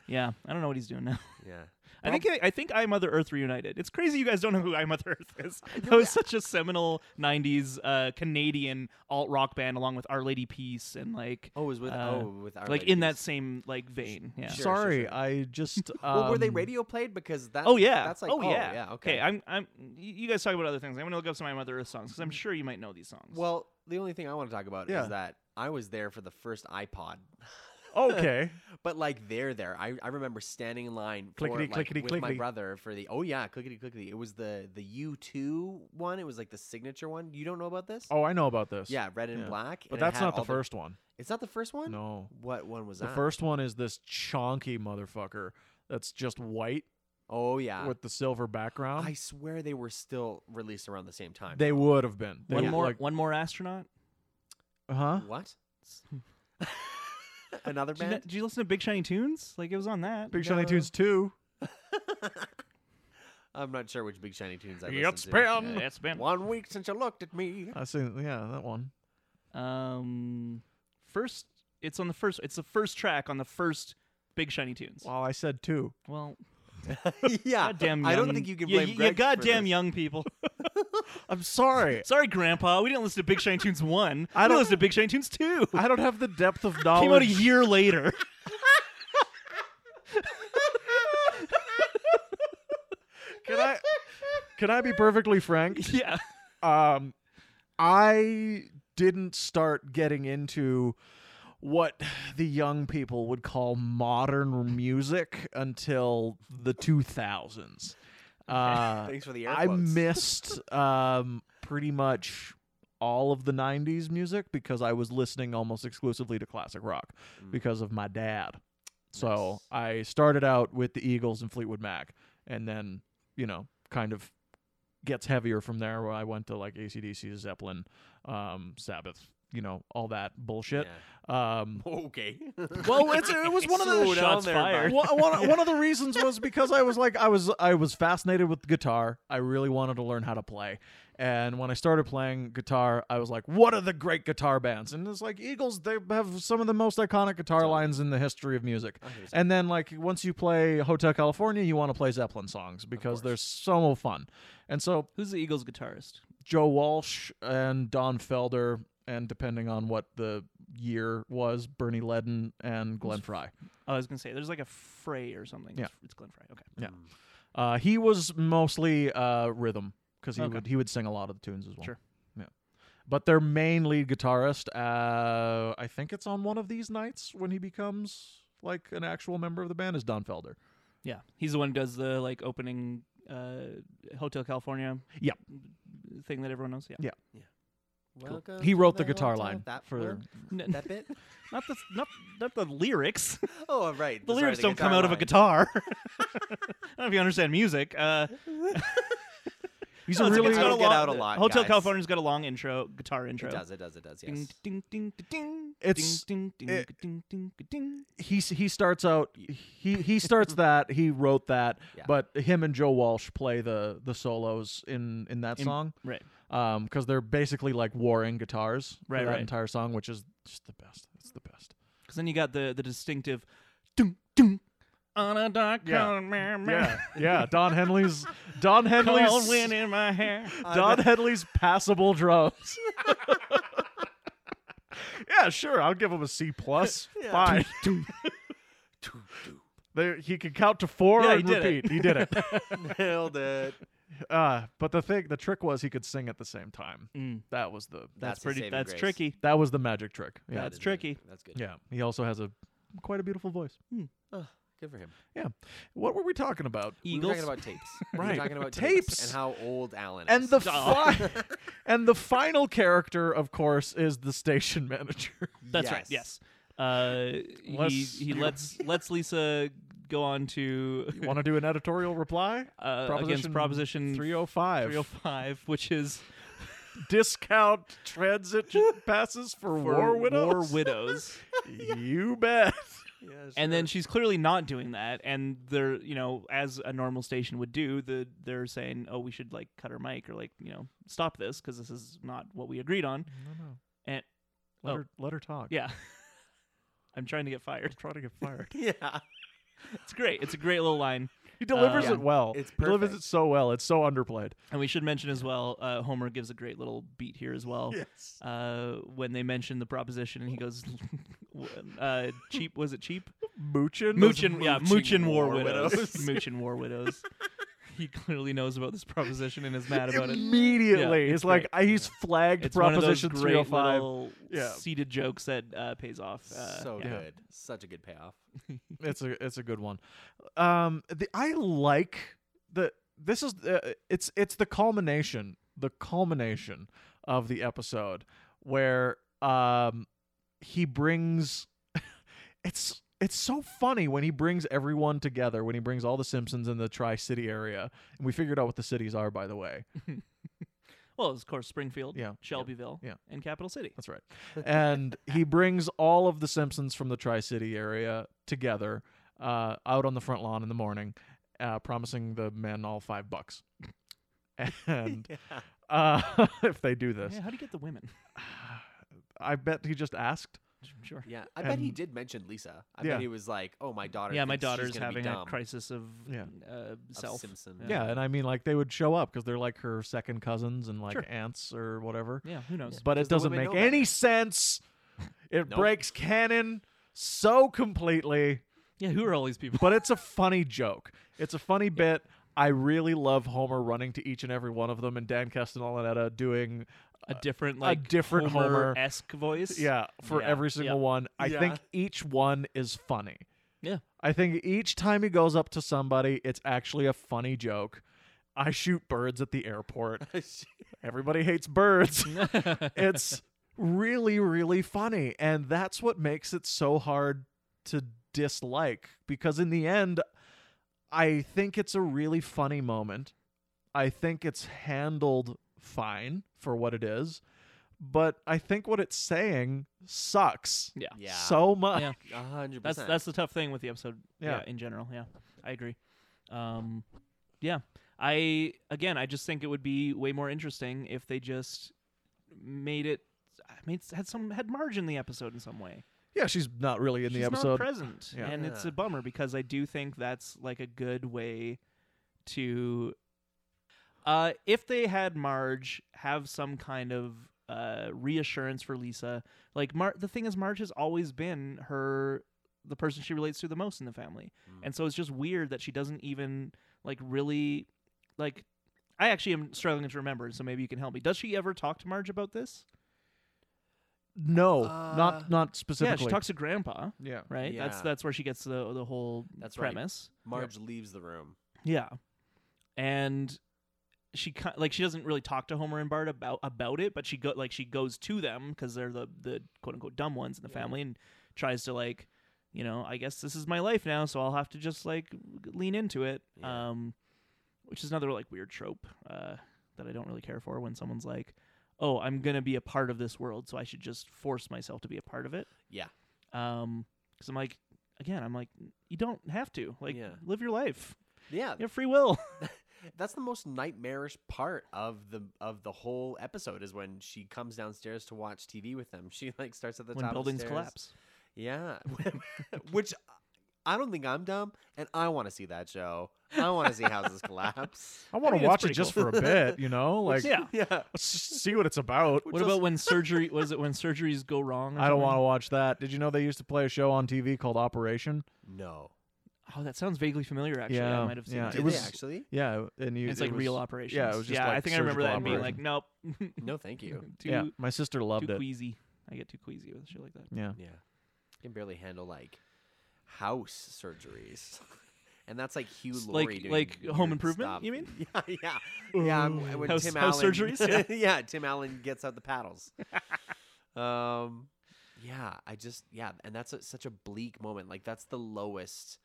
Speaker 1: Yeah, I don't know what he's doing now.
Speaker 3: Yeah.
Speaker 1: I think I think I Mother Earth reunited. It's crazy you guys don't know who I Mother Earth is. That was such a seminal '90s uh, Canadian alt rock band, along with Our Lady Peace and like
Speaker 3: Oh, it was with
Speaker 1: uh,
Speaker 3: oh with our
Speaker 1: like in that same like vein. Yeah.
Speaker 3: Sure,
Speaker 2: Sorry,
Speaker 3: sure, sure.
Speaker 2: I just. Um,
Speaker 3: Well, were they radio played? Because that.
Speaker 1: Oh yeah.
Speaker 3: That's like
Speaker 1: oh, yeah.
Speaker 3: yeah. Okay.
Speaker 1: Hey, I'm I'm. You guys talk about other things. I'm gonna look up some I Mother Earth songs because I'm sure you might know these songs.
Speaker 3: well, the only thing I want to talk about
Speaker 2: Yeah.
Speaker 3: is that I was there for the first iPod.
Speaker 2: Okay.
Speaker 3: But like they're there. I, I remember standing in line for,
Speaker 2: Clickety,
Speaker 3: like,
Speaker 2: clickety,
Speaker 3: with my
Speaker 2: clickety.
Speaker 3: brother for the oh yeah clickety clickety. It was the the U two one. It was like the signature one. You don't know about this?
Speaker 2: Oh, I know about this.
Speaker 3: yeah, red and
Speaker 2: Yeah.
Speaker 3: black.
Speaker 2: but
Speaker 3: and it
Speaker 2: that's
Speaker 3: had
Speaker 2: not the
Speaker 3: all
Speaker 2: first one.
Speaker 3: It's not the first one.
Speaker 2: No,
Speaker 3: What one was
Speaker 2: the
Speaker 3: that?
Speaker 2: first one is this chonky motherfucker that's just white
Speaker 3: Oh yeah.
Speaker 2: with the silver background.
Speaker 3: I swear they were still released around the same time.
Speaker 2: they would have been. They
Speaker 1: one
Speaker 2: were
Speaker 1: more
Speaker 2: Like,
Speaker 1: one more astronaut.
Speaker 2: huh?
Speaker 3: what? Another
Speaker 1: Did you,
Speaker 3: band?
Speaker 1: did you listen to Big Shiny Tunes? Like it was on that.
Speaker 2: Big Shiny Tunes two.
Speaker 3: I'm not sure which Big Shiny Tunes I
Speaker 2: It's
Speaker 3: listened to.
Speaker 2: been
Speaker 1: That's been
Speaker 3: One week since you looked at me.
Speaker 2: I see. Yeah, that one.
Speaker 1: Um, first, it's on the first. It's the first track on the first Big Shiny Tunes.
Speaker 2: Well, I said two.
Speaker 1: Well,
Speaker 3: yeah.
Speaker 1: goddamn,
Speaker 3: Ah, I don't
Speaker 1: young-
Speaker 3: think you can
Speaker 1: you-
Speaker 3: blame
Speaker 1: you, you,
Speaker 3: Greg for
Speaker 1: goddamn
Speaker 3: this.
Speaker 1: young people.
Speaker 2: I'm sorry.
Speaker 1: Sorry, Grandpa, we didn't listen to Big Shiny Tunes one. I
Speaker 2: don't-
Speaker 1: don't listen to Big Shiny Tunes two.
Speaker 2: I don't have the depth of
Speaker 1: Came out
Speaker 2: knowledge.
Speaker 1: a year later.
Speaker 2: Can I can I be perfectly frank?
Speaker 1: yeah,
Speaker 2: Um, I didn't start getting into what the young people would call modern music until the 2000s. Uh,
Speaker 3: Thanks for the air
Speaker 2: I
Speaker 3: quotes.
Speaker 2: missed um, pretty much all of the 90s music because I was listening almost exclusively to classic rock because of my dad. So I started out with the Eagles and Fleetwood Mac and then, you know, kind of gets heavier from there where I went to like ACDC, Zeppelin, um, Sabbath, you know, all that bullshit. Um,
Speaker 1: Oh,
Speaker 3: Okay.
Speaker 2: well, it's, it was one of the
Speaker 3: Slow down
Speaker 1: shots
Speaker 3: there,
Speaker 1: fired.
Speaker 3: bud.
Speaker 2: one, one, one of the reasons was because I was like I was I was fascinated with guitar. I really wanted to learn how to play. And when I started playing guitar, I was like, what are the great guitar bands? And it's like Eagles, they have some of the most iconic guitar lines in the history of music. And then like once you play Hotel California, you want to play Zeppelin songs because they're so fun. And so
Speaker 1: Who's the Eagles guitarist?
Speaker 2: Joe Walsh and Don Felder and depending on what the year was, Bernie Ledden and Glenn Fry.
Speaker 1: Oh, I was gonna say there's like a Frey or something.
Speaker 2: Yeah.
Speaker 1: It's, it's Glenn Frey. Okay.
Speaker 2: Yeah. Uh, he was mostly uh, rhythm because he
Speaker 1: Okay.
Speaker 2: would he would sing a lot of the tunes as well.
Speaker 1: Sure.
Speaker 2: Yeah. But their main lead guitarist, uh, I think it's on one of these nights when he becomes like an actual member of the band, is Don Felder.
Speaker 1: Yeah, he's the one who does the like opening uh, Hotel California
Speaker 2: Yeah.
Speaker 1: thing that everyone knows. Yeah.
Speaker 2: Yeah.
Speaker 3: Welcome
Speaker 2: He
Speaker 3: to
Speaker 2: wrote the
Speaker 3: hotel.
Speaker 2: guitar line
Speaker 3: That
Speaker 2: for-
Speaker 3: one?
Speaker 1: N-
Speaker 3: that bit.
Speaker 1: not the not not the lyrics.
Speaker 3: Oh, right.
Speaker 1: The
Speaker 3: Sorry,
Speaker 1: lyrics don't
Speaker 3: guitar
Speaker 1: come out of a
Speaker 3: line.
Speaker 1: guitar. I don't know if you understand music. Uh,
Speaker 2: He's
Speaker 1: no,
Speaker 2: a
Speaker 1: it's-
Speaker 2: really
Speaker 1: it's got
Speaker 3: Don't get
Speaker 1: long-
Speaker 3: out a lot,
Speaker 1: Hotel
Speaker 3: guys.
Speaker 1: California's got a long intro, guitar intro.
Speaker 3: It does. It does. It does.
Speaker 1: Ding,
Speaker 3: Yes.
Speaker 1: ding, ding, ding, ding,
Speaker 2: It's-
Speaker 1: ding, ding,
Speaker 2: it-
Speaker 1: ding, ding, ding.
Speaker 2: he he starts out he he starts that he wrote that,
Speaker 3: Yeah.
Speaker 2: but him and Joe Walsh play the the solos in in that song.
Speaker 1: Right.
Speaker 2: Um, because they're basically like warring guitars for
Speaker 1: Right,
Speaker 2: that
Speaker 1: right.
Speaker 2: entire song, which is just the best. It's the best.
Speaker 1: Because then you got the the distinctive, dun, dun, on a dark
Speaker 2: Yeah.
Speaker 1: colored man, man,
Speaker 2: Yeah, yeah. Don Henley's Don
Speaker 1: cold
Speaker 2: Henley's
Speaker 1: wind in my hair.
Speaker 2: Don Henley's passable drums. yeah, sure. I'll give him a C plus. Fine.
Speaker 3: Doo, doo.
Speaker 2: There, he can count to four
Speaker 1: Yeah, he
Speaker 2: and
Speaker 1: did
Speaker 2: repeat. He did it.
Speaker 3: Nailed it.
Speaker 2: Uh, but the thing, the trick was he could sing at the same time. That was the
Speaker 1: Mm. That's,
Speaker 3: That's his
Speaker 1: pretty.
Speaker 3: saving
Speaker 1: That's
Speaker 3: grace.
Speaker 1: tricky.
Speaker 2: that was the magic trick. Yeah,
Speaker 1: That's tricky.
Speaker 3: That's good.
Speaker 2: yeah. He also has a quite a beautiful voice.
Speaker 3: Oh, good for him.
Speaker 2: Yeah. What were we talking about?
Speaker 1: Eagles.
Speaker 3: We were talking about tapes. We were
Speaker 2: Right.
Speaker 3: talking about
Speaker 2: Tapes.
Speaker 3: tapes. and how old Alan
Speaker 2: And
Speaker 3: is.
Speaker 2: the fi- and the final character, of course, is the station manager.
Speaker 1: That's right. Yes.
Speaker 3: Yes.
Speaker 1: Uh, he
Speaker 2: Let's-
Speaker 1: he lets lets Lisa go on to
Speaker 2: Want to do an editorial reply
Speaker 1: uh, against Proposition
Speaker 2: 305.
Speaker 1: 305, which is
Speaker 2: Discount transit passes for,
Speaker 1: for
Speaker 2: war widows.
Speaker 1: War widows.
Speaker 2: you bet.
Speaker 1: and then she's clearly not doing that, and they're you know as a normal station would do, the they're saying, oh, we should like cut her mic or like you know stop this because this is not what we agreed on.
Speaker 2: No, no.
Speaker 1: And
Speaker 2: Let
Speaker 1: Oh.
Speaker 2: her let her talk.
Speaker 1: yeah, I'm trying to get fired.
Speaker 2: Try to get fired.
Speaker 3: Yeah.
Speaker 1: It's great. It's a great little line.
Speaker 2: He delivers
Speaker 1: Yeah.
Speaker 2: it well.
Speaker 3: It's
Speaker 2: He delivers it
Speaker 3: perfect.
Speaker 2: so well. It's so underplayed.
Speaker 1: And we should mention as well, uh, Homer gives a great little beat here as well.
Speaker 2: Yes.
Speaker 1: Uh, when they mention the proposition, and he goes, uh, "Cheap was it cheap?
Speaker 2: Moochin.
Speaker 1: Moochin, yeah,
Speaker 3: Moochin
Speaker 1: Moochin war,
Speaker 3: war
Speaker 1: widows,
Speaker 3: widows.
Speaker 1: Moochin war widows." he clearly knows about this proposition and is mad about it.
Speaker 2: Immediately,
Speaker 1: Yeah,
Speaker 2: it's,
Speaker 1: it's
Speaker 2: like I, he's flagged
Speaker 1: It's one of those
Speaker 2: Proposition
Speaker 1: great
Speaker 2: 305.
Speaker 1: little
Speaker 2: Yeah.
Speaker 1: seated jokes that uh, pays off. Uh,
Speaker 3: so
Speaker 2: yeah.
Speaker 3: good. Such a good payoff.
Speaker 2: It's a it's a good one. Um, the, I like the this is uh, it's it's the culmination the culmination of the episode where um he brings it's it's so funny when he brings everyone together when he brings all the Simpsons in the Tri City area and we figured out what the cities are by the way
Speaker 1: well, of course, Springfield,
Speaker 2: Yeah.
Speaker 1: Shelbyville,
Speaker 2: Yeah.
Speaker 1: and Capital City.
Speaker 2: That's right. And he brings all of the Simpsons from the Tri City area together uh, out on the front lawn in the morning, uh, promising the men all five bucks. And uh, if they do this,
Speaker 1: Yeah, how do you get the women?
Speaker 2: I bet he just asked.
Speaker 1: sure.
Speaker 3: Yeah. I bet he
Speaker 2: And-
Speaker 3: did mention Lisa. I
Speaker 2: Yeah.
Speaker 3: bet he was like, "Oh, my daughter.
Speaker 1: Yeah, my
Speaker 3: thinks she's
Speaker 1: daughter's
Speaker 3: gonna be
Speaker 1: having a
Speaker 3: dumb.
Speaker 1: crisis of
Speaker 2: Yeah.
Speaker 1: uh, self.
Speaker 3: Simpson.
Speaker 2: Yeah. And I mean, like, they would show up because they're like her second cousins and like
Speaker 1: Sure.
Speaker 2: aunts or whatever.
Speaker 1: Yeah, who knows?
Speaker 2: But it
Speaker 3: Because the
Speaker 2: doesn't
Speaker 3: women
Speaker 2: make
Speaker 3: know
Speaker 2: any sense. It
Speaker 3: Nope.
Speaker 2: breaks canon so completely.
Speaker 1: Yeah, who are all these people?
Speaker 2: but it's a funny joke. It's a funny bit. I really love Homer running to each and every one of them, and Dan Castellaneta doing
Speaker 1: a different like
Speaker 2: different
Speaker 1: esque voice.
Speaker 2: yeah for
Speaker 1: Yeah,
Speaker 2: every single
Speaker 1: yeah.
Speaker 2: one. I
Speaker 3: Yeah.
Speaker 2: think each one is funny.
Speaker 1: yeah.
Speaker 2: I think each time he goes up to somebody, it's actually a funny joke. I shoot birds at the airport. Everybody hates birds. it's really, really funny. And that's what makes it so hard to dislike because in the end, I think it's a really funny moment. I think it's handled fine for what it is, but I think what it's saying sucks.
Speaker 1: Yeah.
Speaker 3: Yeah.
Speaker 2: So much.
Speaker 1: Yeah.
Speaker 3: A hundred
Speaker 1: That's
Speaker 3: percent.
Speaker 1: that's the tough thing with the episode. Yeah.
Speaker 2: Yeah.
Speaker 1: in general. Yeah, I agree. Um, yeah, I again, I just think it would be way more interesting if they just made it. I mean, it's had some had Marge in the episode in some way.
Speaker 2: Yeah, she's not really in
Speaker 1: She's
Speaker 2: the
Speaker 1: not
Speaker 2: episode.
Speaker 1: present,
Speaker 2: Yeah.
Speaker 1: and it's a bummer because I do think that's like a good way to. Uh, if they had Marge have some kind of uh, reassurance for Lisa, like Mar- the thing is, Marge has always been her the person she relates to the most in the family,
Speaker 2: Mm.
Speaker 1: and so it's just weird that she doesn't even like really like. I actually am struggling to remember, so maybe you can help me. Does she ever talk to Marge about this?
Speaker 2: no,
Speaker 3: Uh,
Speaker 2: not not
Speaker 1: Yeah,
Speaker 2: specifically.
Speaker 1: she talks to Grandpa,
Speaker 2: Yeah.
Speaker 1: right? That's
Speaker 3: Yeah.
Speaker 1: that's where she gets the the whole
Speaker 3: That's right.
Speaker 1: premise.
Speaker 3: Marge leaves the room.
Speaker 1: Yeah, and she ki- like she doesn't really talk to Homer and Bart about about it, but she go like she goes to them because they're the the quote unquote dumb ones in the family and tries to like you know I guess this is my life now, so I'll have to just like lean into it.
Speaker 3: Yeah.
Speaker 1: Um, which is another like weird trope uh, that I don't really care for when someone's like, oh, I'm gonna be a part of this world, so I should just force myself to be a part of it.
Speaker 3: Yeah.
Speaker 1: Um, because I'm like. Again, I'm like, you don't have to. Like,
Speaker 3: Yeah.
Speaker 1: live your life.
Speaker 3: Yeah.
Speaker 1: You have free will.
Speaker 3: That's the most nightmarish part of the of the whole episode is when she comes downstairs to watch TV with them. She like starts at the
Speaker 1: when
Speaker 3: top of the
Speaker 1: buildings
Speaker 3: stairs.
Speaker 1: collapse.
Speaker 3: Yeah. Which I don't think I'm dumb and I want to see that show. I want to see houses collapse.
Speaker 2: I want
Speaker 1: I mean,
Speaker 2: to
Speaker 1: it's
Speaker 2: watch
Speaker 1: pretty
Speaker 2: it just
Speaker 1: cool.
Speaker 2: for a bit, you know, like
Speaker 1: yeah.
Speaker 3: Yeah.
Speaker 2: let's just see what it's about.
Speaker 1: What about when surgery? Was it when surgeries go wrong? or
Speaker 2: I don't want
Speaker 1: something?
Speaker 2: to watch that. Did you know they used to play a show on TV called Operation?
Speaker 3: No.
Speaker 1: Oh, that sounds vaguely familiar. Actually, I
Speaker 2: Yeah,
Speaker 1: might have seen
Speaker 2: yeah,
Speaker 1: it.
Speaker 3: Did
Speaker 2: it was-
Speaker 3: they actually?
Speaker 2: Yeah, and you
Speaker 1: It's
Speaker 2: it
Speaker 1: like
Speaker 2: was-
Speaker 1: real operations.
Speaker 2: Yeah, it was just
Speaker 1: yeah.
Speaker 2: like
Speaker 1: I think I remember that and being
Speaker 2: surgical
Speaker 1: like,
Speaker 2: operation.
Speaker 1: nope,
Speaker 3: No, thank you.
Speaker 1: too
Speaker 2: yeah, my sister loved
Speaker 1: too
Speaker 2: it.
Speaker 1: queasy. I get too queasy with shit like that.
Speaker 2: Yeah.
Speaker 3: Yeah. You can barely handle like house surgeries. And that's like Hugh
Speaker 1: S-
Speaker 3: Laurie
Speaker 1: like-
Speaker 3: doing
Speaker 1: like Home
Speaker 3: weird
Speaker 1: Improvement,
Speaker 3: stuff.
Speaker 1: you mean?
Speaker 3: Yeah, yeah, yeah. um, When
Speaker 1: House-
Speaker 3: Tim
Speaker 1: house
Speaker 3: Allen,
Speaker 1: surgeries, yeah.
Speaker 3: Tim Allen gets out the paddles. um, yeah, I just yeah, and that's a, such a bleak moment. Like that's the lowest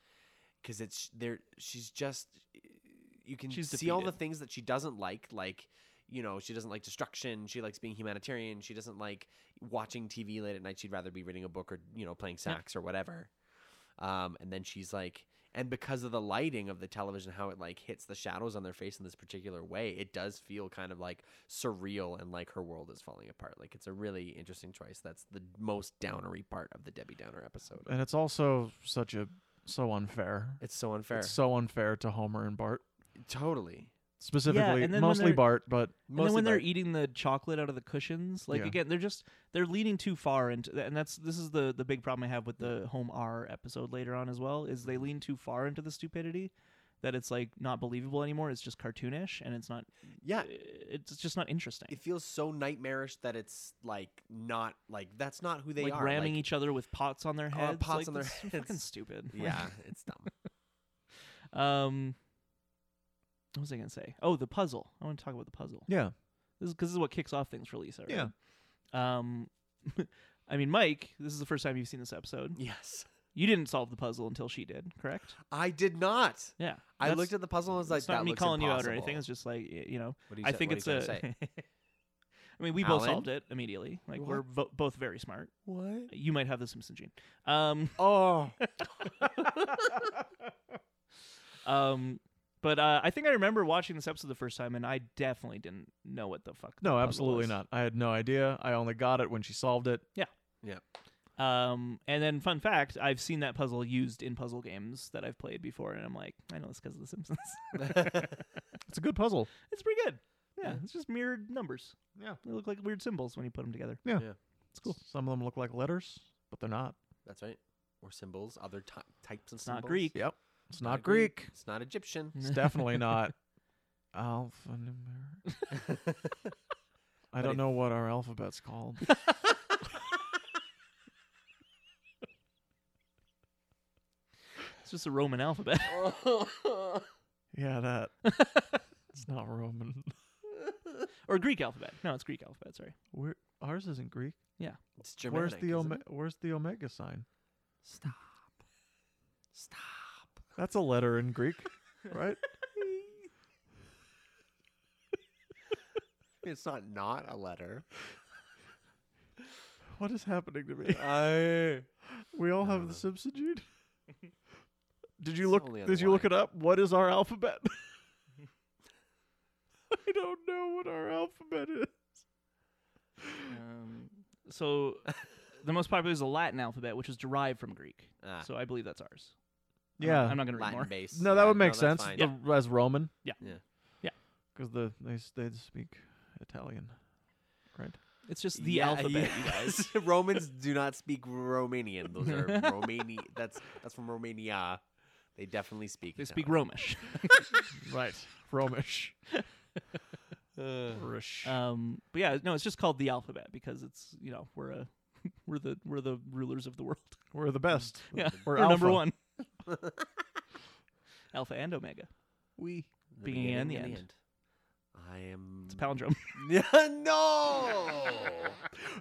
Speaker 3: because it's there. She's just you can
Speaker 1: She's
Speaker 3: see all the
Speaker 1: defeated.
Speaker 3: things that she doesn't like, like. You know, she doesn't like destruction. She likes being humanitarian. She doesn't like watching TV late at night. She'd rather be reading a book or, you know, playing sax or whatever. Um, and then she's like, and because of the lighting of the television, how it like hits the shadows on their face in this particular way, it does feel kind of like surreal and like her world is falling apart. Like it's a really interesting choice. That's the most downery part of the Debbie Downer
Speaker 1: Uh,
Speaker 3: episode.
Speaker 2: And it's also such a so unfair.
Speaker 3: It's so unfair.
Speaker 2: It's so unfair to Homer and Bart.
Speaker 3: totally.
Speaker 2: Specifically,
Speaker 1: and then when
Speaker 2: mostly
Speaker 1: they're-
Speaker 2: Bart, but
Speaker 1: And then
Speaker 3: Mostly
Speaker 1: when they're
Speaker 3: Bart.
Speaker 1: eating the chocolate out of the cushions, like
Speaker 2: Yeah.
Speaker 1: again, they're just they're leaning too far into, and that's this is the the big problem I have with the Home R episode later on as well is they lean too far into the stupidity that it's like not believable anymore. It's just cartoonish and it's not
Speaker 3: Yeah.
Speaker 1: it's just not interesting.
Speaker 3: It feels so nightmarish that it's like not like that's not who they
Speaker 1: like
Speaker 3: are.
Speaker 1: ramming
Speaker 3: Like, uh,
Speaker 1: each other with pots on their heads.
Speaker 3: pots
Speaker 1: like,
Speaker 3: on their
Speaker 1: that's
Speaker 3: heads.
Speaker 1: Fucking stupid.
Speaker 3: Yeah, it's dumb.
Speaker 1: Um, what was I gonna say? Oh, the puzzle. I want to talk about the puzzle.
Speaker 2: yeah.
Speaker 1: This is because this is what kicks off things for Lisa. Right?
Speaker 2: Yeah.
Speaker 1: Um, I mean, Mike, this is the first time you've seen this episode.
Speaker 3: yes.
Speaker 1: You didn't solve the puzzle until she did, correct?
Speaker 3: I did not.
Speaker 1: Yeah.
Speaker 3: I
Speaker 1: That's-
Speaker 3: looked at the puzzle and was like,
Speaker 1: It's not
Speaker 3: that
Speaker 1: me
Speaker 3: looks
Speaker 1: calling you out or
Speaker 3: impossible.
Speaker 1: anything. It's just like y- you know.
Speaker 3: What do you
Speaker 1: I
Speaker 3: say-
Speaker 1: think
Speaker 3: what
Speaker 1: it's
Speaker 3: are you
Speaker 1: a.
Speaker 3: trying to
Speaker 1: I mean, we both
Speaker 3: Alan?
Speaker 1: solved it immediately. Like we're vo- both very smart.
Speaker 3: What?
Speaker 1: You might have the Simpson gene. Um.
Speaker 3: Oh.
Speaker 1: Um, but uh, I think I remember watching this episode the first time, and I definitely didn't know what the fuck. the
Speaker 2: No,
Speaker 1: puzzle
Speaker 2: absolutely
Speaker 1: was.
Speaker 2: not. I had no idea. I only got it when she solved it.
Speaker 1: Yeah.
Speaker 3: Yeah.
Speaker 1: Um, and then fun fact, I've seen that puzzle used in puzzle games that I've played before, and I'm like, I know this because of The Simpsons.
Speaker 2: It's a good puzzle.
Speaker 1: it's pretty good. Yeah, it's just mirrored numbers.
Speaker 2: Yeah.
Speaker 1: They look like weird symbols when you put them together.
Speaker 2: Yeah.
Speaker 3: Yeah.
Speaker 1: It's cool.
Speaker 2: Some of them look like letters, but they're not.
Speaker 3: That's right. Or symbols, other ty- types of
Speaker 1: not
Speaker 3: symbols.
Speaker 1: Greek.
Speaker 2: Yep. It's
Speaker 3: Not
Speaker 2: not Greek.
Speaker 3: It's not Egyptian.
Speaker 2: It's definitely not alphanumeric. I don't know what our alphabet's called.
Speaker 1: It's just a Roman alphabet.
Speaker 2: Yeah, that. It's not Roman.
Speaker 1: or Greek alphabet. No, it's Greek alphabet, sorry.
Speaker 2: We're, ours isn't Greek.
Speaker 1: Yeah.
Speaker 3: It's Germanic.
Speaker 2: where's the ome-
Speaker 3: isn't it?
Speaker 2: Where's the omega sign?
Speaker 3: Stop. Stop.
Speaker 2: That's a letter in Greek, right?
Speaker 3: It's not not a letter.
Speaker 2: What is happening to me?
Speaker 3: I
Speaker 2: We all have the Simpson gene. Did you look?
Speaker 3: only on
Speaker 2: Did
Speaker 3: the
Speaker 2: you look
Speaker 3: Y.
Speaker 2: it up? What is our alphabet? I don't know what our alphabet is.
Speaker 3: Um,
Speaker 1: So the most popular is the Latin alphabet, which is derived from Greek.
Speaker 3: Ah.
Speaker 1: So I believe that's ours.
Speaker 2: Yeah.
Speaker 1: I'm not going to read
Speaker 3: Latin
Speaker 1: more.
Speaker 3: base.
Speaker 2: no, that
Speaker 3: Yeah,
Speaker 2: would make
Speaker 3: that's
Speaker 2: sense.
Speaker 3: fine.
Speaker 2: The- As Roman,
Speaker 3: Yeah.
Speaker 2: because the they s- they speak Italian, right?
Speaker 1: It's just the
Speaker 3: Yeah,
Speaker 1: alphabet,
Speaker 3: yeah.
Speaker 1: you guys.
Speaker 3: Romans do not speak Romanian. Those are Romani. That's that's from Romania. They definitely speak.
Speaker 1: They speak Romish.
Speaker 2: Right. Romish.
Speaker 3: Italian.
Speaker 2: Rish.
Speaker 1: Um, but yeah, no, it's just called the alphabet because it's you know we're a we're the we're the rulers of the world.
Speaker 2: We're the best.
Speaker 1: Yeah,
Speaker 2: We're
Speaker 1: we're, number
Speaker 2: alpha.
Speaker 1: one. alpha and omega. We beginning and the end.
Speaker 3: I am.
Speaker 1: It's a palindrome.
Speaker 3: no.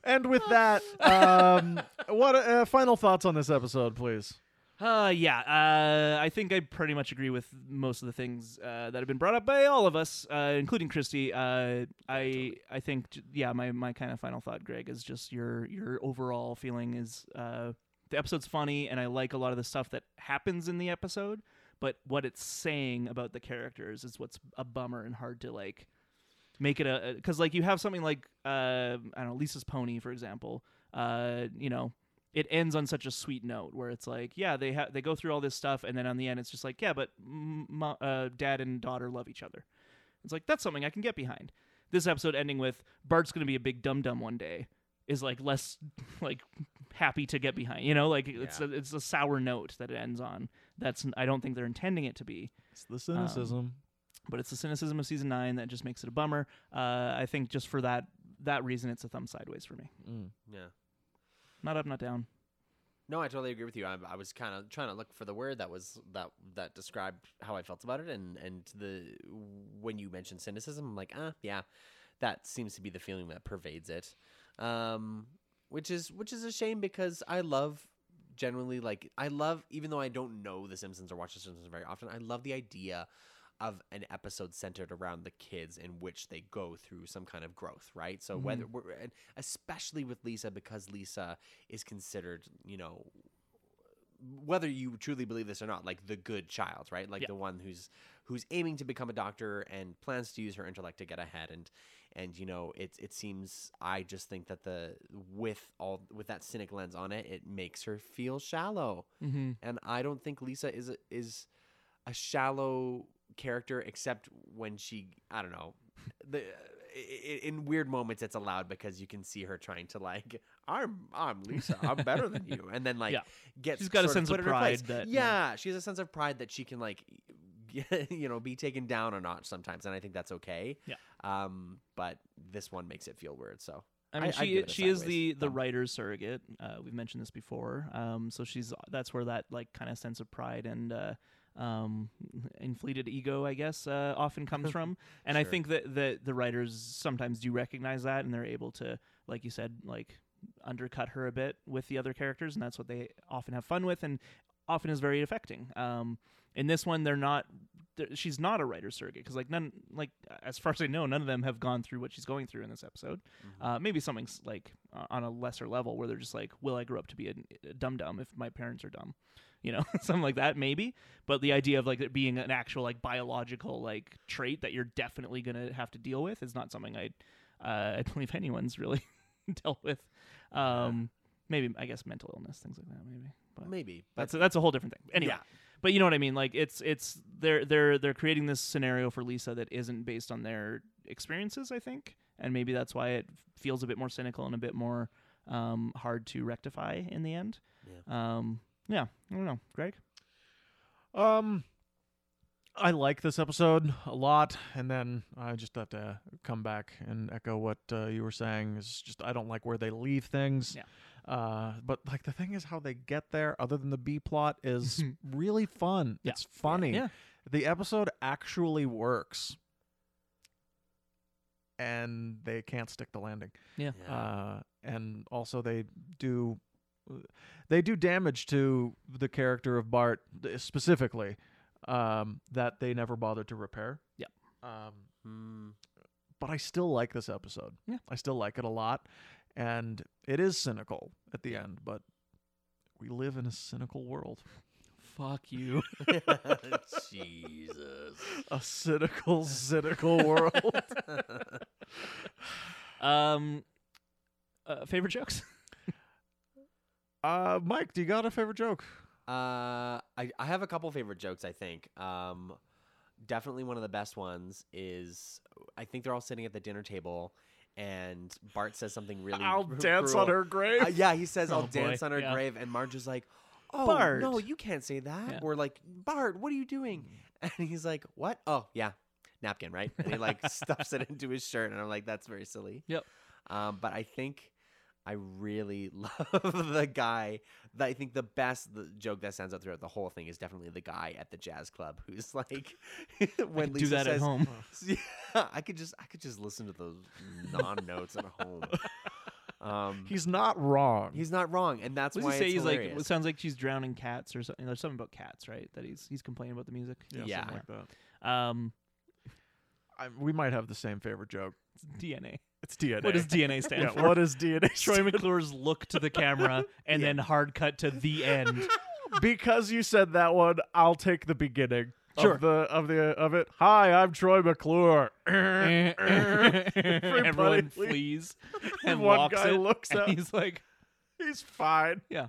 Speaker 2: And with that, um, what uh, final thoughts on this episode, please?
Speaker 1: Uh, yeah, uh, I think I pretty much agree with most of the things uh, that have been brought up by all of us, uh, including Christy. Uh, I I think j- yeah, my, my kind of final thought, Greg, is just your your overall feeling is uh, the episode's funny, and I like a lot of the stuff that happens in the episode, but what it's saying about the characters is what's a bummer and hard to like make it a because like you have something like uh, I don't know Lisa's Pony for example. Uh, you know, it ends on such a sweet note where it's like, yeah, they ha- they go through all this stuff, and then on the end, it's just like, yeah, but m- mo- uh, dad and daughter love each other. It's like that's something I can get behind. This episode ending with Bart's gonna be a big dum dum one day is like less like happy to get behind. You know, like it's a,
Speaker 3: Yeah.
Speaker 1: it's a sour note that it ends on. That's I don't think they're intending it to be
Speaker 2: It's the cynicism.
Speaker 1: but it's the cynicism of season nine that just makes it a bummer. Uh, I think just for that that reason, it's a thumb sideways for me.
Speaker 2: Mm.
Speaker 3: Yeah.
Speaker 1: Not up, not down.
Speaker 3: No, I totally agree with you. I, I was kind of trying to look for the word that was that that described how I felt about it, and and the when you mentioned cynicism, I'm like, ah, yeah, that seems to be the feeling that pervades it, um, which is which is a shame because I love generally like I love even though I don't know The Simpsons or watch The Simpsons very often, I love the idea of an episode centered around the kids in which they go through some kind of growth, right? So whether we're, and especially with Lisa because Lisa is considered, you know, whether you truly believe this or not, like the good child, right? Like the one who's who's aiming to become a doctor and plans to use her intellect to get ahead and and you know, it it seems I just think that the with all with that cynic lens on it, it makes her feel shallow.
Speaker 1: Mm-hmm.
Speaker 3: And I don't think Lisa is a, is a shallow character except when she I don't know. The i- i- in weird moments it's allowed because you can see her trying to like I'm I'm Lisa, I'm better than you. And then like
Speaker 1: Yeah.
Speaker 3: gets
Speaker 1: She's got a
Speaker 3: sort
Speaker 1: sense of
Speaker 3: put in her place.
Speaker 1: pride that-
Speaker 3: yeah, she has a sense of pride that she can like, you know, be taken down a notch sometimes, and I think that's okay.
Speaker 1: Yeah.
Speaker 3: Um, but this one makes it feel weird. So
Speaker 1: I mean,
Speaker 3: I'd
Speaker 1: she
Speaker 3: give it a
Speaker 1: she is
Speaker 3: sideways
Speaker 1: the the
Speaker 3: thumb.
Speaker 1: writer's surrogate. Uh, we've mentioned this before. Um, so she's that's where that like kind of sense of pride and uh, um, inflated ego, I guess, uh, often comes from. And I think that that the writers sometimes do recognize that, and they're able to, like you said, like undercut her a bit with the other characters, and that's what they often have fun with, and often is very affecting. Um, in this one, they're not. They're, she's not a writer surrogate because, like, none, like as far as I know, none of them have gone through what she's going through in this episode. Uh, maybe something s- like uh, on a lesser level where they're just like, "Will I grow up to be a, a dumb dumb if my parents are dumb?" You know, something like that, maybe. But the idea of like it being an actual like biological like trait that you're definitely gonna have to deal with is not something I, uh, I believe anyone's really dealt with. Um, Maybe I guess mental illness, things like that, maybe. But
Speaker 3: maybe, but
Speaker 1: that's a, that's a whole different thing. Anyway,
Speaker 3: Yeah.
Speaker 1: but you know what I mean. Like it's it's they're they're they're creating this scenario for Lisa that isn't based on their experiences, I think, and maybe that's why it feels a bit more cynical and a bit more um, hard to rectify in the end. Yeah. Um, yeah. I don't know, Greg.
Speaker 2: Um, I like this episode a lot, and then I just have to come back and echo what uh, you were saying. Is just I don't like where they leave things.
Speaker 1: Yeah.
Speaker 2: Uh, but like the thing is, how they get there, other than the B plot, is really fun. It's funny.
Speaker 1: Yeah.
Speaker 2: The episode actually works, and they can't stick the landing
Speaker 1: Yeah.
Speaker 2: uh, and also they do they do damage to the character of Bart specifically um, that they never bothered to repair.
Speaker 1: Yep.
Speaker 2: Um,
Speaker 3: Hmm.
Speaker 2: but I still like this episode.
Speaker 1: Yeah.
Speaker 2: I still like it a lot. And it is cynical at the end, but we live in a cynical world.
Speaker 1: Fuck you.
Speaker 3: Jesus.
Speaker 2: A cynical, cynical world.
Speaker 1: um, uh, favorite jokes?
Speaker 2: Uh, Mike, do you got a favorite joke?
Speaker 3: Uh, I, I have a couple favorite jokes, I think. Um, definitely one of the best ones is I think they're all sitting at the dinner table and Bart says something really cru- cruel.
Speaker 2: grave.
Speaker 3: Uh, yeah, he says, I'll
Speaker 1: Oh, boy,
Speaker 3: dance on her
Speaker 1: yeah.
Speaker 3: grave. And Marge is like, Oh,
Speaker 2: Bart."
Speaker 3: no, you can't say that.
Speaker 1: Yeah.
Speaker 3: We're like, Bart, what are you doing? And he's like, What? Oh, yeah, napkin, right? And he like stuffs it into his shirt. And I'm like, That's very silly.
Speaker 1: Yep.
Speaker 3: Um, but I think I really love the guy. That I think the best the joke that stands out throughout the whole thing is definitely the guy at the jazz club who's like, when Lisa
Speaker 1: Do that
Speaker 3: says,
Speaker 1: at home.
Speaker 3: Yeah, I could just I could just listen to those non notes at home. Um,
Speaker 2: He's not wrong.
Speaker 3: he's not wrong, and that's
Speaker 1: What does
Speaker 3: why
Speaker 1: he say?
Speaker 3: it's
Speaker 1: He's like,
Speaker 3: hilarious.
Speaker 1: it sounds like she's drowning cats or something. There's something about cats, right? That he's he's complaining about the music.
Speaker 3: yeah.
Speaker 2: something like that.
Speaker 1: Um,
Speaker 2: I, we might have the same favorite joke.
Speaker 1: it's DNA.
Speaker 2: It's DNA.
Speaker 1: What does DNA stand
Speaker 2: yeah,
Speaker 1: for?
Speaker 2: what is DNA?
Speaker 1: Troy McClure's look to the camera and then hard cut to the end.
Speaker 2: because you said that one, I'll take the beginning
Speaker 1: Sure.
Speaker 2: of the of the of it. Hi, I'm Troy McClure.
Speaker 1: Everyone flees
Speaker 2: please.
Speaker 1: and
Speaker 2: One
Speaker 1: walks
Speaker 2: guy
Speaker 1: it,
Speaker 2: looks
Speaker 1: and
Speaker 2: up.
Speaker 1: He's like,
Speaker 2: He's fine.
Speaker 1: yeah.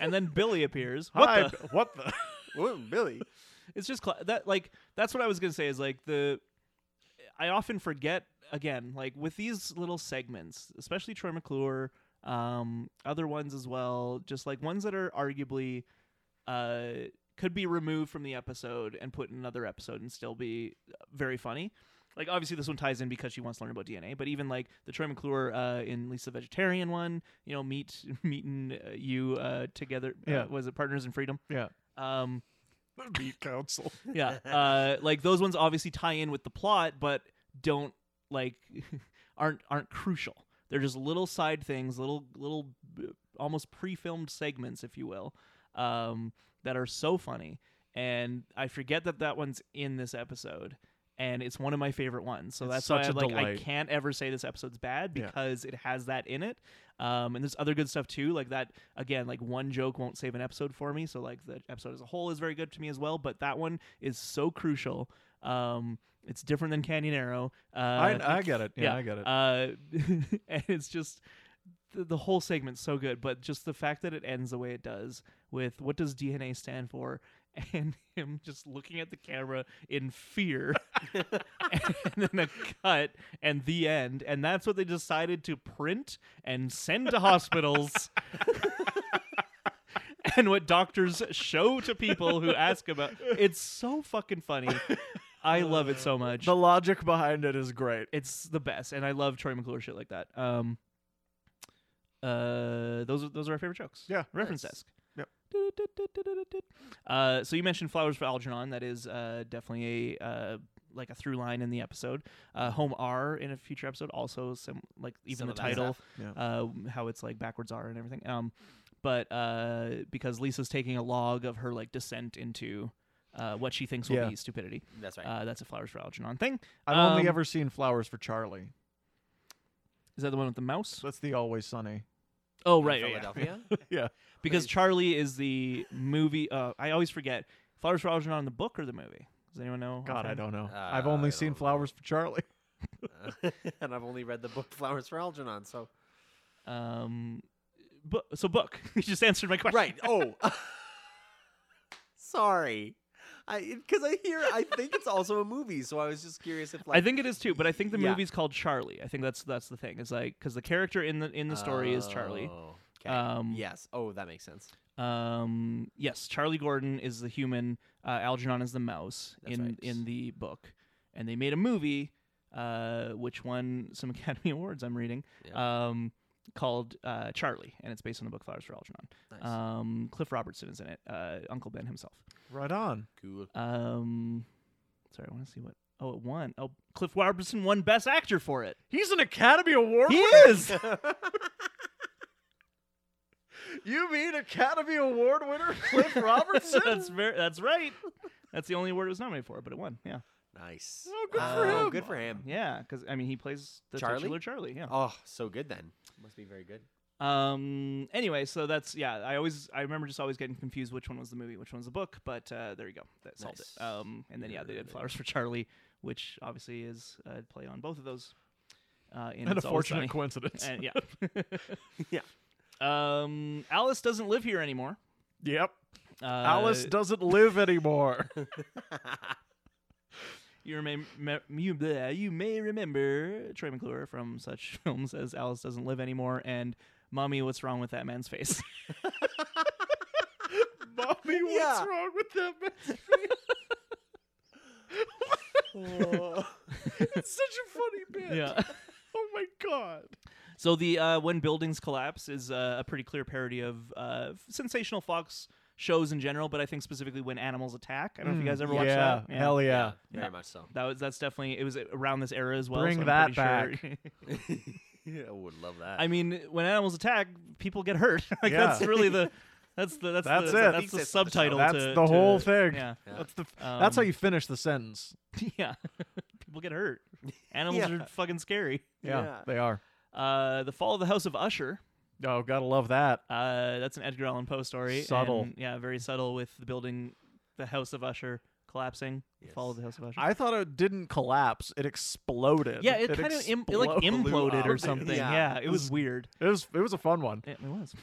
Speaker 1: and then Billy appears. What
Speaker 2: Hi,
Speaker 1: the?
Speaker 2: B- what the?
Speaker 3: Whoa, Billy.
Speaker 1: It's just cla that. Like that's what I was gonna say. Is like the. I often forget again, like with these little segments, especially Troy McClure, um, other ones as well, just like ones that are arguably uh, could be removed from the episode and put in another episode and still be uh, very funny. Like obviously this one ties in because she wants to learn about DNA, but even like the Troy McClure uh, in Lisa Vegetarian one, you know, meet meeting uh, you uh, together
Speaker 2: Yeah.
Speaker 1: uh, was it Partners in Freedom?
Speaker 2: Yeah.
Speaker 1: Um,
Speaker 2: The meat council.
Speaker 1: yeah uh like those ones obviously tie in with the plot but don't like aren't aren't crucial they're just little side things little little b- almost pre-filmed segments if you will um that are so funny and i forget that that one's in this episode and it's one of my favorite ones so that's why
Speaker 2: such a
Speaker 1: I'm like i
Speaker 2: delight.
Speaker 1: can't ever say this episode's bad
Speaker 2: Yeah.
Speaker 1: because it has that in it um and there's other good stuff too like that again like one joke won't save an episode for me so like the episode as a whole is very good to me as well but that one is so crucial um it's different than canyon arrow uh
Speaker 2: I, I get it. Yeah, I get it.
Speaker 1: uh, and it's just the, the whole segment's so good, but just the fact that it ends the way it does with what does DNA stand for, and him just looking at the camera in fear, and then a cut and the end, and that's what they decided to print and send to hospitals. And what doctors show to people who ask about it's so fucking funny. I love it so much
Speaker 2: the logic behind it is great.
Speaker 1: it's the best, and I love Troy McClure shit like that. Um, uh, those are those are our favorite jokes.
Speaker 2: Yeah.
Speaker 1: reference desk.
Speaker 2: Yep.
Speaker 1: Uh, so you mentioned flowers for Algernon. That is uh, definitely a uh, like a through line in the episode. Uh, Home R in a future episode also some like even
Speaker 3: Some
Speaker 1: the
Speaker 3: of that
Speaker 1: title,
Speaker 3: stuff.
Speaker 2: Yeah.
Speaker 1: uh, how it's like backwards R and everything. Um, but uh, because Lisa's taking a log of her like descent into uh, what she thinks will
Speaker 2: Yeah.
Speaker 1: be stupidity.
Speaker 3: That's right.
Speaker 1: Uh, that's a flowers for Algernon thing.
Speaker 2: I've only
Speaker 1: Um,
Speaker 2: ever seen flowers for Charlie.
Speaker 1: Is that the one with the mouse?
Speaker 2: That's the Always Sunny.
Speaker 1: Oh, right, right, yeah.
Speaker 3: Philadelphia.
Speaker 2: Yeah.
Speaker 1: Because Charlie is the movie. Uh, I always forget. Flowers for Algernon in the book or the movie? Does anyone know?
Speaker 2: God, I
Speaker 1: offhand?
Speaker 2: don't know.
Speaker 3: Uh,
Speaker 2: I've only
Speaker 3: I
Speaker 2: seen
Speaker 3: don't know.
Speaker 2: flowers for Charlie.
Speaker 3: and I've only read the book Flowers for Algernon. So
Speaker 1: Um, bu- so book. you just answered my question.
Speaker 3: right. Oh, sorry. I because I hear I think it's also a movie. So I was just curious if like
Speaker 1: I think it is too, but I think the
Speaker 3: Yeah.
Speaker 1: movie's called Charlie. I think that's that's the thing. It's like because the character in the in the story is Charlie.
Speaker 3: Oh, okay.
Speaker 1: Um,
Speaker 3: yes. Oh, that makes sense.
Speaker 1: Um, yes, Charlie Gordon is the human. Uh, Algernon is the mouse
Speaker 3: That's
Speaker 1: in
Speaker 3: right.
Speaker 1: in the book, and they made a movie, uh, which won some Academy Awards. I'm reading, um, called uh, Charlie, and it's based on the book Flowers for Algernon.
Speaker 3: Nice.
Speaker 1: Um, Cliff Robertson is in it. Uh, Uncle Ben himself.
Speaker 2: Right on.
Speaker 3: Cool.
Speaker 1: Um, sorry, I want to see what. Oh, it won. Oh, Cliff Robertson won Best Actor for it.
Speaker 2: He's an Academy Award.
Speaker 1: He is.
Speaker 2: You mean Academy Award winner Cliff Robertson?
Speaker 1: that's very. That's right. That's the only award it was nominated for, but it won. Yeah.
Speaker 3: Nice.
Speaker 2: Oh, good for
Speaker 3: Oh,
Speaker 2: him.
Speaker 3: Good for him.
Speaker 1: Yeah, because I mean he plays the
Speaker 3: Charlie?
Speaker 1: titular Charlie. Yeah.
Speaker 3: Oh, so good then. Must be very good.
Speaker 1: Um. Anyway, so that's yeah. I always I remember just always getting confused which one was the movie, which one was the book. But uh, there you go. That solved
Speaker 3: Nice.
Speaker 1: it. Um. And then yeah, they did Flowers for Charlie, which obviously is a play on both of those. Uh, in
Speaker 2: And a
Speaker 1: It's Always
Speaker 2: fortunate
Speaker 1: Sunny.
Speaker 2: coincidence.
Speaker 1: And, yeah.
Speaker 3: Yeah.
Speaker 1: Um. Alice doesn't live here anymore.
Speaker 2: yep.
Speaker 1: Uh,
Speaker 2: Alice doesn't live anymore.
Speaker 1: You, remem- me- you, bleh, you may remember Troy McClure from such films as Alice Doesn't Live Anymore and Mommy, What's Wrong with That Man's Face?
Speaker 2: Mommy, what's
Speaker 3: Yeah.
Speaker 2: wrong with that man's It's such a funny bit. Oh my god.
Speaker 1: So the uh, When Buildings Collapse is uh, a pretty clear parody of uh, sensational Fox shows in general, but I think specifically When Animals Attack. I don't know if you guys ever watched that.
Speaker 2: Hell Hmm. yeah.
Speaker 3: Very much so.
Speaker 1: That was that's definitely it was around this era as well.
Speaker 2: Bring
Speaker 1: so I'm pretty
Speaker 2: that back.
Speaker 1: sure-
Speaker 3: Yeah, I would love that.
Speaker 1: I mean, when animals attack, people get hurt. like
Speaker 2: Yeah.
Speaker 1: that's really the that's the that's,
Speaker 2: That's
Speaker 1: the,
Speaker 2: it.
Speaker 1: that's the
Speaker 3: Thesis of the show.
Speaker 1: subtitle.
Speaker 2: That's
Speaker 1: to-
Speaker 2: the
Speaker 1: to-
Speaker 2: whole thing.
Speaker 1: Yeah, Um,
Speaker 2: That's the. that's how you finish the sentence.
Speaker 1: yeah. people get hurt. Animals
Speaker 3: Yeah.
Speaker 1: are fucking scary.
Speaker 2: Yeah,
Speaker 3: Yeah.
Speaker 2: they are.
Speaker 1: Uh, the fall of the House of Usher.
Speaker 2: Oh, gotta love that.
Speaker 1: Uh, that's an Edgar Allan Poe story.
Speaker 2: Subtle.
Speaker 1: and, yeah, very subtle with the building, the House of Usher collapsing. The Fall of the House of Usher.
Speaker 2: I thought it didn't collapse. It exploded.
Speaker 1: yeah, it, kind of Im- it like
Speaker 2: blew
Speaker 1: imploded
Speaker 2: up.
Speaker 1: or something.
Speaker 3: Yeah.
Speaker 1: Yeah, it was weird.
Speaker 2: It was. It was a fun one.
Speaker 1: It, it was.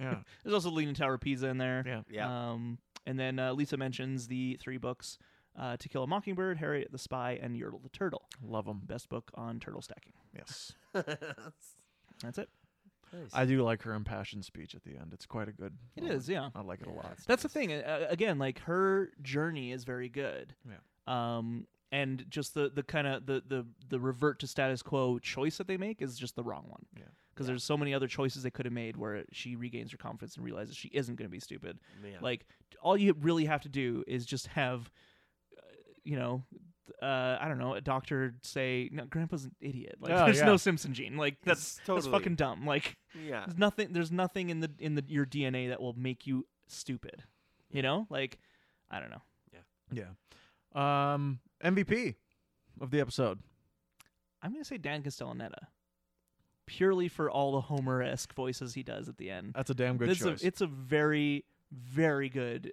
Speaker 2: Yeah.
Speaker 1: There's also Leaning Tower of Pisa in there.
Speaker 2: Yeah.
Speaker 3: Yeah.
Speaker 1: Um, and then uh, Lisa mentions the three books: uh, To Kill a Mockingbird, Harriet the Spy, and Yertle the Turtle.
Speaker 2: Love them.
Speaker 1: Best book on turtle stacking.
Speaker 2: Yes.
Speaker 1: That's it.
Speaker 2: I do like her impassioned speech at the end. It's quite a good.
Speaker 1: It is, yeah.
Speaker 2: I like it a lot.
Speaker 1: That's the thing. Uh, again, like her journey is very good.
Speaker 2: Yeah.
Speaker 1: Um, and just the the kind of the the the revert to status quo choice that they make is just the wrong one.
Speaker 2: Yeah.
Speaker 1: Because there's so many other choices they could have made where she regains her confidence and realizes she isn't going to be stupid.
Speaker 3: Yeah.
Speaker 1: Like all you really have to do is just have, uh, you know, uh, I don't know, a doctor say, "No, Grandpa's an idiot." Like
Speaker 2: Oh,
Speaker 1: there's
Speaker 2: yeah.
Speaker 1: no Simpson gene. Like that's that's
Speaker 3: totally-
Speaker 1: fucking dumb. Like
Speaker 3: yeah.
Speaker 1: there's nothing. There's nothing in the in the your DNA that will make you stupid. You know, like I don't know.
Speaker 2: Yeah. Um, MVP of the episode.
Speaker 1: I'm gonna say Dan Castellaneta, purely for all the Homer-esque voices he does at the end.
Speaker 2: That's a damn good
Speaker 1: This is a-
Speaker 2: choice.
Speaker 1: it's a very, very good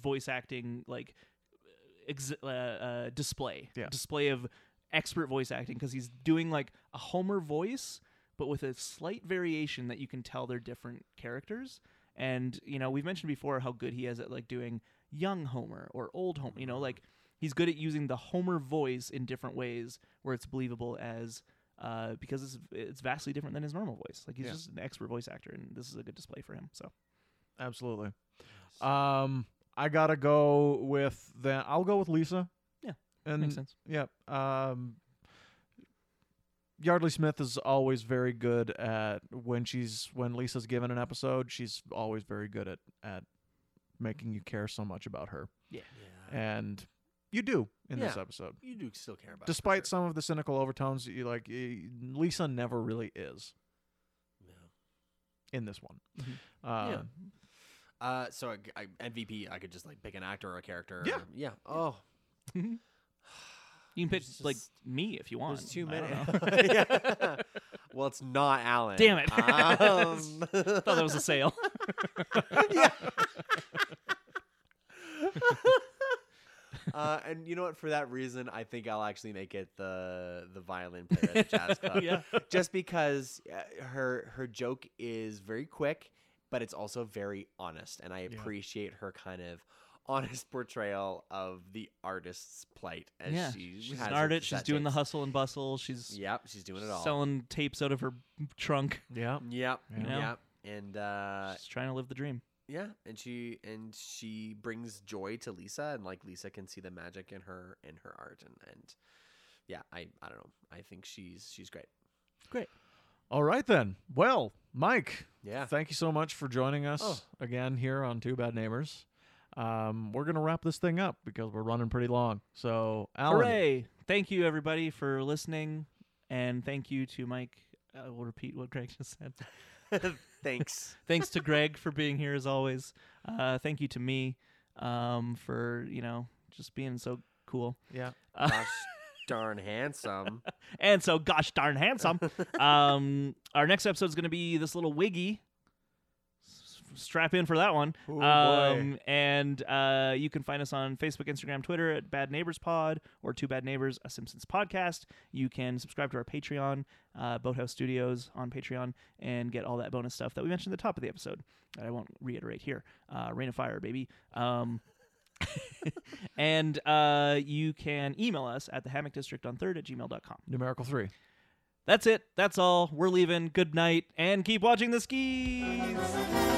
Speaker 1: voice acting like ex- uh, uh, display,
Speaker 2: Yeah.
Speaker 1: display of expert voice acting because he's doing like a Homer voice, but with a slight variation that you can tell they're different characters. And you know, we've mentioned before how good he is at like doing young Homer or old Homer.
Speaker 2: Mm-hmm.
Speaker 1: You know, like he's good at using the Homer voice in different ways where it's believable as. Uh, because it's it's vastly different than his normal voice. Like he's
Speaker 2: Yeah.
Speaker 1: just an expert voice actor, and this is a good display for him. So
Speaker 2: Absolutely. Um, I gotta go with then. I'll go with Lisa.
Speaker 1: Yeah,
Speaker 2: and
Speaker 1: makes sense.
Speaker 2: Yeah. Um, Yardley Smith is always very good at when she's when Lisa's given an episode. She's always very good at at making you care so much about her,
Speaker 1: yeah,
Speaker 3: Yeah.
Speaker 2: and you do in this
Speaker 3: Yeah.
Speaker 2: episode.
Speaker 3: You do still care about. it, for
Speaker 2: Despite
Speaker 3: sure.
Speaker 2: some of the cynical overtones, you like y- Lisa never really is
Speaker 3: No.
Speaker 2: in this one. Uh,
Speaker 3: Yeah. Uh, so I, I, MVP, I could just like pick an actor or a character.
Speaker 2: Yeah.
Speaker 3: or- yeah. Oh,
Speaker 1: You can pick
Speaker 3: There's
Speaker 1: like
Speaker 3: just-
Speaker 1: me if you want.
Speaker 3: there's too
Speaker 1: I don't
Speaker 3: many.
Speaker 1: know.
Speaker 3: Yeah. Well, it's not Alan.
Speaker 1: Damn it.
Speaker 3: Um,
Speaker 1: Thought that was a sale.
Speaker 3: uh, and you know what? For that reason, I think I'll actually make it the the violin player at the jazz club.
Speaker 1: Yeah.
Speaker 3: Just because uh, her her joke is very quick, but it's also very honest, and I appreciate her kind of honest portrayal of the artist's plight as
Speaker 1: yeah,
Speaker 3: she
Speaker 1: she's
Speaker 3: has
Speaker 1: an
Speaker 3: her
Speaker 1: artist. She's
Speaker 3: cassette
Speaker 1: doing the
Speaker 3: tapes.
Speaker 1: hustle and bustle. She's
Speaker 3: Yep, she's doing it all.
Speaker 1: selling tapes out of her trunk.
Speaker 2: yeah.
Speaker 3: Yep.
Speaker 1: know?
Speaker 3: Yep. And uh,
Speaker 1: She's trying to live the dream.
Speaker 3: yeah, and she and she brings joy to Lisa, and like Lisa can see the magic in her in her art, and and yeah, I I don't know, I think she's she's great.
Speaker 1: Great.
Speaker 2: All right then. Well, Mike.
Speaker 3: Yeah.
Speaker 2: Thank you so much for joining us
Speaker 3: Oh.
Speaker 2: again here on Two Bad Neighbors. Um, we're gonna wrap this thing up because we're running pretty long. So, Alan,
Speaker 1: Hooray! Thank you everybody for listening, and thank you to Mike. I will repeat what Greg just said.
Speaker 3: Thanks.
Speaker 1: Thanks to Greg for being here as always. Uh, thank you to me um, for you know just being so cool.
Speaker 2: Yeah.
Speaker 3: Gosh darn handsome.
Speaker 1: And so, gosh darn handsome. um, our next episode is going to be this little wiggy. S- Strap in for that one.
Speaker 2: Ooh, boy.
Speaker 1: um, and uh, you can find us on Facebook, Instagram, Twitter at Bad Neighbors Pod or Two Bad Neighbors, a Simpsons podcast. You can subscribe to our Patreon, uh, Boathouse Studios on Patreon, and get all that bonus stuff that we mentioned at the top of the episode. That I won't reiterate here. Uh, Rain of Fire, baby. Um, and uh, you can email us at the hammock district on third at gmail.com.
Speaker 2: Numerical three.
Speaker 1: That's it. That's all. We're leaving. Good night and keep watching the skis.